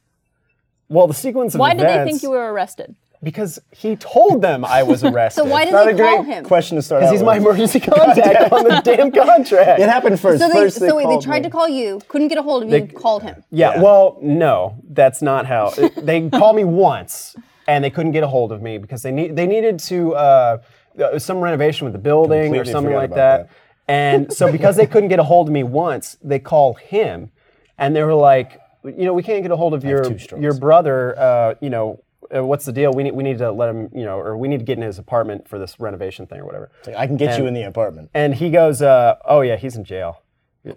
Speaker 4: Well, the sequence of
Speaker 1: Why
Speaker 4: events.
Speaker 1: did they think you were arrested?
Speaker 4: Because he told them I was arrested.
Speaker 3: So why did
Speaker 2: Not
Speaker 3: they
Speaker 2: a
Speaker 3: call
Speaker 2: great
Speaker 3: him?
Speaker 2: question to start.
Speaker 4: Because
Speaker 2: out
Speaker 4: he's my
Speaker 2: with.
Speaker 4: emergency contact on the damn contract.
Speaker 2: It happened first.
Speaker 3: So they,
Speaker 2: first
Speaker 3: so wait, they
Speaker 2: called
Speaker 3: tried
Speaker 2: me.
Speaker 3: to call you, couldn't get a hold of you, called him.
Speaker 4: Yeah,
Speaker 2: Yeah.
Speaker 4: Well, no, that's not how. it- they called me once, and they couldn't get a hold of me because they need they needed to uh, uh, some renovation with the building or
Speaker 2: Completely
Speaker 4: something
Speaker 2: forgot
Speaker 4: like
Speaker 2: about
Speaker 4: that. And so because they couldn't get a hold of me once, they call him, and they were like, you know, we can't get a hold of your
Speaker 2: two straws.
Speaker 4: your brother. Uh, you know. Uh, what's the deal? We need we need to let him, you know, or we need to get in his apartment for this renovation thing or whatever.
Speaker 2: I can get
Speaker 4: And-
Speaker 2: you in the apartment.
Speaker 4: And he goes, uh, "Oh yeah, he's in jail.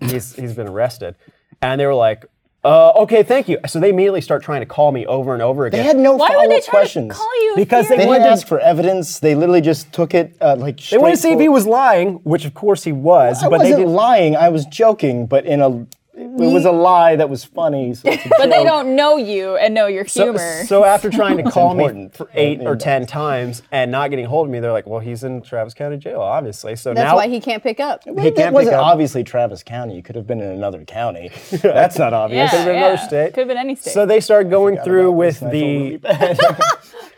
Speaker 4: He's he's been arrested." And they were like, uh, "Okay, thank you." So they immediately start trying to call me over and over again.
Speaker 2: They had no
Speaker 1: Why would they try
Speaker 2: follow-up
Speaker 1: to
Speaker 2: questions
Speaker 1: call you if
Speaker 2: because they
Speaker 1: you're-
Speaker 2: didn't
Speaker 4: They
Speaker 2: ask for evidence. They literally just took it uh, like.
Speaker 4: They wanted to see if he was lying, which of course he was,
Speaker 2: I
Speaker 4: but they
Speaker 2: wasn't
Speaker 4: didn't.
Speaker 2: lying. I was joking, but in a it was a lie that was funny. So it's a
Speaker 1: But they
Speaker 2: joke.
Speaker 1: don't know you and know your
Speaker 4: So,
Speaker 1: humor.
Speaker 4: so after trying to call me
Speaker 2: important.
Speaker 4: for eight
Speaker 2: It
Speaker 4: or
Speaker 2: means-
Speaker 4: ten times and not getting hold of me, they're like, "Well, he's in Travis County Jail, obviously." So
Speaker 3: That's
Speaker 4: now
Speaker 3: why he can't pick up.
Speaker 4: he can't
Speaker 2: It
Speaker 4: pick
Speaker 2: wasn't
Speaker 4: up.
Speaker 2: obviously Travis County. You could have been in another county. That's not
Speaker 1: yeah,
Speaker 2: obvious.
Speaker 4: could've been another
Speaker 1: yeah.
Speaker 4: state.
Speaker 1: Could've been any state.
Speaker 4: So they start going through
Speaker 2: about
Speaker 4: with
Speaker 2: this, and I felt
Speaker 4: the.
Speaker 2: really bad.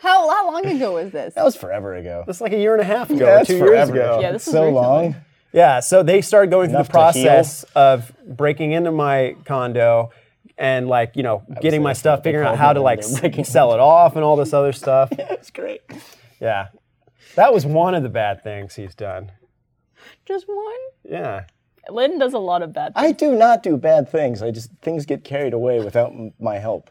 Speaker 3: How, how long ago was this?
Speaker 2: that was forever ago.
Speaker 4: That's like a year and a half ago,
Speaker 2: That's
Speaker 4: two years
Speaker 2: forever
Speaker 4: ago.
Speaker 1: Yeah, this was
Speaker 2: so
Speaker 1: recently.
Speaker 2: long.
Speaker 4: Yeah, so they started going through the
Speaker 2: Enough to heal.
Speaker 4: process of breaking into my condo and like, you know, getting my
Speaker 2: there for
Speaker 4: stuff,
Speaker 2: what they
Speaker 4: figuring out
Speaker 2: called
Speaker 4: how
Speaker 2: me
Speaker 4: to
Speaker 2: when
Speaker 4: like
Speaker 2: they were breaking
Speaker 4: s- sell it off and all this other stuff.
Speaker 2: That's great.
Speaker 4: Yeah. That was one of the bad things he's done.
Speaker 3: Just one?
Speaker 4: Yeah.
Speaker 1: Lynn does a lot of bad.
Speaker 2: I do not do bad things. I just things get carried away without m- my help.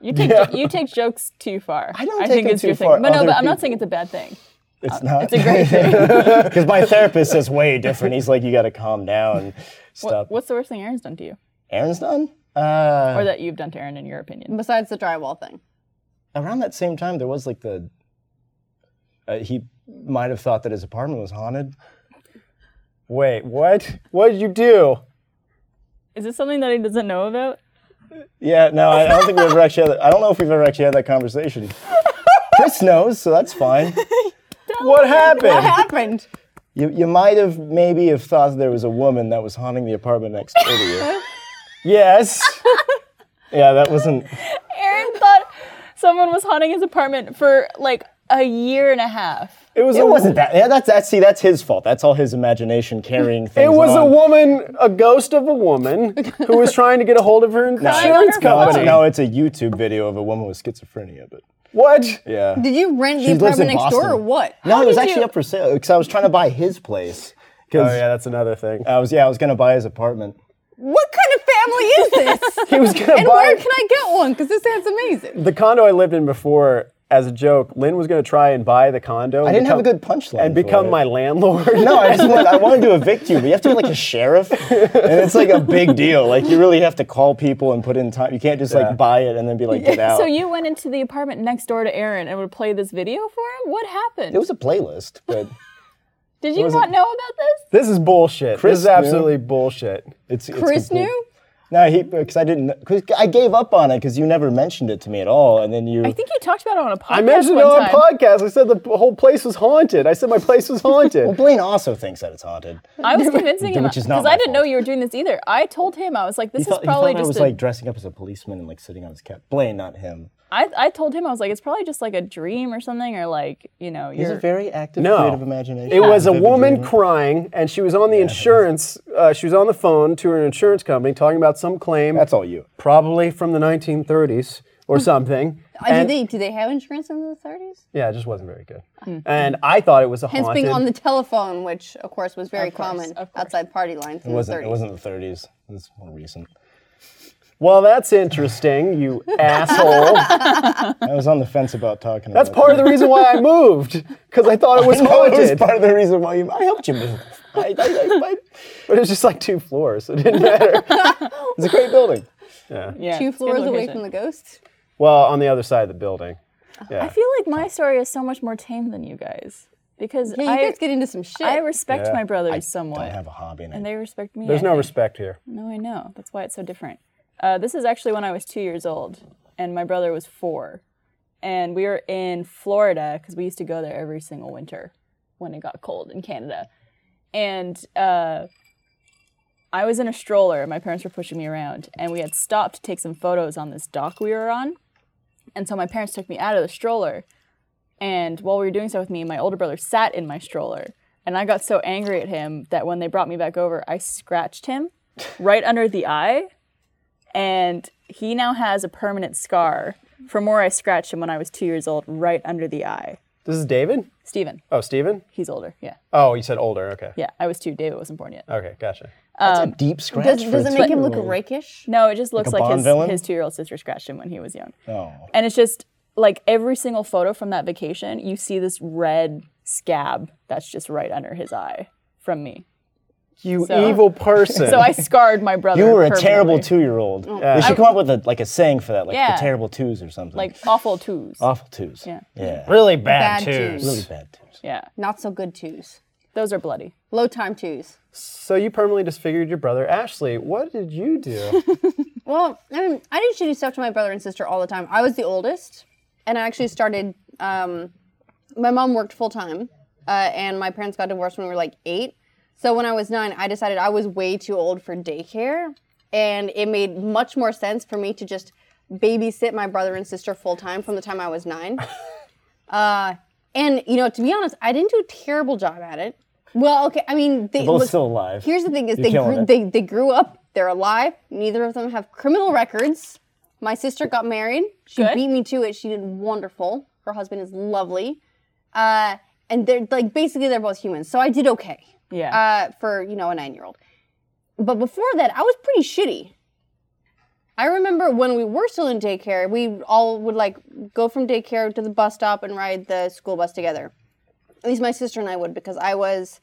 Speaker 1: You take you take jokes too far. I
Speaker 2: don't take
Speaker 1: think
Speaker 2: them
Speaker 1: it's
Speaker 2: too
Speaker 1: your thing.
Speaker 2: far.
Speaker 1: But no,
Speaker 2: Other
Speaker 1: but I'm not
Speaker 2: people-
Speaker 1: saying it's a bad thing.
Speaker 2: It's not.
Speaker 1: Uh, It's a great thing.
Speaker 2: Because my therapist is way different. He's like, you got to calm down. Stop.
Speaker 1: What's the worst thing Aaron's done to you,
Speaker 2: Aaron's done? Uh,
Speaker 1: or that you've done to Aaron, in your opinion?
Speaker 3: Besides the drywall thing.
Speaker 2: around that same time, there was like the. Uh, he might have thought that his apartment was haunted.
Speaker 4: Wait, what? What did you do?
Speaker 1: Is this something that he doesn't know about?
Speaker 2: Yeah, no, I I don't think we've ever actually. Had that, I don't know if we've ever actually had that conversation. Chris knows, so that's fine.
Speaker 4: What happened?
Speaker 3: happened?
Speaker 2: You, you might have maybe have thought there was a woman that was haunting the apartment next door to you.
Speaker 4: yes.
Speaker 2: Yeah, that wasn't.
Speaker 1: Aaron thought someone was haunting his apartment for like a year and a half.
Speaker 4: It was a
Speaker 2: It wasn't that. Yeah, that's that's see, that's his fault. That's all his imagination carrying things.
Speaker 4: It was a
Speaker 2: on.
Speaker 4: woman, a ghost of a woman who was trying to get a hold of her insurance
Speaker 1: No,
Speaker 2: No, it's,
Speaker 4: company.
Speaker 2: no, it's a YouTube video of a woman with schizophrenia, but
Speaker 4: What?
Speaker 2: yeah.
Speaker 3: Did you rent the
Speaker 2: She lives in
Speaker 3: apartment next door or
Speaker 2: Boston.
Speaker 3: what?
Speaker 2: No, it was
Speaker 1: did
Speaker 2: actually
Speaker 1: you-
Speaker 2: up for sale because I was trying to buy his place.
Speaker 4: Oh
Speaker 2: Because
Speaker 4: yeah, that's another thing.
Speaker 2: I was yeah, I was gonna buy his apartment.
Speaker 3: What kind of family is this?
Speaker 4: He was gonna
Speaker 3: and
Speaker 4: buy
Speaker 3: where can I get one? Because this sounds amazing.
Speaker 4: the condo I lived in before, as a joke, Lynn was going to try and buy the condo.
Speaker 2: I didn't have a good punchline
Speaker 4: And
Speaker 2: for
Speaker 4: become
Speaker 2: it.
Speaker 4: my landlord.
Speaker 2: No, I just want I wanted to evict you, but you have to be like a sheriff, and it's like a big deal. Like you really have to call people and put in time. You can't just like buy it and then be like get out.
Speaker 1: So you went into the apartment next door to Aaron and would play this video for him. What happened?
Speaker 2: it was a playlist, but
Speaker 1: Did you
Speaker 2: wasn't-
Speaker 1: not know about this?
Speaker 4: This is bullshit. this
Speaker 2: Chris
Speaker 4: is
Speaker 2: knew.
Speaker 4: absolutely bullshit.
Speaker 2: it's it's
Speaker 3: Chris
Speaker 2: complete-
Speaker 3: knew?
Speaker 2: No, he because I didn't because I gave up on it because you never mentioned it to me at all, and then you.
Speaker 1: I think you talked about it on a podcast.
Speaker 4: I mentioned it
Speaker 1: one
Speaker 4: on
Speaker 1: time.
Speaker 4: a podcast. I said the p- whole place was haunted. I said my place was
Speaker 2: well,
Speaker 4: haunted.
Speaker 2: Blaine also thinks that it's haunted.
Speaker 1: I was convincing him
Speaker 2: Which is
Speaker 1: because
Speaker 2: not
Speaker 1: I
Speaker 2: my
Speaker 1: didn't know
Speaker 2: fault.
Speaker 1: you were doing this either. I told him I was like,
Speaker 2: He
Speaker 1: this
Speaker 2: thought,
Speaker 1: is
Speaker 2: he
Speaker 1: probably
Speaker 2: thought I
Speaker 1: just
Speaker 2: was
Speaker 1: a-
Speaker 2: like dressing up as a policeman and like sitting on his cap. Blaine, not him.
Speaker 1: I, I told him I was like, it's probably just like a dream or something, or like you know,
Speaker 2: He's a
Speaker 1: you're
Speaker 2: very active,
Speaker 4: No.
Speaker 2: creative imagination.
Speaker 4: It was a
Speaker 2: Vivid
Speaker 4: woman
Speaker 2: dreamer.
Speaker 4: crying, and she was on the insurance. Uh, she was on the phone to her insurance company talking about some claim.
Speaker 2: That's all you.
Speaker 4: Probably from the 1930s
Speaker 3: Hmm.
Speaker 4: or something.
Speaker 3: Uh, do
Speaker 4: And-
Speaker 3: they do they have insurance in the 30s?
Speaker 4: yeah, it just wasn't very good. And I thought it was a
Speaker 3: Hmm. Hence
Speaker 4: haunted.
Speaker 3: being on the telephone, which of course was very
Speaker 1: Of course,
Speaker 3: common
Speaker 1: of course.
Speaker 3: outside party lines in
Speaker 2: It wasn't.
Speaker 3: the 30s.
Speaker 2: It wasn't the 30s. It was more recent.
Speaker 4: well, that's interesting, you asshole.
Speaker 2: I was on the fence about talking.
Speaker 4: That's part of the reason why I moved, because I thought it was
Speaker 2: No, it was
Speaker 4: haunted.
Speaker 2: part of the reason why you. I helped you move. I, I, I, I,
Speaker 4: But it was just like two floors. so It didn't matter.
Speaker 2: it's a great building.
Speaker 1: yeah,
Speaker 3: Two
Speaker 1: it's a good
Speaker 3: floors away
Speaker 1: location.
Speaker 3: from the ghost.
Speaker 4: well, on the other side of the building.
Speaker 1: I feel like my story is so much more tame than you guys because
Speaker 3: Yeah, you
Speaker 1: I
Speaker 3: guys get into some shit.
Speaker 1: I respect
Speaker 4: Yeah.
Speaker 1: my brothers
Speaker 2: I
Speaker 1: somewhat,
Speaker 2: have a hobby. And
Speaker 1: and
Speaker 2: I,
Speaker 1: they respect me.
Speaker 4: There's
Speaker 1: I
Speaker 4: no
Speaker 1: think.
Speaker 4: respect here.
Speaker 1: No, I know. That's why it's so different. Uh, this is actually when I was two years old, and my brother was four. And we were in Florida because we used to go there every single winter when it got cold in Canada. And uh, I was in a stroller, and my parents were pushing me around, and we had stopped to take some photos on this dock we were on. And so my parents took me out of the stroller. And while we were doing so with me, my older brother sat in my stroller. And I got so angry at him that when they brought me back over, I scratched him right under the eye. And he now has a permanent scar from where I scratched him when I was two years old, right under the eye.
Speaker 4: This is David?
Speaker 1: Steven,
Speaker 4: Oh, Steven?
Speaker 1: he's older. Yeah.
Speaker 4: Oh, you said older. Okay.
Speaker 1: Yeah. I was two. David wasn't born yet.
Speaker 4: Okay, gotcha.
Speaker 2: that's a deep scratch.
Speaker 3: does,
Speaker 2: for
Speaker 3: does
Speaker 2: a
Speaker 3: it make him look
Speaker 2: two-year-old.
Speaker 3: rakish?
Speaker 1: No, it just looks
Speaker 2: a
Speaker 1: like,
Speaker 2: Bond
Speaker 1: his,
Speaker 2: villain?
Speaker 1: his two year old sister scratched him when he was young.
Speaker 2: Oh.
Speaker 1: And it's just like every single photo from that vacation, you see this red scab that's just right under his eye from me.
Speaker 4: You
Speaker 1: So-
Speaker 4: evil person.
Speaker 1: So I scarred my brother.
Speaker 2: You were a terrible
Speaker 1: permanently.
Speaker 2: two-year-old. They should come up with a, like a saying for that, like
Speaker 1: Yeah.
Speaker 2: the terrible twos or something.
Speaker 1: Like awful twos.
Speaker 2: awful twos.
Speaker 1: Yeah.
Speaker 2: Yeah.
Speaker 4: really
Speaker 3: Bad
Speaker 4: bad, twos.
Speaker 3: twos.
Speaker 2: Really bad twos.
Speaker 1: yeah.
Speaker 3: Not so good twos.
Speaker 1: Those are bloody.
Speaker 3: Low time twos.
Speaker 4: So you permanently disfigured your brother. Ashley, what did you do?
Speaker 3: Well, I mean, I did shitty stuff to my brother and sister all the time. I was the oldest, and I actually started. Um, my mom worked full time, uh, and my parents got divorced when we were like eight. So when I was nine, I decided I was way too old for daycare, and it made much more sense for me to just babysit my brother and sister full time from the time I was nine. uh, and you know, to be honest, I didn't do a terrible job at it. Well, okay, I mean, they
Speaker 2: Both
Speaker 3: look-
Speaker 2: still alive.
Speaker 3: Here's the thing: is
Speaker 2: You're
Speaker 3: they
Speaker 2: killing
Speaker 3: grew,
Speaker 2: it.
Speaker 3: they they grew up. They're alive. Neither of them have criminal records. My sister got married. She
Speaker 1: Good.
Speaker 3: beat me to it. She did wonderful. Her husband is lovely. Uh, and they're like basically they're both humans. So I did okay
Speaker 1: Yeah.
Speaker 3: uh, for you know a nine year old. But before that, I was pretty shitty. I remember when we were still in daycare, we all would like go from daycare to the bus stop and ride the school bus together. At least my sister and I would because I was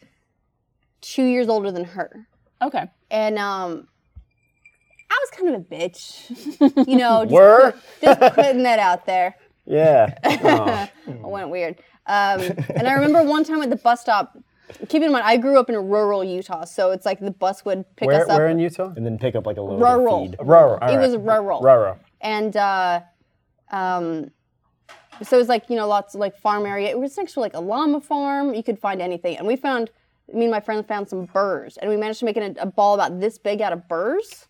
Speaker 3: two years older than her,
Speaker 2: Uh.
Speaker 1: okay.
Speaker 3: and um, I was kind of a bitch, you know. Just,
Speaker 4: Were?
Speaker 3: just putting that out there.
Speaker 4: Yeah.
Speaker 3: I went weird. Um, and I remember one time at the bus stop. Keep in mind, I grew up in rural Utah, so it's like the bus would pick
Speaker 4: Where,
Speaker 3: us up.
Speaker 4: where in Utah?
Speaker 2: And then pick up like a load
Speaker 3: Rural.
Speaker 2: of feed.
Speaker 4: Rural. all
Speaker 3: it was
Speaker 4: right.
Speaker 3: rural.
Speaker 4: Rural.
Speaker 3: And uh, um, so it was like, you know, lots of like farm area. It was next to like a llama farm. You could find anything. And we found, me and my friend found some burrs. And we managed to make an, a ball about this big out of burrs.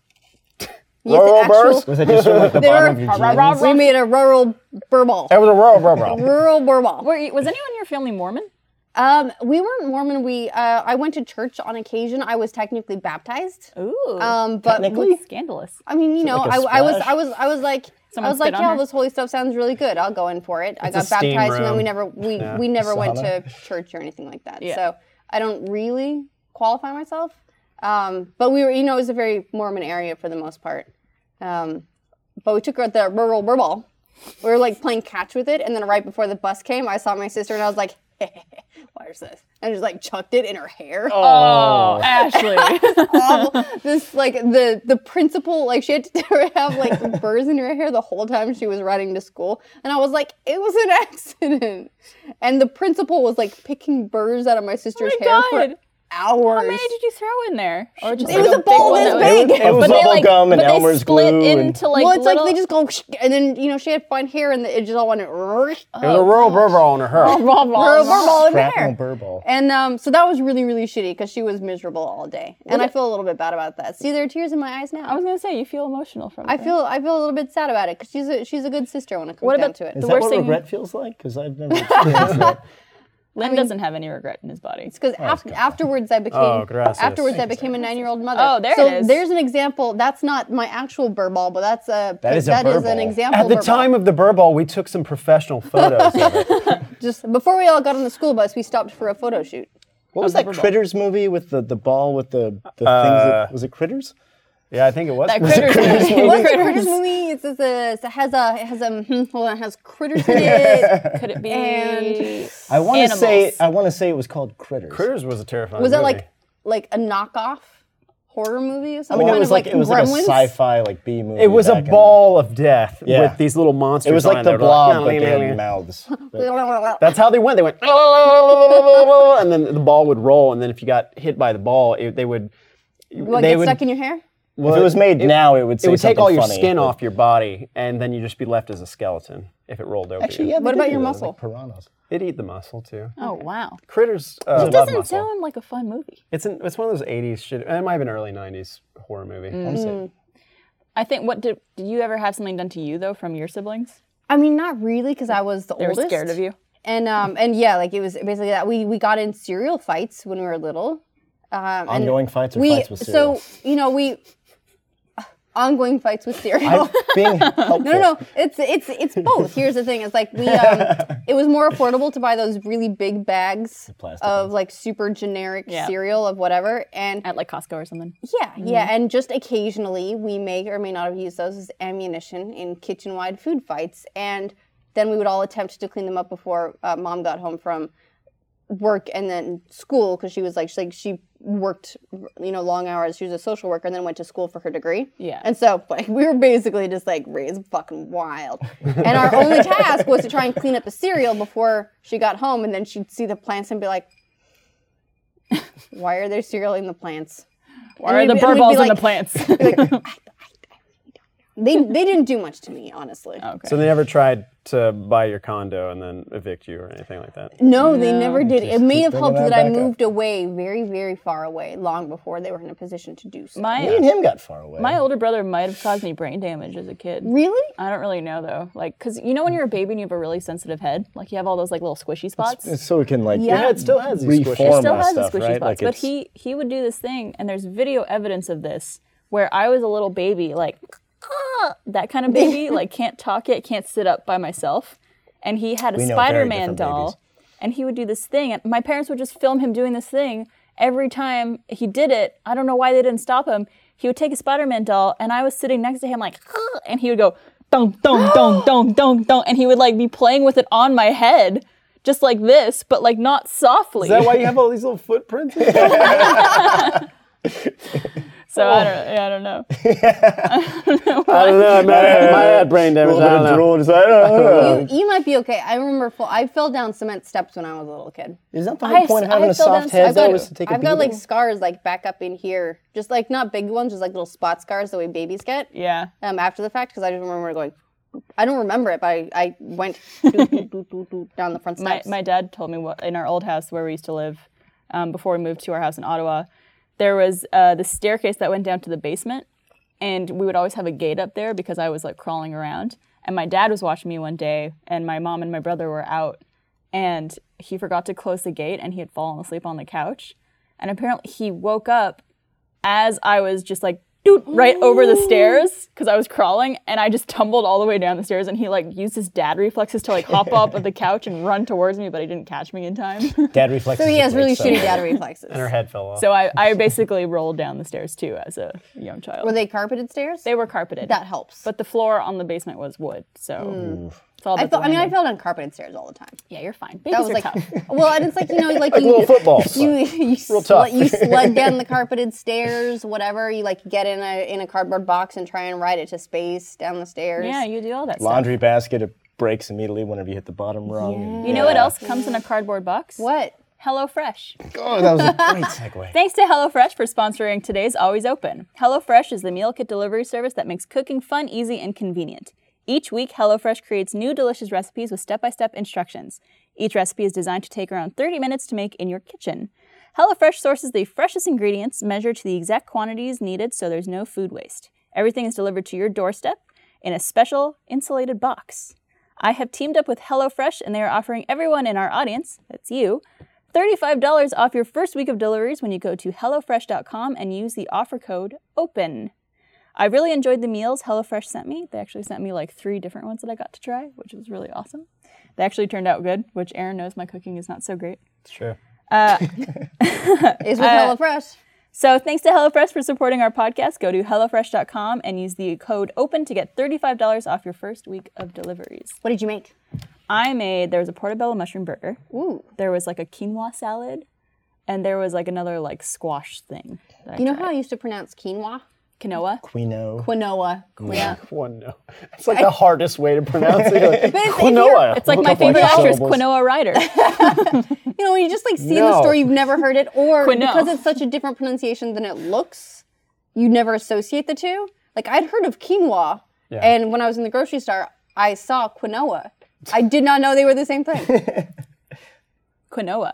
Speaker 3: Yes,
Speaker 4: Rural
Speaker 3: actual-
Speaker 4: burrs?
Speaker 2: Was that just sort of like the
Speaker 3: They
Speaker 2: bottom of your
Speaker 3: were-
Speaker 2: jeans?
Speaker 3: we made a rural burr ball.
Speaker 4: It was a rural, rural.
Speaker 3: Rural burr ball.
Speaker 1: Were you, was anyone in your family Mormon?
Speaker 3: Um, we weren't Mormon. We uh, I went to church on occasion. I was technically baptized.
Speaker 1: Ooh.
Speaker 3: Um, but
Speaker 1: Technically? Uh, Scandalous.
Speaker 2: Oh,
Speaker 3: I mean, you know,
Speaker 2: like a
Speaker 3: I, I was,
Speaker 2: splash?
Speaker 3: I was, I was like,
Speaker 1: Someone
Speaker 3: I was like,
Speaker 1: spit on
Speaker 3: yeah, all
Speaker 1: her?
Speaker 3: this holy stuff sounds really good. I'll go in for it. I
Speaker 4: It's a
Speaker 3: got
Speaker 4: steam
Speaker 3: baptized, and then we
Speaker 4: room.
Speaker 3: never, we,
Speaker 4: Yeah,
Speaker 3: we never went to
Speaker 2: sauna.
Speaker 3: church or anything like that.
Speaker 1: Yeah.
Speaker 3: So I don't really qualify myself. Um, but we were, you know, it was a very Mormon area for the most part. Um, but we took her at the rural burball. We were like playing catch with it, and then right before the bus came, I saw my sister, and I was like, "What is this?" And just like chucked it in her hair
Speaker 1: Oh, Ashley.
Speaker 3: awful. this like the the principal like she had to have like burrs in her hair the whole time she was riding to school and i was like it was an accident and the principal was like picking burrs out of my sister's
Speaker 1: Oh my
Speaker 3: hair
Speaker 1: God.
Speaker 3: for hours.
Speaker 1: How many did you throw in there? Or just
Speaker 3: It was a bowl
Speaker 1: big one
Speaker 3: this
Speaker 1: that was-
Speaker 3: big. It
Speaker 2: It was
Speaker 1: but they
Speaker 2: bubble
Speaker 1: like,
Speaker 2: gum and
Speaker 1: but they
Speaker 2: Elmer's
Speaker 1: split
Speaker 2: glue. and-
Speaker 1: into like
Speaker 3: well, it's
Speaker 1: little,
Speaker 3: like they just go, and then you know she had fine hair, and it just all went.
Speaker 4: It
Speaker 1: Oh,
Speaker 4: was a rural burr under her.
Speaker 1: Blah, blah, blah.
Speaker 3: Burr, burr ball in
Speaker 2: Shrapnel
Speaker 3: there.
Speaker 2: burble.
Speaker 3: And um, so that was really, really shitty because she was miserable all day, and I feel a little bit bad about that. See, there are tears in my eyes now.
Speaker 1: I was gonna say you feel emotional from.
Speaker 3: I
Speaker 1: her.
Speaker 3: feel, I feel a little bit sad about it because she's a, she's a good sister when it comes
Speaker 1: What
Speaker 3: down
Speaker 1: about
Speaker 3: to it.
Speaker 1: the
Speaker 2: Is that
Speaker 1: worst
Speaker 2: what
Speaker 1: thing?
Speaker 2: regret feels like? Because I've never experienced that.
Speaker 1: Lynn doesn't have any regret in his body.
Speaker 3: Because afterwards I became
Speaker 4: Oh, gracias.
Speaker 3: afterwards I became a nine year old mother.
Speaker 1: Oh, there
Speaker 3: so
Speaker 1: it is.
Speaker 3: there's an example. That's not my actual burr ball, but that's a
Speaker 2: That is a burr
Speaker 3: an
Speaker 2: ball.
Speaker 3: example.
Speaker 4: At the
Speaker 3: burr ball.
Speaker 4: time of the burr ball, we took some professional photos of it.
Speaker 3: just before we all got on the school bus, we stopped for a photo shoot.
Speaker 2: What was that Critters movie with the, the ball with the, the things? That, was it Critters?
Speaker 4: Yeah, I think it was.
Speaker 1: That critters.
Speaker 3: Well, it's a
Speaker 1: critters.
Speaker 3: critters movie. It's, it's a, it's a- has a uh, it has a mhm, hold on, it has critters in it.
Speaker 1: Could it be?
Speaker 3: And-
Speaker 2: I want to say
Speaker 1: Animals.
Speaker 2: I want to say it was called Critters.
Speaker 4: Critters was a terrifying
Speaker 3: Was that
Speaker 4: movie.
Speaker 3: like like a knockoff horror movie or
Speaker 2: I
Speaker 3: something?
Speaker 2: mean, it
Speaker 3: Kind
Speaker 2: was
Speaker 3: of
Speaker 2: like, it was like a
Speaker 3: Gremlins?
Speaker 2: sci-fi like B movie.
Speaker 4: It was a
Speaker 2: back in-
Speaker 4: ball of death
Speaker 2: Yeah.
Speaker 4: with these little monsters.
Speaker 2: It was
Speaker 4: on
Speaker 2: like the
Speaker 4: They were like,
Speaker 2: blob, but they had mouths.
Speaker 4: That's how they went. They went, and then the ball would roll. And then if you got hit by the ball, it, they would.
Speaker 3: What
Speaker 4: they
Speaker 3: gets
Speaker 4: would,
Speaker 3: stuck in your hair?
Speaker 4: well,
Speaker 2: if it was made now, it would say
Speaker 4: It would take
Speaker 2: something
Speaker 4: all your
Speaker 2: funny,
Speaker 4: skin
Speaker 2: but-
Speaker 4: off your body, and then you'd just be left as a skeleton if it rolled over
Speaker 2: Actually,
Speaker 4: you.
Speaker 2: yeah. they
Speaker 3: What
Speaker 2: did
Speaker 3: about
Speaker 2: do
Speaker 3: your
Speaker 2: that,
Speaker 3: muscle?
Speaker 2: Like piranhas.
Speaker 4: It'd eat the muscle too.
Speaker 1: Oh wow!
Speaker 4: Critters. Uh,
Speaker 1: It
Speaker 4: love
Speaker 1: doesn't
Speaker 4: muscle.
Speaker 1: sound like a fun movie.
Speaker 4: It's an, it's one of those '80s shit. It might have been early '90s horror movie.
Speaker 1: Mm, I think. What did did you ever have something done to you though from your siblings?
Speaker 3: I mean, not really, because I was the
Speaker 1: They were
Speaker 3: oldest.
Speaker 1: scared of you.
Speaker 3: And um and yeah, like it was basically that we we got in serial fights when we were little. Um, and
Speaker 2: Ongoing fights or
Speaker 3: we
Speaker 2: fights with cereal?
Speaker 3: so you know we uh, ongoing fights with cereal.
Speaker 2: I'm being helpful.
Speaker 3: No, no, no. It's it's it's both. Here's the thing. It's like we um, it was more affordable to buy those really big bags
Speaker 2: plastic
Speaker 3: of like super generic
Speaker 1: Yeah.
Speaker 3: cereal of whatever, and
Speaker 1: At like Costco or something.
Speaker 3: yeah,
Speaker 1: Mm-hmm.
Speaker 3: yeah, and just occasionally we may or may not have used those as ammunition in kitchen-wide food fights, and then we would all attempt to clean them up before uh, mom got home from work and then school because she was like she, like she worked you know long hours. She was a social worker and then went to school for her degree.
Speaker 1: Yeah.
Speaker 3: and so like we were basically just like raised fucking wild, and our only task was to try and clean up the cereal before she got home, and then she'd see the plants and be like. Why are there cereal in the plants?
Speaker 1: Or
Speaker 3: we'd
Speaker 1: the
Speaker 3: be-
Speaker 1: burr
Speaker 3: we'd be
Speaker 1: balls and the
Speaker 3: like-
Speaker 1: plants.
Speaker 3: They they didn't do much to me, honestly.
Speaker 1: okay.
Speaker 4: So they never tried to buy your condo and then evict you or anything like that.
Speaker 3: No, they never did. It may
Speaker 2: keep
Speaker 3: have helped
Speaker 2: bringing
Speaker 3: that
Speaker 2: that
Speaker 3: I
Speaker 2: back up.
Speaker 3: moved away very, very far away, long before they were in a position to do so.
Speaker 1: my
Speaker 2: Me and him got far away.
Speaker 1: my older brother might have caused me brain damage as a kid.
Speaker 3: really?
Speaker 1: I don't really know though. Like, cause you know when you're a baby and you have a really sensitive head, like you have all those like little squishy spots.
Speaker 2: so it can like
Speaker 3: Yeah. Yeah, it
Speaker 2: still has
Speaker 4: these squishy
Speaker 2: reform
Speaker 4: spots.
Speaker 1: It still
Speaker 2: our
Speaker 1: has
Speaker 2: stuff,
Speaker 1: the squishy
Speaker 2: right?
Speaker 1: spots,
Speaker 2: Like
Speaker 1: but
Speaker 2: it's-
Speaker 1: he he would do this thing, and there's video evidence of this where I was a little baby, like "Ah," that kind of baby, like can't talk yet, can't sit up by myself, and he had a
Speaker 2: know very
Speaker 1: Spider-Man
Speaker 2: different
Speaker 1: doll,
Speaker 2: babies.
Speaker 1: and he would do this thing, and my parents would just film him doing this thing every time he did it. I don't know why they didn't stop him. He would take a Spider-Man doll, and I was sitting next to him, like, "Ah," and he would go. Dunk, dunk, dunk, dunk, dunk, dunk, and he would like be playing with it on my head, just like this, but like not softly.
Speaker 4: Is that why you have all these little footprints?
Speaker 1: So I don't. Yeah, I don't know.
Speaker 4: I don't know. I might have, might have brain
Speaker 2: A
Speaker 4: damage.
Speaker 2: little
Speaker 4: I
Speaker 2: bit
Speaker 4: don't
Speaker 2: of
Speaker 4: know.
Speaker 2: drool and it's like, "Ah."
Speaker 3: You, you might be okay. I remember full, I fell down cement steps when I was a little kid.
Speaker 2: Is that the whole point of having a
Speaker 3: fell down
Speaker 2: soft
Speaker 3: s-
Speaker 2: head
Speaker 3: I've
Speaker 2: though?
Speaker 3: got-
Speaker 2: Is to take a
Speaker 3: I've got like
Speaker 2: beating?
Speaker 3: scars like back up in here, just like not big ones, just like little spot scars the way babies get.
Speaker 1: Yeah.
Speaker 3: Um, after the fact, because I just remember going. I don't remember it, but I, I went doot, doot, doot, doot, doot down the front
Speaker 1: My
Speaker 3: steps.
Speaker 1: my dad told me what in our old house where we used to live, um, before we moved to our house in Ottawa, there was uh, the staircase that went down to the basement, and we would always have a gate up there because I was like crawling around. And my dad was watching me one day, and my mom and my brother were out, and he forgot to close the gate, and he had fallen asleep on the couch, and apparently he woke up as I was just like doot right over the stairs because I was crawling and I just tumbled all the way down the stairs and he like used his dad reflexes to like hop up of the couch and run towards me, but he didn't catch me in time.
Speaker 2: dad reflexes.
Speaker 3: so he
Speaker 2: are
Speaker 3: has really
Speaker 2: great, so-
Speaker 3: shitty dad reflexes.
Speaker 4: Her head fell off.
Speaker 1: so I, I basically rolled down the stairs too as a young child.
Speaker 3: Were they carpeted stairs?
Speaker 1: They were carpeted.
Speaker 3: that helps. Mm.
Speaker 1: But the floor on the basement was wood, so it's all
Speaker 3: I
Speaker 1: about
Speaker 3: felt,
Speaker 1: the
Speaker 3: I mean, I
Speaker 1: landing.
Speaker 3: fell down carpeted stairs all the time.
Speaker 1: yeah, you're fine.
Speaker 3: That
Speaker 1: Babies
Speaker 3: was
Speaker 1: are
Speaker 3: like,
Speaker 1: tough.
Speaker 3: well, and it's like you know, like, you,
Speaker 2: little football.
Speaker 3: You you, sl-
Speaker 4: tough.
Speaker 3: you sled down the carpeted stairs, whatever. You like get in a in a cardboard box and try and ride it to space down the stairs.
Speaker 1: Yeah, you do all that stuff.
Speaker 2: Laundry basket. It breaks immediately whenever you hit the bottom rung.
Speaker 1: You know what else comes in a cardboard box?
Speaker 3: What?
Speaker 1: HelloFresh.
Speaker 2: Oh, that was a great segue.
Speaker 1: Thanks to HelloFresh for sponsoring today's Always Open. HelloFresh is the meal kit delivery service that makes cooking fun, easy, and convenient. Each week, HelloFresh creates new delicious recipes with step by step instructions. Each recipe is designed to take around 30 minutes to make in your kitchen. HelloFresh sources the freshest ingredients, measured to the exact quantities needed so there's no food waste. Everything is delivered to your doorstep in a special insulated box. I have teamed up with HelloFresh and they are offering everyone in our audience, that's you, $35 off your first week of deliveries when you go to HelloFresh.com and use the offer code OPEN. I really enjoyed the meals HelloFresh sent me. They actually sent me like three different ones that I got to try, which was really awesome. They actually turned out good, which Aaron knows my cooking is not so great.
Speaker 4: Sure.
Speaker 3: Is with HelloFresh.
Speaker 1: So thanks to HelloFresh for supporting our podcast. Go to HelloFresh.com and use the code OPEN to get $35 off your first week of deliveries.
Speaker 3: What did you make?
Speaker 1: I made there was a portobello mushroom burger.
Speaker 3: Ooh.
Speaker 1: There was like a quinoa salad, and there was like another like squash thing. that I
Speaker 3: You know
Speaker 1: tried.
Speaker 3: how I used to pronounce quinoa?
Speaker 1: quinoa?
Speaker 2: Quinoa.
Speaker 3: Quinoa. Yeah.
Speaker 4: One no. It's like the hardest way to pronounce it. You're like,
Speaker 3: But if- if you're-
Speaker 4: Quinoa.
Speaker 1: It's like
Speaker 4: Look
Speaker 1: my
Speaker 4: up, like,
Speaker 1: favorite actress,
Speaker 4: syllables.
Speaker 1: Quinoa Ryder.
Speaker 3: you know, when you just like see the
Speaker 4: No.
Speaker 3: store, you've never heard it, or
Speaker 1: Quinoa.
Speaker 3: because it's such a different pronunciation than it looks, you never associate the two. Like I'd heard of quinoa, and when I was in the grocery store, I saw quinoa. I did not know they were the same thing.
Speaker 1: quinoa.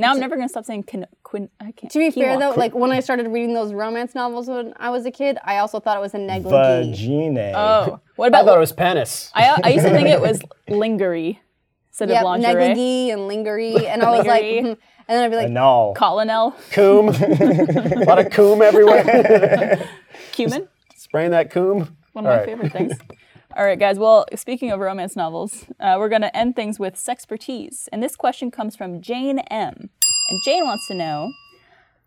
Speaker 1: Now I'm never gonna stop saying quinoa. Quin- I can't.
Speaker 3: to be fair
Speaker 1: quinoa.
Speaker 3: though, like when I started reading those romance novels when I was a kid, I also thought it was a negligee.
Speaker 2: Vagina.
Speaker 1: Oh, what
Speaker 4: I
Speaker 1: about?
Speaker 4: thought it was penis.
Speaker 1: I, I used to think it was lingerie instead
Speaker 3: Yep,
Speaker 1: of lingerie.
Speaker 3: negligee and lingerie, and I was like,
Speaker 1: Lingerie.
Speaker 3: hmm. and then I'd be like,
Speaker 2: Anal.
Speaker 1: Colonel
Speaker 4: Coom. a lot of coom everywhere.
Speaker 1: cumin.
Speaker 4: Spraying that coom.
Speaker 1: One of my favorite things. All right, guys. Well, speaking of romance novels, uh, we're going to end things with sexpertise. And this question comes from Jane M. And Jane wants to know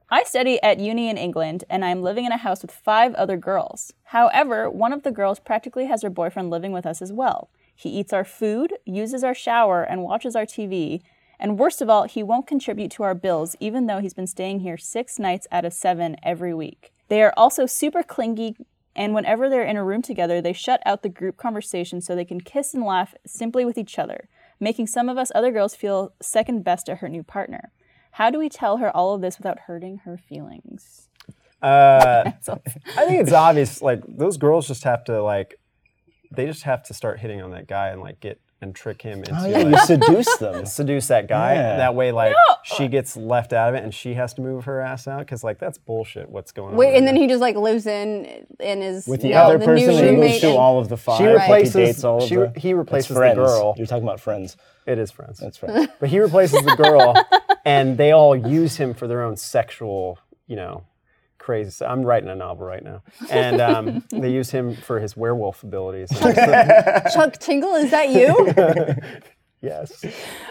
Speaker 1: I study at uni in England, and I'm living in a house with five other girls. However, one of the girls practically has her boyfriend living with us as well. He eats our food, uses our shower, and watches our TV. And worst of all, he won't contribute to our bills, even though he's been staying here six nights out of seven every week. They are also super clingy, and whenever they're in a room together, they shut out the group conversation so they can kiss and laugh simply with each other, making some of us other girls feel second best to her new partner. How do we tell her all of this without hurting her feelings?
Speaker 4: Uh,
Speaker 1: So-
Speaker 4: I think it's obvious. Like those girls just have to like, they just have to start hitting on that guy and like get and trick him into
Speaker 2: Oh, yeah,
Speaker 4: like,
Speaker 2: you seduce them.
Speaker 4: seduce that guy.
Speaker 2: Yeah.
Speaker 4: That way, like she gets left out of it and she has to move her ass out because like that's bullshit. What's going on?
Speaker 3: wait, and then
Speaker 4: right
Speaker 3: he just like lives in and is
Speaker 2: With the
Speaker 3: now
Speaker 2: other
Speaker 3: the
Speaker 2: person,
Speaker 3: new
Speaker 2: they move
Speaker 3: roommate.
Speaker 2: through
Speaker 3: and-
Speaker 2: all of the five.
Speaker 4: She
Speaker 2: like,
Speaker 4: replaces-
Speaker 2: he dates all of
Speaker 4: she-
Speaker 2: the,
Speaker 4: he replaces
Speaker 2: That's
Speaker 4: the
Speaker 2: friends.
Speaker 4: girl.
Speaker 2: You're talking about friends.
Speaker 4: now. it is friends.
Speaker 2: That's friends.
Speaker 4: But he replaces the girl, and they all use him for their own sexual, you know, crazy. stuff. I'm writing a novel right now, and um, they use him for his werewolf abilities. And I'm just like,
Speaker 3: Chuck Tingle, is that you?
Speaker 4: yes,
Speaker 2: Uh,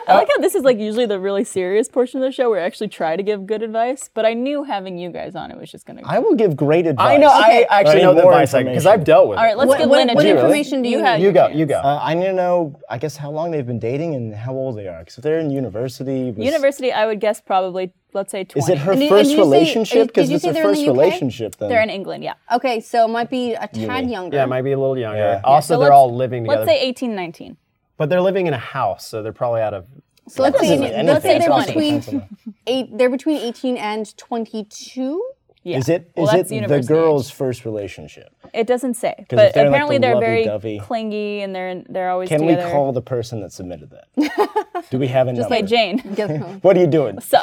Speaker 1: I like how this is like usually the really serious portion of the show where I actually try to give good advice, but I knew having you guys on it was just gonna.
Speaker 2: I will give great advice.
Speaker 4: I know.
Speaker 3: Okay.
Speaker 4: I
Speaker 2: I
Speaker 4: actually
Speaker 2: need
Speaker 4: know the
Speaker 2: more
Speaker 4: advice because
Speaker 2: information.
Speaker 4: I've dealt with.
Speaker 1: all right,
Speaker 4: it.
Speaker 1: let's
Speaker 3: What-
Speaker 1: give
Speaker 3: what-
Speaker 1: Lynn a
Speaker 3: what
Speaker 1: chance.
Speaker 3: information do you
Speaker 1: had
Speaker 3: need?
Speaker 1: your
Speaker 4: you go.
Speaker 1: chance.
Speaker 4: You go.
Speaker 2: Uh, I need to know, I guess, how long they've been dating and how old they are. Because if they're in university, it was-
Speaker 1: University, I would guess probably let's say twenty.
Speaker 2: is it her
Speaker 3: And did- and
Speaker 2: first
Speaker 3: did you say-
Speaker 2: relationship?
Speaker 3: did
Speaker 2: Because
Speaker 3: you
Speaker 2: it's
Speaker 3: say
Speaker 2: her
Speaker 3: they're in
Speaker 2: first
Speaker 3: the UK?
Speaker 2: relationship. Then
Speaker 1: They're in England, yeah.
Speaker 3: okay, so it might be a tad younger.
Speaker 4: yeah, it might be a little younger.
Speaker 2: Yeah.
Speaker 4: Also,
Speaker 1: So
Speaker 4: they're
Speaker 1: let's-
Speaker 4: all living together,
Speaker 1: Let's say 18, 19.
Speaker 4: but they're living in a house, so they're probably out of.
Speaker 3: so let's say,
Speaker 2: Doesn't mean
Speaker 3: let's say
Speaker 2: anything.
Speaker 3: they're
Speaker 1: It's
Speaker 3: between
Speaker 2: possible.
Speaker 3: eight. They're between eighteen and twenty-two.
Speaker 1: Yeah.
Speaker 2: Is it
Speaker 1: Well,
Speaker 2: is
Speaker 1: that's
Speaker 2: it the
Speaker 1: university age.
Speaker 2: girl's first relationship?
Speaker 1: It doesn't say,
Speaker 2: if
Speaker 1: but
Speaker 2: they're, like,
Speaker 1: apparently
Speaker 2: the
Speaker 1: they're very
Speaker 2: lovey-dovey-
Speaker 1: clingy and they're they're always
Speaker 2: Can
Speaker 1: together.
Speaker 2: we call the person that submitted that? Do we have a number?
Speaker 1: Hey Jane,
Speaker 3: Guess who?
Speaker 2: What are you doing?
Speaker 1: so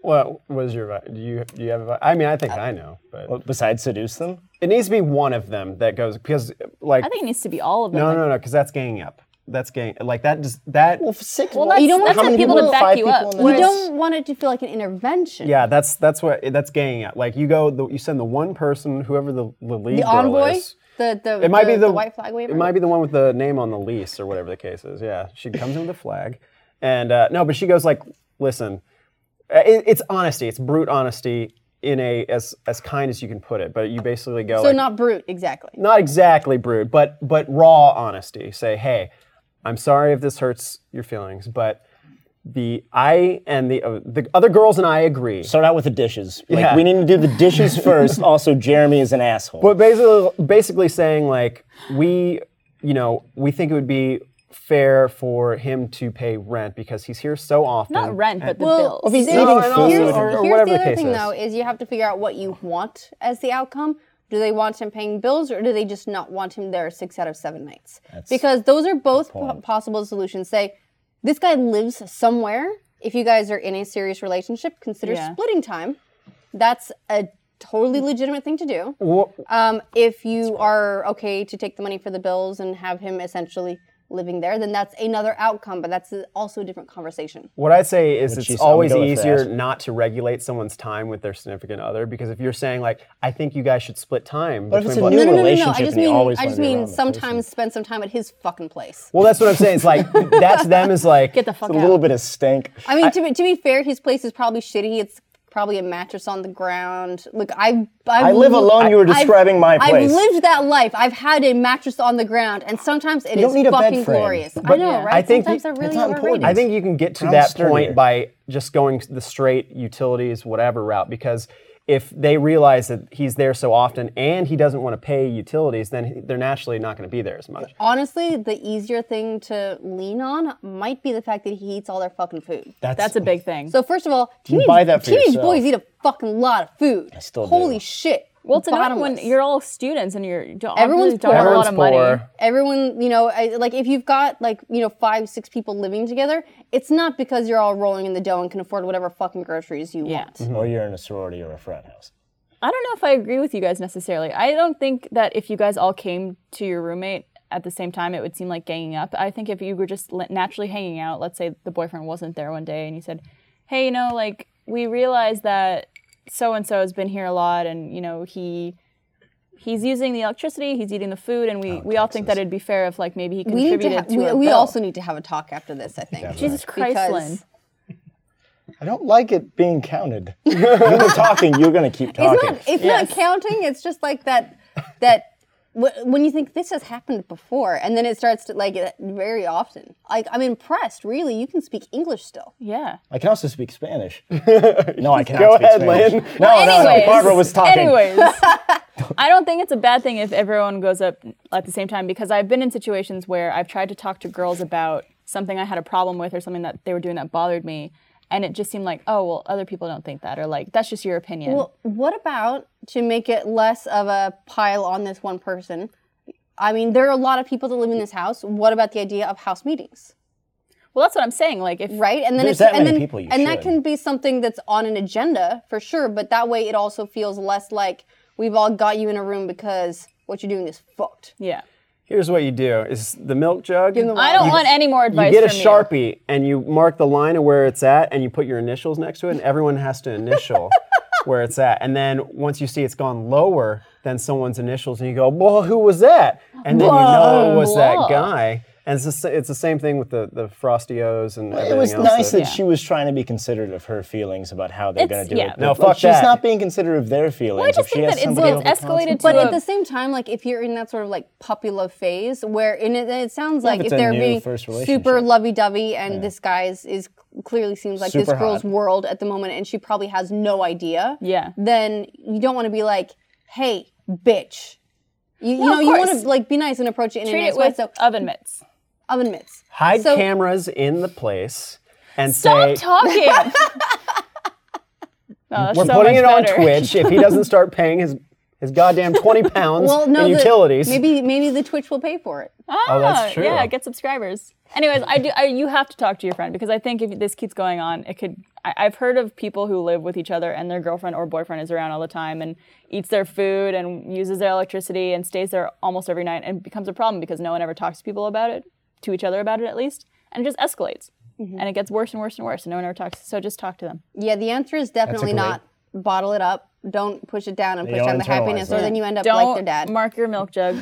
Speaker 4: What was your advice? Do you do you have advice? I mean, I think I know, but
Speaker 2: Besides seduce them?
Speaker 4: it needs to be one of them that goes because like
Speaker 1: I think it needs to be all of them.
Speaker 4: no
Speaker 1: like-
Speaker 4: no no because that's ganging up. That's gang like that just that
Speaker 2: Well, for six.
Speaker 1: Well, that's-
Speaker 3: You don't want
Speaker 2: how
Speaker 3: to
Speaker 2: many
Speaker 1: people to back
Speaker 2: Five
Speaker 1: you
Speaker 2: people
Speaker 1: up.
Speaker 2: in the
Speaker 3: We
Speaker 2: house?
Speaker 3: don't want it to feel like an intervention.
Speaker 4: Yeah, that's that's what that's ganging out. Like you go, the, you send the one person, whoever the, the lead
Speaker 3: The
Speaker 4: girl
Speaker 3: envoy,
Speaker 4: is.
Speaker 3: the the
Speaker 4: It might be the,
Speaker 3: white flag waiver.
Speaker 4: It might be the one with the name on the lease or whatever the case is. Yeah, she comes in with a flag, and uh, no, but she goes like, "Listen, uh, it, it's honesty. It's brute honesty in a as as kind as you can put it. But you basically go
Speaker 3: so
Speaker 4: like,
Speaker 3: not brute exactly.
Speaker 4: not exactly brute, but but raw honesty. Say, hey, I'm sorry if this hurts your feelings, but the I and the uh, the other girls and I agree.
Speaker 2: Start out with the dishes. Like
Speaker 4: Yeah.
Speaker 2: we need to do the dishes first. also, Jeremy is an asshole.
Speaker 4: But basically, basically saying like we, you know, we think it would be fair for him to pay rent because he's here so often.
Speaker 1: Not rent, but the
Speaker 3: Well,
Speaker 1: bills.
Speaker 2: he's
Speaker 3: there's-
Speaker 2: eating
Speaker 3: here's-
Speaker 2: food
Speaker 3: Here's,
Speaker 2: or- or
Speaker 3: the
Speaker 4: whatever the
Speaker 3: other
Speaker 4: case
Speaker 3: thing,
Speaker 4: is.
Speaker 3: though, is you have to figure out what you want as the outcome. Do they want him paying bills, or do they just not want him there six out of seven nights? because those are both po- possible solutions. Say, this guy lives somewhere. If you guys are in a serious relationship, consider
Speaker 1: Yeah.
Speaker 3: splitting time. That's a totally legitimate thing to do.
Speaker 4: Wha-
Speaker 3: Um, if you are okay to take the money for the bills and have him essentially living there, then that's another outcome, but that's also a different conversation.
Speaker 4: What I'd say is
Speaker 2: she's-
Speaker 4: it's
Speaker 2: I'm
Speaker 4: always
Speaker 2: going for
Speaker 4: easier
Speaker 2: ass.
Speaker 4: not to regulate someone's time with their significant other because if you're saying like, I think you guys should split time.
Speaker 2: But if
Speaker 4: between
Speaker 2: it's a
Speaker 4: blah-
Speaker 2: new-
Speaker 3: No, no, no, no, no.
Speaker 2: relationship
Speaker 3: I just
Speaker 2: and you
Speaker 3: mean,
Speaker 2: always
Speaker 3: I
Speaker 2: wanna
Speaker 3: just
Speaker 2: be
Speaker 3: mean
Speaker 2: around the
Speaker 3: sometimes spend some time at his fucking place.
Speaker 4: well, that's what I'm saying. It's like that's them is like
Speaker 1: Get the fuck
Speaker 2: a
Speaker 1: out.
Speaker 2: little bit of stank.
Speaker 3: I mean, to, be, to be fair, his place is probably shitty. It's probably a mattress on the ground. Look, I I've
Speaker 2: I live
Speaker 3: li-
Speaker 2: alone. you were
Speaker 3: I've-
Speaker 2: describing my place.
Speaker 3: I've lived that life. I've had a mattress on the ground, and sometimes it is
Speaker 2: don't need a bed
Speaker 3: fucking
Speaker 2: frame.
Speaker 3: glorious. I
Speaker 2: But-
Speaker 3: know,
Speaker 2: Yeah.
Speaker 3: right?
Speaker 4: I think
Speaker 3: sometimes
Speaker 4: you-
Speaker 3: they're really
Speaker 2: it's not
Speaker 3: overrated.
Speaker 2: important.
Speaker 4: I think you can get to
Speaker 2: Pound
Speaker 4: that
Speaker 2: sturdier.
Speaker 4: point by just going the straight utilities, whatever route, because if they realize that he's there so often and he doesn't want to pay utilities, then he- they're naturally not going to be there as much.
Speaker 3: Honestly, the easier thing to lean on might be the fact that he eats all their fucking food.
Speaker 1: That's a big thing.
Speaker 3: So first of all, teenage,
Speaker 2: buy that for
Speaker 3: teenage
Speaker 2: yourself.
Speaker 3: boys eat a fucking lot of food. I
Speaker 2: still do.
Speaker 3: Holy shit.
Speaker 1: well, it's annoying when
Speaker 3: Bottomless.
Speaker 1: you're all students and you're don't,
Speaker 3: Everyone's
Speaker 1: don't have a lot of
Speaker 4: poor.
Speaker 1: money.
Speaker 3: everyone you know I, like if you've got like you know five six people living together it's not because you're all rolling in the dough and can afford whatever fucking groceries you
Speaker 1: Yeah.
Speaker 3: want
Speaker 2: Or you're in a sorority or a frat house.
Speaker 1: I don't know if I agree with you guys necessarily. I don't think that if you guys all came to your roommate at the same time, it would seem like ganging up. I think if you were just li- naturally hanging out, let's say the boyfriend wasn't there one day and you said, hey, you know, like we realize that so and so has been here a lot and, you know, he. He's using the electricity. He's eating the food, and we, we all think that it'd be fair if like maybe he
Speaker 3: we need
Speaker 1: contributed
Speaker 3: to, ha-
Speaker 1: to our
Speaker 3: we, we
Speaker 1: bill.
Speaker 3: also need to have a talk after this i think
Speaker 1: Jesus Christ,
Speaker 3: Because-
Speaker 1: Lynn.
Speaker 2: I don't like it being counted. you were talking. You're gonna keep talking.
Speaker 3: it's not it's not counting it's just like that that wh- when you think this has happened before and then it starts to like uh, very often like i'm impressed really you can speak english still
Speaker 1: Yeah.
Speaker 2: I can also speak Spanish. no, I cannot
Speaker 4: Go
Speaker 2: speak
Speaker 4: ahead,
Speaker 2: Spanish.
Speaker 4: Lynn.
Speaker 2: No, no, no.
Speaker 1: Anyways.
Speaker 2: Barbara was talking.
Speaker 1: Anyways, I don't think it's a bad thing if everyone goes up at the same time because I've been in situations where I've tried to talk to girls about something I had a problem with or something that they were doing that bothered me. And it just seemed like, oh, well, other people don't think that, or like, that's just your opinion.
Speaker 3: Well, what about to make it less of a pile on this one person? I mean, there are a lot of people that live in this house. What about the idea of house meetings,
Speaker 1: well, that's what I'm saying. Like, if
Speaker 3: right? And then
Speaker 2: There's that
Speaker 3: and
Speaker 2: many
Speaker 3: then
Speaker 2: people, you
Speaker 3: and
Speaker 2: should.
Speaker 3: that can be something that's on an agenda for sure. But that way, it also feels less like we've all got you in a room because what you're doing is fucked.
Speaker 1: yeah.
Speaker 4: Here's what you do: is the milk jug.
Speaker 1: I don't want any more
Speaker 4: you
Speaker 1: advice.
Speaker 4: get a
Speaker 1: from
Speaker 4: sharpie and you mark the line of where it's at, and you put your initials next to it, and everyone has to initial where it's at. And then once you see it's gone lower than someone's initials, and you go, "Well, who was that?" And then you know it was
Speaker 1: Whoa.
Speaker 4: that guy. And it's the, sa- it's the same thing with the the Frosty O's and
Speaker 2: It
Speaker 4: everything
Speaker 2: was
Speaker 4: else.
Speaker 2: nice
Speaker 4: that-
Speaker 2: that she was trying to be considerate of her feelings about how they're
Speaker 1: It's-
Speaker 2: going to do
Speaker 1: yeah.
Speaker 2: it.
Speaker 1: No,
Speaker 2: Like,
Speaker 4: fuck
Speaker 2: She's
Speaker 4: that.
Speaker 2: not being considerate of their feelings.
Speaker 1: just
Speaker 2: if she
Speaker 1: think
Speaker 2: has
Speaker 1: that it's-
Speaker 2: somebody
Speaker 1: well,
Speaker 2: else
Speaker 1: it's
Speaker 2: to
Speaker 1: escalated
Speaker 2: constant-
Speaker 1: to
Speaker 3: But
Speaker 1: a-
Speaker 3: at the same time, like if you're in that sort of like puppy love phase, where in it, it sounds
Speaker 2: if
Speaker 3: like
Speaker 2: it's
Speaker 3: if,
Speaker 2: a
Speaker 3: they're
Speaker 2: new
Speaker 3: being
Speaker 2: first
Speaker 3: super
Speaker 2: relationship.
Speaker 3: lovey-dovey, and this guy's is clearly seems like this
Speaker 2: Super
Speaker 3: girl's
Speaker 2: hot.
Speaker 3: world at the moment, and she probably has no idea.
Speaker 1: Yeah.
Speaker 3: Then you don't want to be like, "Hey, bitch." You, you
Speaker 1: No,
Speaker 3: know,
Speaker 1: of
Speaker 3: you want
Speaker 1: course.
Speaker 3: to like be nice and approach it in
Speaker 1: Treat
Speaker 3: a
Speaker 1: it
Speaker 3: nice
Speaker 1: with
Speaker 3: way. So
Speaker 1: oven mitts.
Speaker 3: oven mitts.
Speaker 4: Hide
Speaker 3: So-
Speaker 4: cameras in the place and
Speaker 1: Stop
Speaker 4: say.
Speaker 1: talking. No, that's
Speaker 4: We're
Speaker 1: so
Speaker 4: putting
Speaker 1: much
Speaker 4: it on
Speaker 1: better.
Speaker 4: Twitch. If he doesn't start paying his his goddamn twenty pounds
Speaker 3: Well, no,
Speaker 4: in
Speaker 3: the-
Speaker 4: utilities,
Speaker 3: Maybe maybe the Twitch will pay for it.
Speaker 1: Oh,
Speaker 4: that's true.
Speaker 1: Yeah, get subscribers. Anyways, I do. I, you have to talk to your friend because I think if this keeps going on, it could. I, I've heard of people who live with each other and their girlfriend or boyfriend is around all the time and eats their food and uses their electricity and stays there almost every night and becomes a problem because no one ever talks to people about it, to each other about it at least, and it just escalates
Speaker 3: Mm-hmm.
Speaker 1: and it gets worse and worse and worse and no one ever talks. So just talk to them.
Speaker 3: Yeah, the answer is definitely not. Bottle it up. Don't push it down and push
Speaker 2: don't
Speaker 3: down the
Speaker 2: internalize
Speaker 3: happiness, or
Speaker 2: that.
Speaker 3: then you end up
Speaker 1: Don't
Speaker 3: like their dad. Um,
Speaker 1: mark your milk jug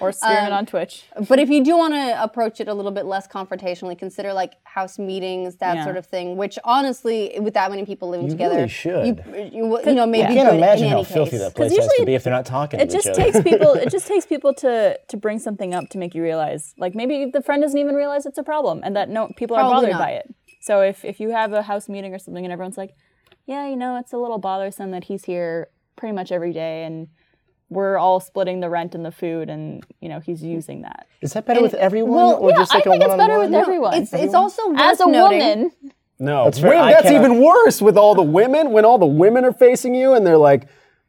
Speaker 1: or stream it on Twitch.
Speaker 3: But if you do want to approach it a little bit less confrontationally, consider like house meetings, that
Speaker 1: Yeah.
Speaker 3: sort of thing. Which honestly, with that many people living
Speaker 2: You
Speaker 3: together,
Speaker 2: really should.
Speaker 3: You, you, you know,
Speaker 2: I
Speaker 3: maybe
Speaker 2: can't
Speaker 3: good
Speaker 2: imagine
Speaker 3: in any
Speaker 2: how filthy
Speaker 3: case.
Speaker 2: that place has to
Speaker 1: usually
Speaker 2: be if they're not talking
Speaker 1: it
Speaker 2: to each
Speaker 1: just
Speaker 2: other.
Speaker 1: takes people it just takes people to to bring something up to make you realize like maybe the friend doesn't even realize it's a problem and that no people are
Speaker 3: Probably
Speaker 1: bothered
Speaker 3: not.
Speaker 1: by it so if if you have a house meeting or something and everyone's like yeah you know it's a little bothersome that he's here pretty much every day and we're all splitting the rent and the food, and you know he's using that.
Speaker 2: Is that better with everyone
Speaker 3: well,
Speaker 2: or
Speaker 3: yeah,
Speaker 2: just
Speaker 1: I
Speaker 2: like a
Speaker 1: think it's better
Speaker 2: one-on-one?
Speaker 1: with everyone.
Speaker 3: It's, it's also worth
Speaker 1: As a
Speaker 3: noting-
Speaker 1: woman,
Speaker 4: No,
Speaker 2: That's
Speaker 4: that's,
Speaker 2: fair. I
Speaker 4: that's
Speaker 2: cannot-
Speaker 4: even worse with all the women. When all the women are facing you and they're like,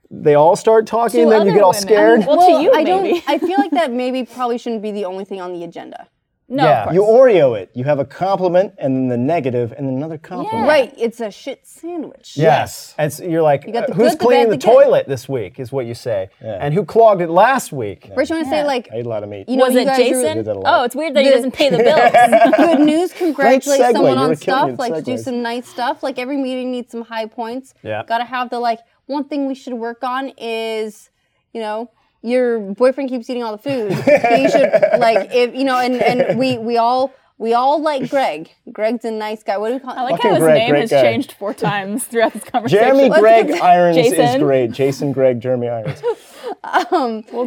Speaker 4: they all start talking,
Speaker 1: To
Speaker 4: then
Speaker 1: other
Speaker 4: you get all
Speaker 1: women.
Speaker 4: scared.
Speaker 1: Well, to you
Speaker 3: I
Speaker 1: maybe.
Speaker 3: don't. I feel like that maybe probably shouldn't be the only thing on the agenda.
Speaker 1: no, of
Speaker 4: Yeah.
Speaker 1: course.
Speaker 2: You Oreo it. You have a compliment and then the negative and then another compliment.
Speaker 3: Right? It's a shit sandwich.
Speaker 2: Yes.
Speaker 4: And so you're like,
Speaker 3: got the
Speaker 4: "Uh, who's
Speaker 3: good, the
Speaker 4: cleaning
Speaker 3: bad,
Speaker 4: the,
Speaker 3: the good."
Speaker 4: toilet this week? Is what you say.
Speaker 2: Yeah.
Speaker 4: And who clogged it last week?
Speaker 3: Or just want to say like,
Speaker 2: I ate a lot of meat.
Speaker 3: you know,
Speaker 1: was
Speaker 3: you
Speaker 1: it
Speaker 3: guys really-
Speaker 1: Jason?
Speaker 2: that a lot.
Speaker 1: Oh, it's weird that he
Speaker 3: The-
Speaker 1: doesn't pay the bills.
Speaker 3: good news. Congratulate
Speaker 2: segue,
Speaker 3: someone
Speaker 2: you were killing me
Speaker 3: on stuff.
Speaker 2: with
Speaker 3: Like do
Speaker 2: segues.
Speaker 3: some nice stuff. Like every meeting needs some high points.
Speaker 4: Yeah.
Speaker 3: Got to have the like. One thing we should work on is, you know, your boyfriend keeps eating all the food. he should like if you know, and and we we all. We all like Greg. Greg's a nice guy. What do we call?
Speaker 1: I like
Speaker 2: Fucking
Speaker 1: how his
Speaker 2: Greg,
Speaker 1: name
Speaker 2: great
Speaker 1: has
Speaker 2: guy.
Speaker 1: changed four times throughout this conversation.
Speaker 2: Jeremy Greg Irons is
Speaker 1: Jason.
Speaker 2: great. Jason Greg Jeremy Irons.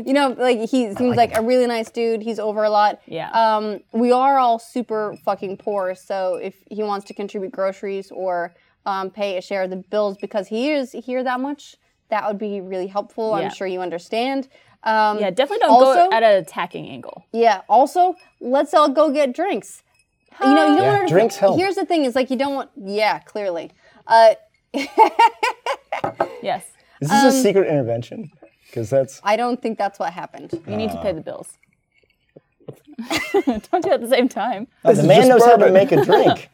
Speaker 3: you know, like he seems like a really nice dude. He's over a lot.
Speaker 1: Yeah.
Speaker 3: Um, we are all super fucking poor, so if he wants to contribute groceries or um, pay a share of the bills because he is here that much, that would be really helpful.
Speaker 1: Yeah.
Speaker 3: I'm sure you understand. Um,
Speaker 1: Yeah, definitely don't
Speaker 3: Also-
Speaker 1: go at an attacking angle.
Speaker 3: yeah. Also, let's all go get drinks. You know, you don't
Speaker 2: Yeah,
Speaker 3: want to.
Speaker 2: drinks help.
Speaker 3: Here's the thing: is like you don't want. Yeah, clearly. Uh,
Speaker 1: Yes,
Speaker 2: Is
Speaker 1: Um,
Speaker 2: this a secret intervention? Because that's
Speaker 3: I don't think that's what happened.
Speaker 1: you need to pay the bills. don't do it at the same time.
Speaker 2: the man knows how to make a drink.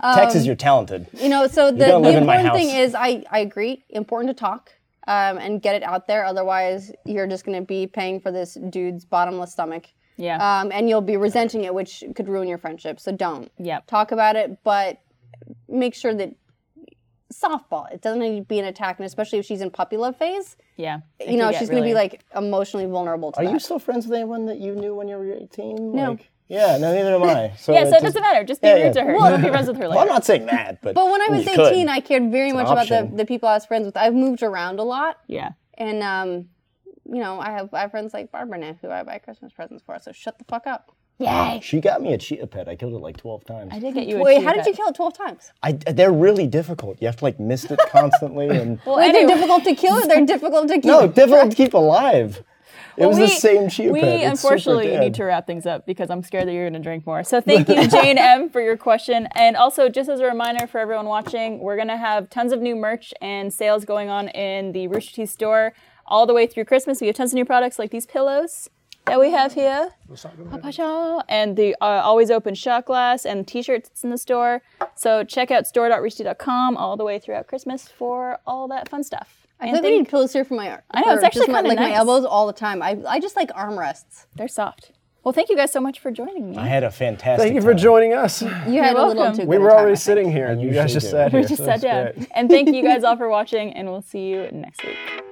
Speaker 1: Um,
Speaker 2: Texas, you're talented.
Speaker 3: you know so the,
Speaker 2: gotta live
Speaker 3: the
Speaker 2: in my
Speaker 3: important thing
Speaker 2: house.
Speaker 3: is I, I agree important to talk um, and get it out there otherwise you're just going to be paying for this dude's bottomless stomach
Speaker 1: Yeah.
Speaker 3: um, and you'll be resenting it which could ruin your friendship so don't
Speaker 1: Yep.
Speaker 3: talk about it but make sure that softball it doesn't need to be an attack and especially if she's in puppy love phase
Speaker 1: yeah. It
Speaker 3: you know
Speaker 1: could get
Speaker 3: she's going to be
Speaker 1: really-
Speaker 3: like emotionally vulnerable to
Speaker 2: Are
Speaker 3: that
Speaker 2: you still friends with anyone that you knew when you were 18?
Speaker 3: No.
Speaker 2: Like, yeah, no, neither am I. So
Speaker 1: Yeah, so it
Speaker 2: just-
Speaker 1: doesn't matter. Just be
Speaker 2: Yeah,
Speaker 1: rude
Speaker 2: yeah.
Speaker 1: to her. don't be friends with her later.
Speaker 2: Well, I'm not saying that, but.
Speaker 3: but when i was
Speaker 2: you could.
Speaker 3: 18 i cared very much about the,
Speaker 2: option.
Speaker 3: the people i was friends with i've moved around a lot
Speaker 1: yeah.
Speaker 3: And um, you know, I have I have friends like Barbara now who I buy Christmas presents for. So shut the fuck up.
Speaker 2: She got me a cheetah pet. I killed it like 12 times.
Speaker 1: I did get you. a
Speaker 3: Wait, how
Speaker 1: cheetah.
Speaker 3: did you kill it twelve times?
Speaker 2: I, they're really difficult. You have to like mist it constantly and.
Speaker 1: Well,
Speaker 3: Wait,
Speaker 1: anyway,
Speaker 3: they're difficult to kill. Or they're difficult to keep.
Speaker 2: no, difficult to keep alive. It was the same cheetah
Speaker 1: We
Speaker 2: pet. It's super
Speaker 1: unfortunately
Speaker 2: dead.
Speaker 1: need to wrap things up because I'm scared that you're going to drink more. So thank you, Jane M, for your question. And also, just as a reminder for everyone watching, we're going to have tons of new merch and sales going on in the Rooster Teeth store all the way through Christmas. We have tons of new products like these pillows that we have here. Pacha, and the uh, always open shot glass and t-shirts that's in the store. So check out store.roosterteeth.com all the way throughout Christmas for all that fun stuff.
Speaker 3: I
Speaker 1: and
Speaker 3: feel like
Speaker 1: thank-
Speaker 3: I need pillows here for my arm.
Speaker 1: I know, it's
Speaker 3: for
Speaker 1: actually
Speaker 3: just my-
Speaker 1: kinda
Speaker 3: like my
Speaker 1: nice.
Speaker 3: elbows all the time. I I just like armrests.
Speaker 1: they're soft. Well, thank you guys so much for joining me.
Speaker 2: I had a fantastic.
Speaker 4: Thank you for
Speaker 2: time.
Speaker 4: joining us.
Speaker 3: You had a little
Speaker 1: welcome.
Speaker 3: too.
Speaker 4: We
Speaker 3: good a
Speaker 4: were
Speaker 3: time, I
Speaker 4: already
Speaker 3: think.
Speaker 4: sitting here, and you
Speaker 2: usually
Speaker 4: guys just
Speaker 2: do.
Speaker 4: sat
Speaker 2: We
Speaker 4: here.
Speaker 1: We just
Speaker 4: so
Speaker 1: sat
Speaker 4: it's
Speaker 1: down.
Speaker 4: great.
Speaker 1: And thank you guys all for watching, and we'll see you next week.